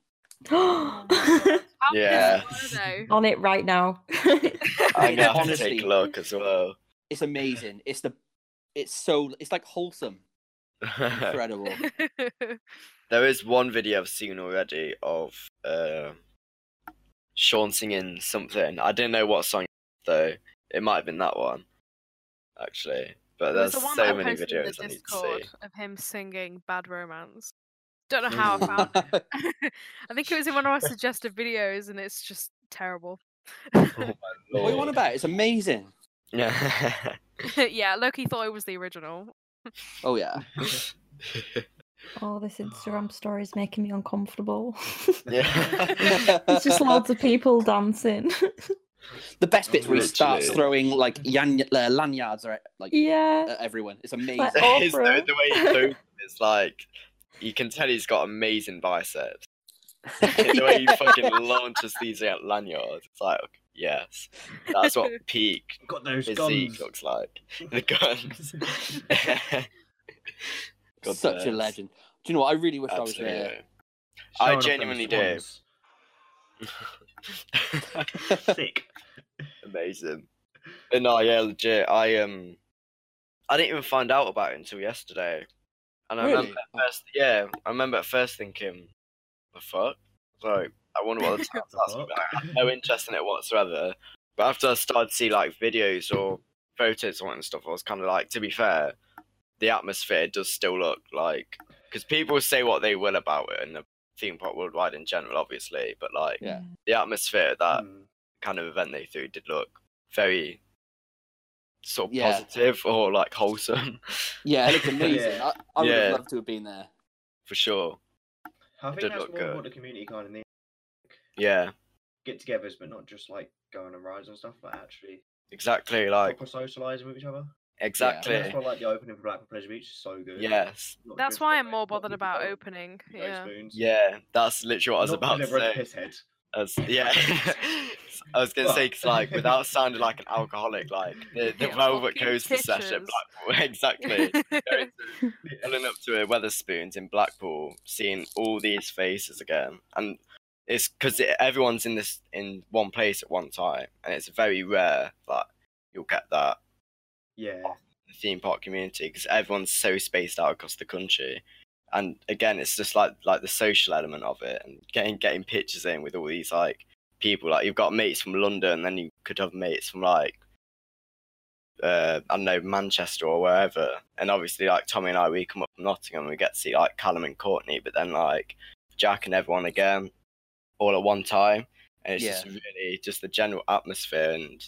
[SPEAKER 6] On
[SPEAKER 3] How
[SPEAKER 5] Yeah.
[SPEAKER 3] pissed were they?
[SPEAKER 6] it right now.
[SPEAKER 5] I'm
[SPEAKER 1] Yeah,
[SPEAKER 5] gonna have to
[SPEAKER 1] honestly.
[SPEAKER 5] take a look as well.
[SPEAKER 1] It's amazing. It's the. It's so. It's like wholesome. Incredible.
[SPEAKER 5] there is one video I've seen already of uh, Sean singing something. I didn't know what song though. It might have been that one, actually. But
[SPEAKER 3] There was
[SPEAKER 5] there's
[SPEAKER 3] the one
[SPEAKER 5] so
[SPEAKER 3] that I
[SPEAKER 5] many
[SPEAKER 3] posted in the
[SPEAKER 5] videos I need to see.
[SPEAKER 3] Discord of him singing "Bad Romance." Don't know how I found. I think it was in one of our suggested videos, and it's just terrible.
[SPEAKER 5] Oh,
[SPEAKER 1] what are you on about? It's amazing.
[SPEAKER 5] Yeah.
[SPEAKER 3] yeah, Loki thought it was the original.
[SPEAKER 1] Oh yeah.
[SPEAKER 6] oh, this Instagram story is making me uncomfortable.
[SPEAKER 5] yeah.
[SPEAKER 6] it's just loads of people dancing.
[SPEAKER 1] The best bits where he starts
[SPEAKER 5] Literally.
[SPEAKER 1] throwing like yan- uh, lanyards or like
[SPEAKER 6] yeah.
[SPEAKER 1] at everyone. It's amazing.
[SPEAKER 6] Like-
[SPEAKER 5] It's the,
[SPEAKER 6] Oprah.
[SPEAKER 5] the way he moves is like you can tell he's got amazing biceps. the way he fucking launches these out lanyards, it's like yes, that's what peak
[SPEAKER 4] Got those
[SPEAKER 5] physique
[SPEAKER 4] guns.
[SPEAKER 5] looks like. The guns. God
[SPEAKER 1] Such a
[SPEAKER 5] bless.
[SPEAKER 1] legend. Do you know what? I really wish I was
[SPEAKER 5] Absolutely.
[SPEAKER 4] Showing
[SPEAKER 5] I
[SPEAKER 4] off those
[SPEAKER 5] genuinely do.
[SPEAKER 4] swans.
[SPEAKER 1] there.
[SPEAKER 4] Sick.
[SPEAKER 5] Amazing. But no, yeah, legit. I um, I didn't even find out about it until yesterday, and I remember
[SPEAKER 1] really?
[SPEAKER 5] first, yeah, I remember at first thinking, the fuck? Like, I wonder what the town's asking.
[SPEAKER 4] fuck?
[SPEAKER 5] I had no interest in it whatsoever. But after I started to see like videos or photos or and stuff, I was kind of like, to be fair, the atmosphere does still look like because people say what they will about it and the theme park worldwide in general, obviously, but like
[SPEAKER 1] Yeah.
[SPEAKER 5] the atmosphere at that
[SPEAKER 4] Mm.
[SPEAKER 5] kind of event they threw did look very sort of
[SPEAKER 1] Yeah.
[SPEAKER 5] positive or like wholesome
[SPEAKER 1] yeah, it looked amazing.
[SPEAKER 4] Yeah.
[SPEAKER 1] I, I would
[SPEAKER 5] Yeah.
[SPEAKER 1] have loved to have been there.
[SPEAKER 5] for sure.
[SPEAKER 4] I
[SPEAKER 5] did
[SPEAKER 4] think that's
[SPEAKER 5] look
[SPEAKER 4] more of
[SPEAKER 5] good.
[SPEAKER 4] what the community kind of needs.
[SPEAKER 5] Yeah,
[SPEAKER 4] Get-togethers, but not just like going on rides and stuff, but actually
[SPEAKER 5] exactly. Like
[SPEAKER 4] proper socialising with each other.
[SPEAKER 5] exactly.
[SPEAKER 4] And that's why like the opening for Blackpool Pleasure Beach is so good.
[SPEAKER 5] Yes.
[SPEAKER 4] Not
[SPEAKER 3] That's
[SPEAKER 4] just
[SPEAKER 3] why
[SPEAKER 4] that
[SPEAKER 3] I'm
[SPEAKER 4] they-
[SPEAKER 3] more
[SPEAKER 4] not
[SPEAKER 3] bothered
[SPEAKER 4] people
[SPEAKER 3] about
[SPEAKER 4] go,
[SPEAKER 3] opening.
[SPEAKER 4] no
[SPEAKER 3] Yeah.
[SPEAKER 4] spoons.
[SPEAKER 5] Yeah, that's literally what I was
[SPEAKER 4] Not
[SPEAKER 5] about to
[SPEAKER 4] because everyone's
[SPEAKER 5] say.
[SPEAKER 4] pisshead.
[SPEAKER 5] As, yeah. I was gonna say 'cause like without sounding like an alcoholic, like the, the
[SPEAKER 3] Yeah,
[SPEAKER 5] Velvet
[SPEAKER 3] fucking
[SPEAKER 5] Coaster session,
[SPEAKER 3] pictures.
[SPEAKER 5] Blackpool, exactly. Going to- Pulling up to a Weatherspoons in Blackpool, seeing all these faces again, and it's because it, everyone's in this in one place at one time, and it's very rare that you'll get that
[SPEAKER 4] Yeah.
[SPEAKER 5] the theme park community because everyone's so spaced out across the country. And again, it's just like like the social element of it and getting getting pictures in with all these like people. Like you've got mates from London, and then you could have mates from like uh, I don't know Manchester or wherever. And obviously, like Tommy and I, we come up from Nottingham, we get to see like Callum and Courtney, but then like Jack and everyone again, all at one time. And it's just really just the general atmosphere and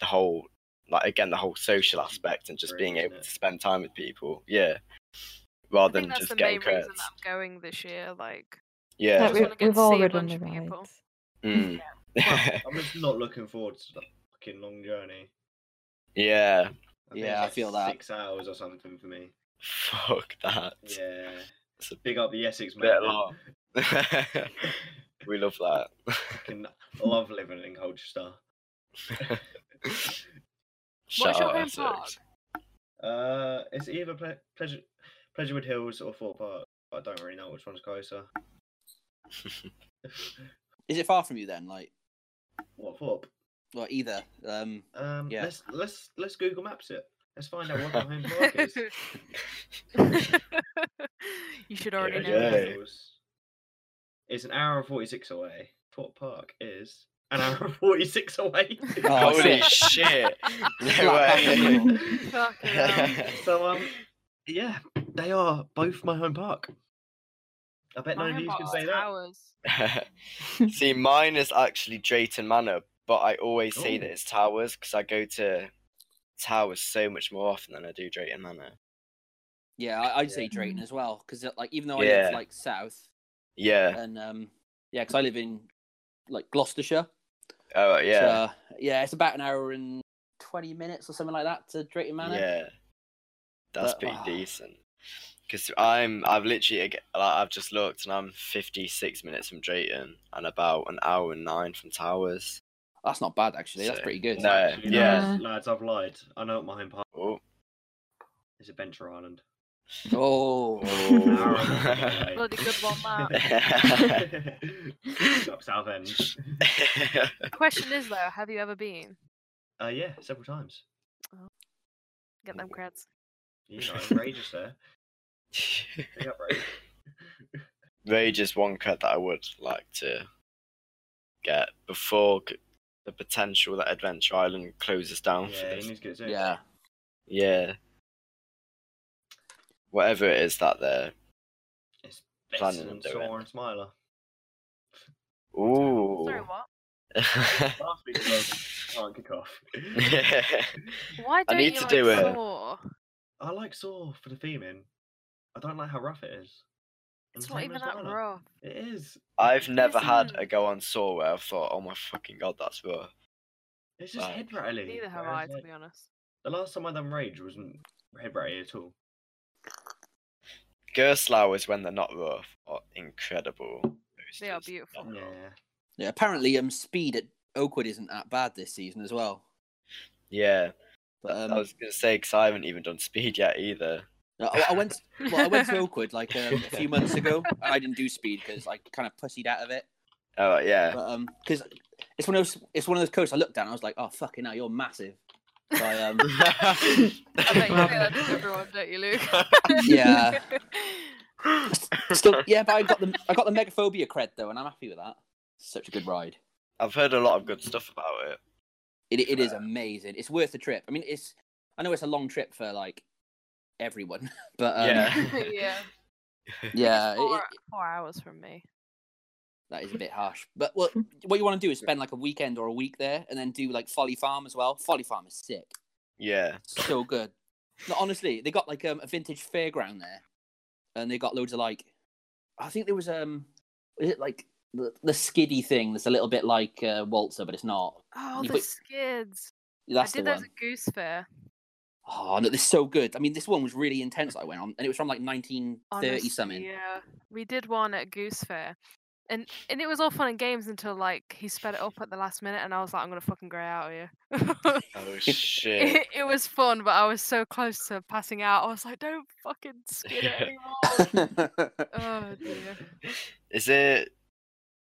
[SPEAKER 5] the whole like again the whole social aspect and just
[SPEAKER 4] Great,
[SPEAKER 5] being
[SPEAKER 4] isn't
[SPEAKER 5] able
[SPEAKER 4] it?
[SPEAKER 5] to spend time with people yeah
[SPEAKER 3] I
[SPEAKER 5] rather
[SPEAKER 3] think
[SPEAKER 5] than
[SPEAKER 3] that's
[SPEAKER 5] just
[SPEAKER 3] the
[SPEAKER 5] getting
[SPEAKER 3] main reason
[SPEAKER 5] credits
[SPEAKER 3] that I'm going this year. Like,
[SPEAKER 5] yeah
[SPEAKER 3] Like,
[SPEAKER 6] Like,
[SPEAKER 3] we-
[SPEAKER 6] we've,
[SPEAKER 3] wanna get
[SPEAKER 6] we've
[SPEAKER 3] to
[SPEAKER 6] all
[SPEAKER 3] see a
[SPEAKER 6] ridden
[SPEAKER 3] bunch
[SPEAKER 6] the
[SPEAKER 3] of people.
[SPEAKER 6] rides.
[SPEAKER 5] mm.
[SPEAKER 4] I'm just not looking forward to that fucking long journey.
[SPEAKER 5] yeah
[SPEAKER 4] I think
[SPEAKER 1] Yeah,
[SPEAKER 4] it's
[SPEAKER 1] I
[SPEAKER 4] like
[SPEAKER 1] feel that.
[SPEAKER 4] Six hours or something for me.
[SPEAKER 5] fuck that
[SPEAKER 4] Yeah.
[SPEAKER 5] It's a
[SPEAKER 4] Big up the Essex
[SPEAKER 5] bit
[SPEAKER 4] man.
[SPEAKER 5] long. we love that
[SPEAKER 4] Fucking love living in Colchester.
[SPEAKER 5] Shout
[SPEAKER 3] your
[SPEAKER 5] out
[SPEAKER 3] home
[SPEAKER 5] Essex.
[SPEAKER 3] park?
[SPEAKER 4] Uh, it's either Ple- Pleasure Pleasurewood Hills or Fort Park. I don't really know which one's closer.
[SPEAKER 1] Is it far from you then? Like,
[SPEAKER 4] What Fort?
[SPEAKER 1] well, either. Um,
[SPEAKER 4] Um,
[SPEAKER 1] Yeah.
[SPEAKER 4] let's let's let's Google Maps it. Let's find out what the home
[SPEAKER 5] Oh,
[SPEAKER 4] park is.
[SPEAKER 3] you should already
[SPEAKER 4] Pleasure
[SPEAKER 3] know.
[SPEAKER 5] yeah.
[SPEAKER 4] Wood Hills is an hour and forty six away. Fort Park is an hour and forty six away.
[SPEAKER 1] Oh,
[SPEAKER 5] holy
[SPEAKER 1] shit.
[SPEAKER 5] shit no
[SPEAKER 1] Slap
[SPEAKER 5] way
[SPEAKER 1] that
[SPEAKER 3] Fucking hell.
[SPEAKER 4] so um, yeah, they are both my home park. I bet
[SPEAKER 3] My
[SPEAKER 4] no
[SPEAKER 3] home
[SPEAKER 4] news can
[SPEAKER 3] park's
[SPEAKER 4] say that.
[SPEAKER 3] Towers.
[SPEAKER 5] See, mine is actually Drayton Manor, but I always say that
[SPEAKER 4] Ooh.
[SPEAKER 5] it's Towers because I go to Towers so much more often than I do Drayton Manor.
[SPEAKER 1] yeah, I, I'd say
[SPEAKER 4] Yeah.
[SPEAKER 1] Drayton as well because like even though I
[SPEAKER 5] Yeah.
[SPEAKER 1] live like south
[SPEAKER 5] Yeah.
[SPEAKER 1] and um, yeah, because I live in like Gloucestershire.
[SPEAKER 5] Oh, yeah.
[SPEAKER 1] So, yeah, it's about an hour and twenty minutes or something like that to Drayton Manor.
[SPEAKER 5] Yeah. That's
[SPEAKER 1] But,
[SPEAKER 5] pretty
[SPEAKER 1] ah.
[SPEAKER 5] decent. Because I'm, I've literally, ag- like, I've just looked and I'm 56 minutes from Drayton and about an hour and nine from Towers.
[SPEAKER 1] That's not bad actually. That's
[SPEAKER 5] So,
[SPEAKER 1] pretty good.
[SPEAKER 5] no.
[SPEAKER 4] Actually, lads-
[SPEAKER 6] yeah.
[SPEAKER 4] lads, I've lied. I know what my home park
[SPEAKER 5] Oh.
[SPEAKER 4] is Adventure Island.
[SPEAKER 1] Oh,
[SPEAKER 4] An hour and
[SPEAKER 5] oh.
[SPEAKER 4] a half away.
[SPEAKER 3] Bloody good one,
[SPEAKER 4] Up South End.
[SPEAKER 3] The question is though, have you ever been?
[SPEAKER 4] Uh, yeah, several times.
[SPEAKER 3] Get them creds.
[SPEAKER 4] You know, outrageous there. Big up, Rage.
[SPEAKER 5] Rage is one card that I would like to get before c- the potential that Adventure Island closes down. for
[SPEAKER 4] Yeah,
[SPEAKER 5] this.
[SPEAKER 4] you need to get it soon.
[SPEAKER 1] yeah.
[SPEAKER 5] yeah. Whatever it is that they're.
[SPEAKER 4] It's better
[SPEAKER 5] Planning
[SPEAKER 4] than
[SPEAKER 5] on doing it.
[SPEAKER 4] Sora and Smiler.
[SPEAKER 5] Ooh.
[SPEAKER 3] Sorry, what?
[SPEAKER 4] Last week's Logan can't kick off.
[SPEAKER 3] Why
[SPEAKER 5] I
[SPEAKER 3] don't
[SPEAKER 5] need
[SPEAKER 3] you
[SPEAKER 5] to
[SPEAKER 3] like
[SPEAKER 5] do it.
[SPEAKER 3] Saw?
[SPEAKER 4] I like Saw for the theming. I don't like how rough it is. And
[SPEAKER 3] It's
[SPEAKER 4] the
[SPEAKER 3] not
[SPEAKER 4] same
[SPEAKER 3] even
[SPEAKER 4] with
[SPEAKER 3] that
[SPEAKER 4] Smiler.
[SPEAKER 3] rough.
[SPEAKER 4] It is.
[SPEAKER 5] I've never had a
[SPEAKER 3] Listen.
[SPEAKER 5] go on Saw where I thought, oh my fucking god, that's raw.
[SPEAKER 4] It's just
[SPEAKER 5] Like,
[SPEAKER 4] head rattling.
[SPEAKER 3] Neither have I, to be honest.
[SPEAKER 4] The last time I done Rage wasn't head rattling at all.
[SPEAKER 5] Gerslau is when they're not raw are incredible.
[SPEAKER 3] They are
[SPEAKER 5] Roasters.
[SPEAKER 3] beautiful.
[SPEAKER 4] Yeah.
[SPEAKER 1] Yeah, apparently, um, speed at Oakwood isn't that bad this season as well.
[SPEAKER 5] Yeah.
[SPEAKER 1] But um,
[SPEAKER 5] I was going to say, because I haven't even done speed yet either.
[SPEAKER 1] I, I went. Well, I went to Oakwood like um, a few months ago. and I didn't do speed because I kind of pussied out of it.
[SPEAKER 5] Oh, yeah.
[SPEAKER 1] But um, because it's one of those, it's one of those coasts. I looked down, I was like, oh fucking hell, you're massive. So I, um,
[SPEAKER 3] I bet you say that to everyone, don't you, Luke?
[SPEAKER 1] Yeah. still, yeah, but I got the I got the megaphobia cred though, and I'm happy with that. Such a good ride.
[SPEAKER 5] I've heard a lot of good stuff about it.
[SPEAKER 1] It it is amazing. It's worth the trip. I mean, it's I know it's a long trip for like everyone, but um, yeah,
[SPEAKER 5] yeah.
[SPEAKER 3] yeah.
[SPEAKER 1] yeah, Uh, it-
[SPEAKER 3] Four,
[SPEAKER 1] it-
[SPEAKER 3] four hours from me.
[SPEAKER 1] that is a bit harsh. But what what you want to do is spend like a weekend or a week there, and then do like Folly Farm as well. Folly Farm is sick.
[SPEAKER 5] Yeah.
[SPEAKER 1] so good. No, honestly, they got like um, a vintage fairground there, and they got loads of like, I think there was um, is it like the, the skiddy thing that's a little bit like uh, Waltzer, but it's not.
[SPEAKER 3] Oh,
[SPEAKER 1] You
[SPEAKER 3] the
[SPEAKER 1] put-
[SPEAKER 3] skids.
[SPEAKER 1] That's
[SPEAKER 3] I did
[SPEAKER 1] the
[SPEAKER 3] those
[SPEAKER 1] one.
[SPEAKER 3] at Goose Fair.
[SPEAKER 1] Oh no, this is so good. I mean, this one was really intense. I went on, and it was from like 1930 something.
[SPEAKER 3] Yeah, we did one at Goose Fair, And and it was all fun and games until like he sped it up at the last minute, and I was like, I'm gonna fucking grey out of you.
[SPEAKER 5] Oh shit.
[SPEAKER 3] it, it was fun, but I was so close to passing out. I was like, don't fucking skid it
[SPEAKER 5] Yeah.
[SPEAKER 3] anymore. oh dear.
[SPEAKER 5] Is it?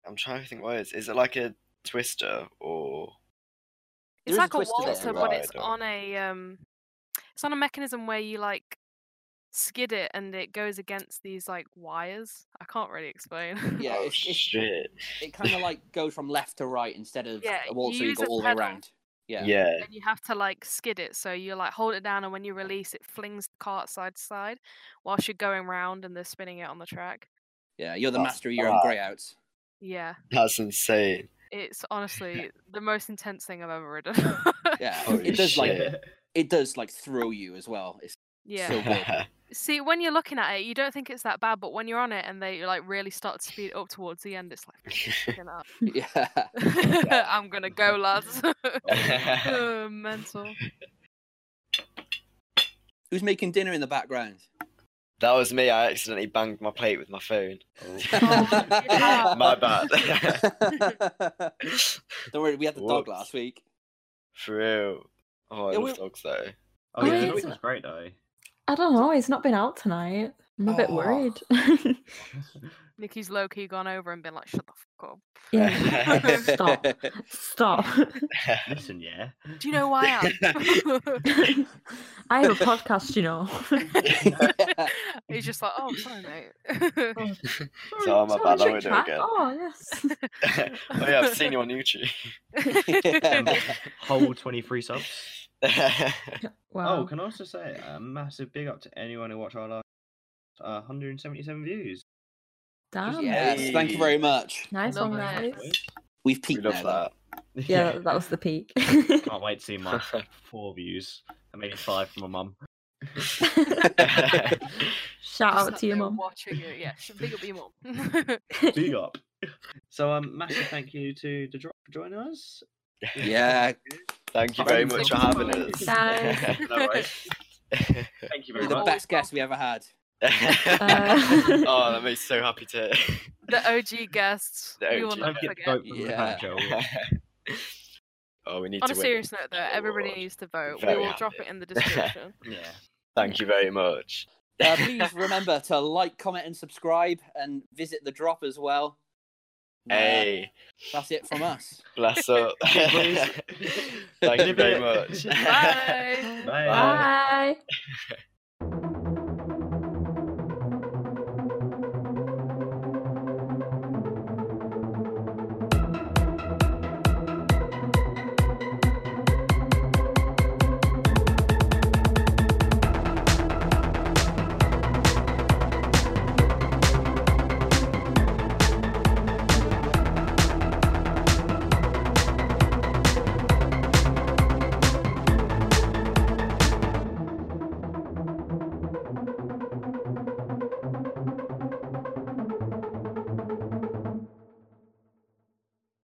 [SPEAKER 5] I'm trying to think what it is. Is it like a twister or?
[SPEAKER 1] is
[SPEAKER 3] It's
[SPEAKER 1] a
[SPEAKER 3] like a
[SPEAKER 1] twist to that,
[SPEAKER 3] waltzer, but it's
[SPEAKER 5] right, uh,
[SPEAKER 3] on a um, it's on a mechanism where you like skid it and it goes against these like wires. I can't really explain.
[SPEAKER 1] yeah,
[SPEAKER 5] oh
[SPEAKER 1] it's, it's,
[SPEAKER 5] shit.
[SPEAKER 1] it kind of like goes from left to right instead of
[SPEAKER 3] Yeah,
[SPEAKER 1] a waltzer.
[SPEAKER 3] you
[SPEAKER 1] You
[SPEAKER 3] use
[SPEAKER 1] go
[SPEAKER 3] a
[SPEAKER 1] all the way
[SPEAKER 3] pedal.
[SPEAKER 1] around. Yeah.
[SPEAKER 5] Yeah.
[SPEAKER 3] and you have to like skid it. So you like hold it down, and when you release, it flings the cart side to side whilst you're going round and they're spinning it on the track.
[SPEAKER 1] Yeah, you're the
[SPEAKER 5] Oh,
[SPEAKER 1] master of your own
[SPEAKER 5] fuck.
[SPEAKER 1] grey outs.
[SPEAKER 3] Yeah,
[SPEAKER 5] That's insane.
[SPEAKER 3] it's honestly the most intense thing I've ever ridden.
[SPEAKER 1] Yeah,
[SPEAKER 5] Holy
[SPEAKER 1] it does like
[SPEAKER 5] shit.
[SPEAKER 1] it does like throw you as well. It's
[SPEAKER 3] yeah.
[SPEAKER 1] so good.
[SPEAKER 3] See, when you're looking at it, you don't think it's that bad, but when you're on it and they like really start to speed up towards the end, it's like fucking up.
[SPEAKER 1] yeah,
[SPEAKER 3] I'm gonna go, lads. Uh, mental.
[SPEAKER 1] who's making dinner in the background?
[SPEAKER 5] that was me. I accidentally banged my plate with my phone.
[SPEAKER 3] Oh, yeah.
[SPEAKER 5] My bad.
[SPEAKER 1] Don't worry, we had the dog
[SPEAKER 5] Whoops.
[SPEAKER 1] last week.
[SPEAKER 5] For real. Oh, I
[SPEAKER 1] Yeah,
[SPEAKER 5] love
[SPEAKER 1] we-
[SPEAKER 5] dogs though.
[SPEAKER 4] Oh, yeah, the
[SPEAKER 6] Oh, is
[SPEAKER 4] week
[SPEAKER 6] it?
[SPEAKER 4] was great though.
[SPEAKER 6] I don't know. He's not been out tonight. I'm a bit
[SPEAKER 1] Oh.
[SPEAKER 6] worried.
[SPEAKER 3] Nikki's low key gone over and been like, "Shut the fuck up."
[SPEAKER 6] yeah. Stop. Stop.
[SPEAKER 4] Listen, yeah.
[SPEAKER 3] Do you know why? I
[SPEAKER 6] I have a podcast, you know.
[SPEAKER 3] am? He's just like, "Oh, I'm sorry, mate."
[SPEAKER 5] So I'm a bad, I won't do it again.
[SPEAKER 6] Oh yes.
[SPEAKER 5] oh yeah, I've seen you on YouTube.
[SPEAKER 4] Whole 23 subs.
[SPEAKER 6] Wow.
[SPEAKER 3] Uh-huh.
[SPEAKER 4] Oh, can I also say a massive big up to anyone who watched our last uh, 177 views.
[SPEAKER 6] Damn.
[SPEAKER 1] yes, thank you very much.
[SPEAKER 6] Nice
[SPEAKER 3] Love
[SPEAKER 6] one,
[SPEAKER 3] that.
[SPEAKER 6] guys.
[SPEAKER 1] We've
[SPEAKER 5] we
[SPEAKER 1] peaked
[SPEAKER 5] love
[SPEAKER 1] now.
[SPEAKER 5] that.
[SPEAKER 6] Yeah, that, that was the peak.
[SPEAKER 4] Can't wait to see my four views and maybe five from my mum.
[SPEAKER 6] Shout
[SPEAKER 3] Just
[SPEAKER 6] out
[SPEAKER 3] sat
[SPEAKER 6] to your
[SPEAKER 3] there
[SPEAKER 6] mum.
[SPEAKER 3] Watching you, yeah. should Big up your mum.
[SPEAKER 4] Big up. So, um, massive thank you to the drop for joining us.
[SPEAKER 1] Yeah,
[SPEAKER 5] Thank you very much
[SPEAKER 4] Thank you.
[SPEAKER 5] for having
[SPEAKER 6] Thanks.
[SPEAKER 5] us.
[SPEAKER 4] No worries. Thank you very
[SPEAKER 1] you're the
[SPEAKER 4] much.
[SPEAKER 1] best guest we ever had.
[SPEAKER 6] Uh.
[SPEAKER 5] oh, that makes me so happy to.
[SPEAKER 3] the OG guests.
[SPEAKER 5] The
[SPEAKER 3] We will
[SPEAKER 5] OG.
[SPEAKER 3] not
[SPEAKER 4] Don't forget to
[SPEAKER 3] forget.
[SPEAKER 4] vote for the
[SPEAKER 1] Yeah.
[SPEAKER 4] Pancho Award.
[SPEAKER 5] oh, we need
[SPEAKER 3] On
[SPEAKER 5] to
[SPEAKER 3] a
[SPEAKER 5] win.
[SPEAKER 3] serious note, though,
[SPEAKER 5] Pancho
[SPEAKER 3] everybody
[SPEAKER 5] Award.
[SPEAKER 3] needs to vote.
[SPEAKER 5] Very
[SPEAKER 3] we will drop it
[SPEAKER 5] happy.
[SPEAKER 3] in the description.
[SPEAKER 4] Yeah.
[SPEAKER 5] Thank you very much.
[SPEAKER 1] Uh, please remember to like, comment, and subscribe, and visit the drop as well. Uh,
[SPEAKER 5] Hey,
[SPEAKER 1] that's it from us.
[SPEAKER 5] bless up.
[SPEAKER 4] Cheers.
[SPEAKER 5] Thank you very much.
[SPEAKER 3] Bye.
[SPEAKER 4] Bye.
[SPEAKER 6] Bye.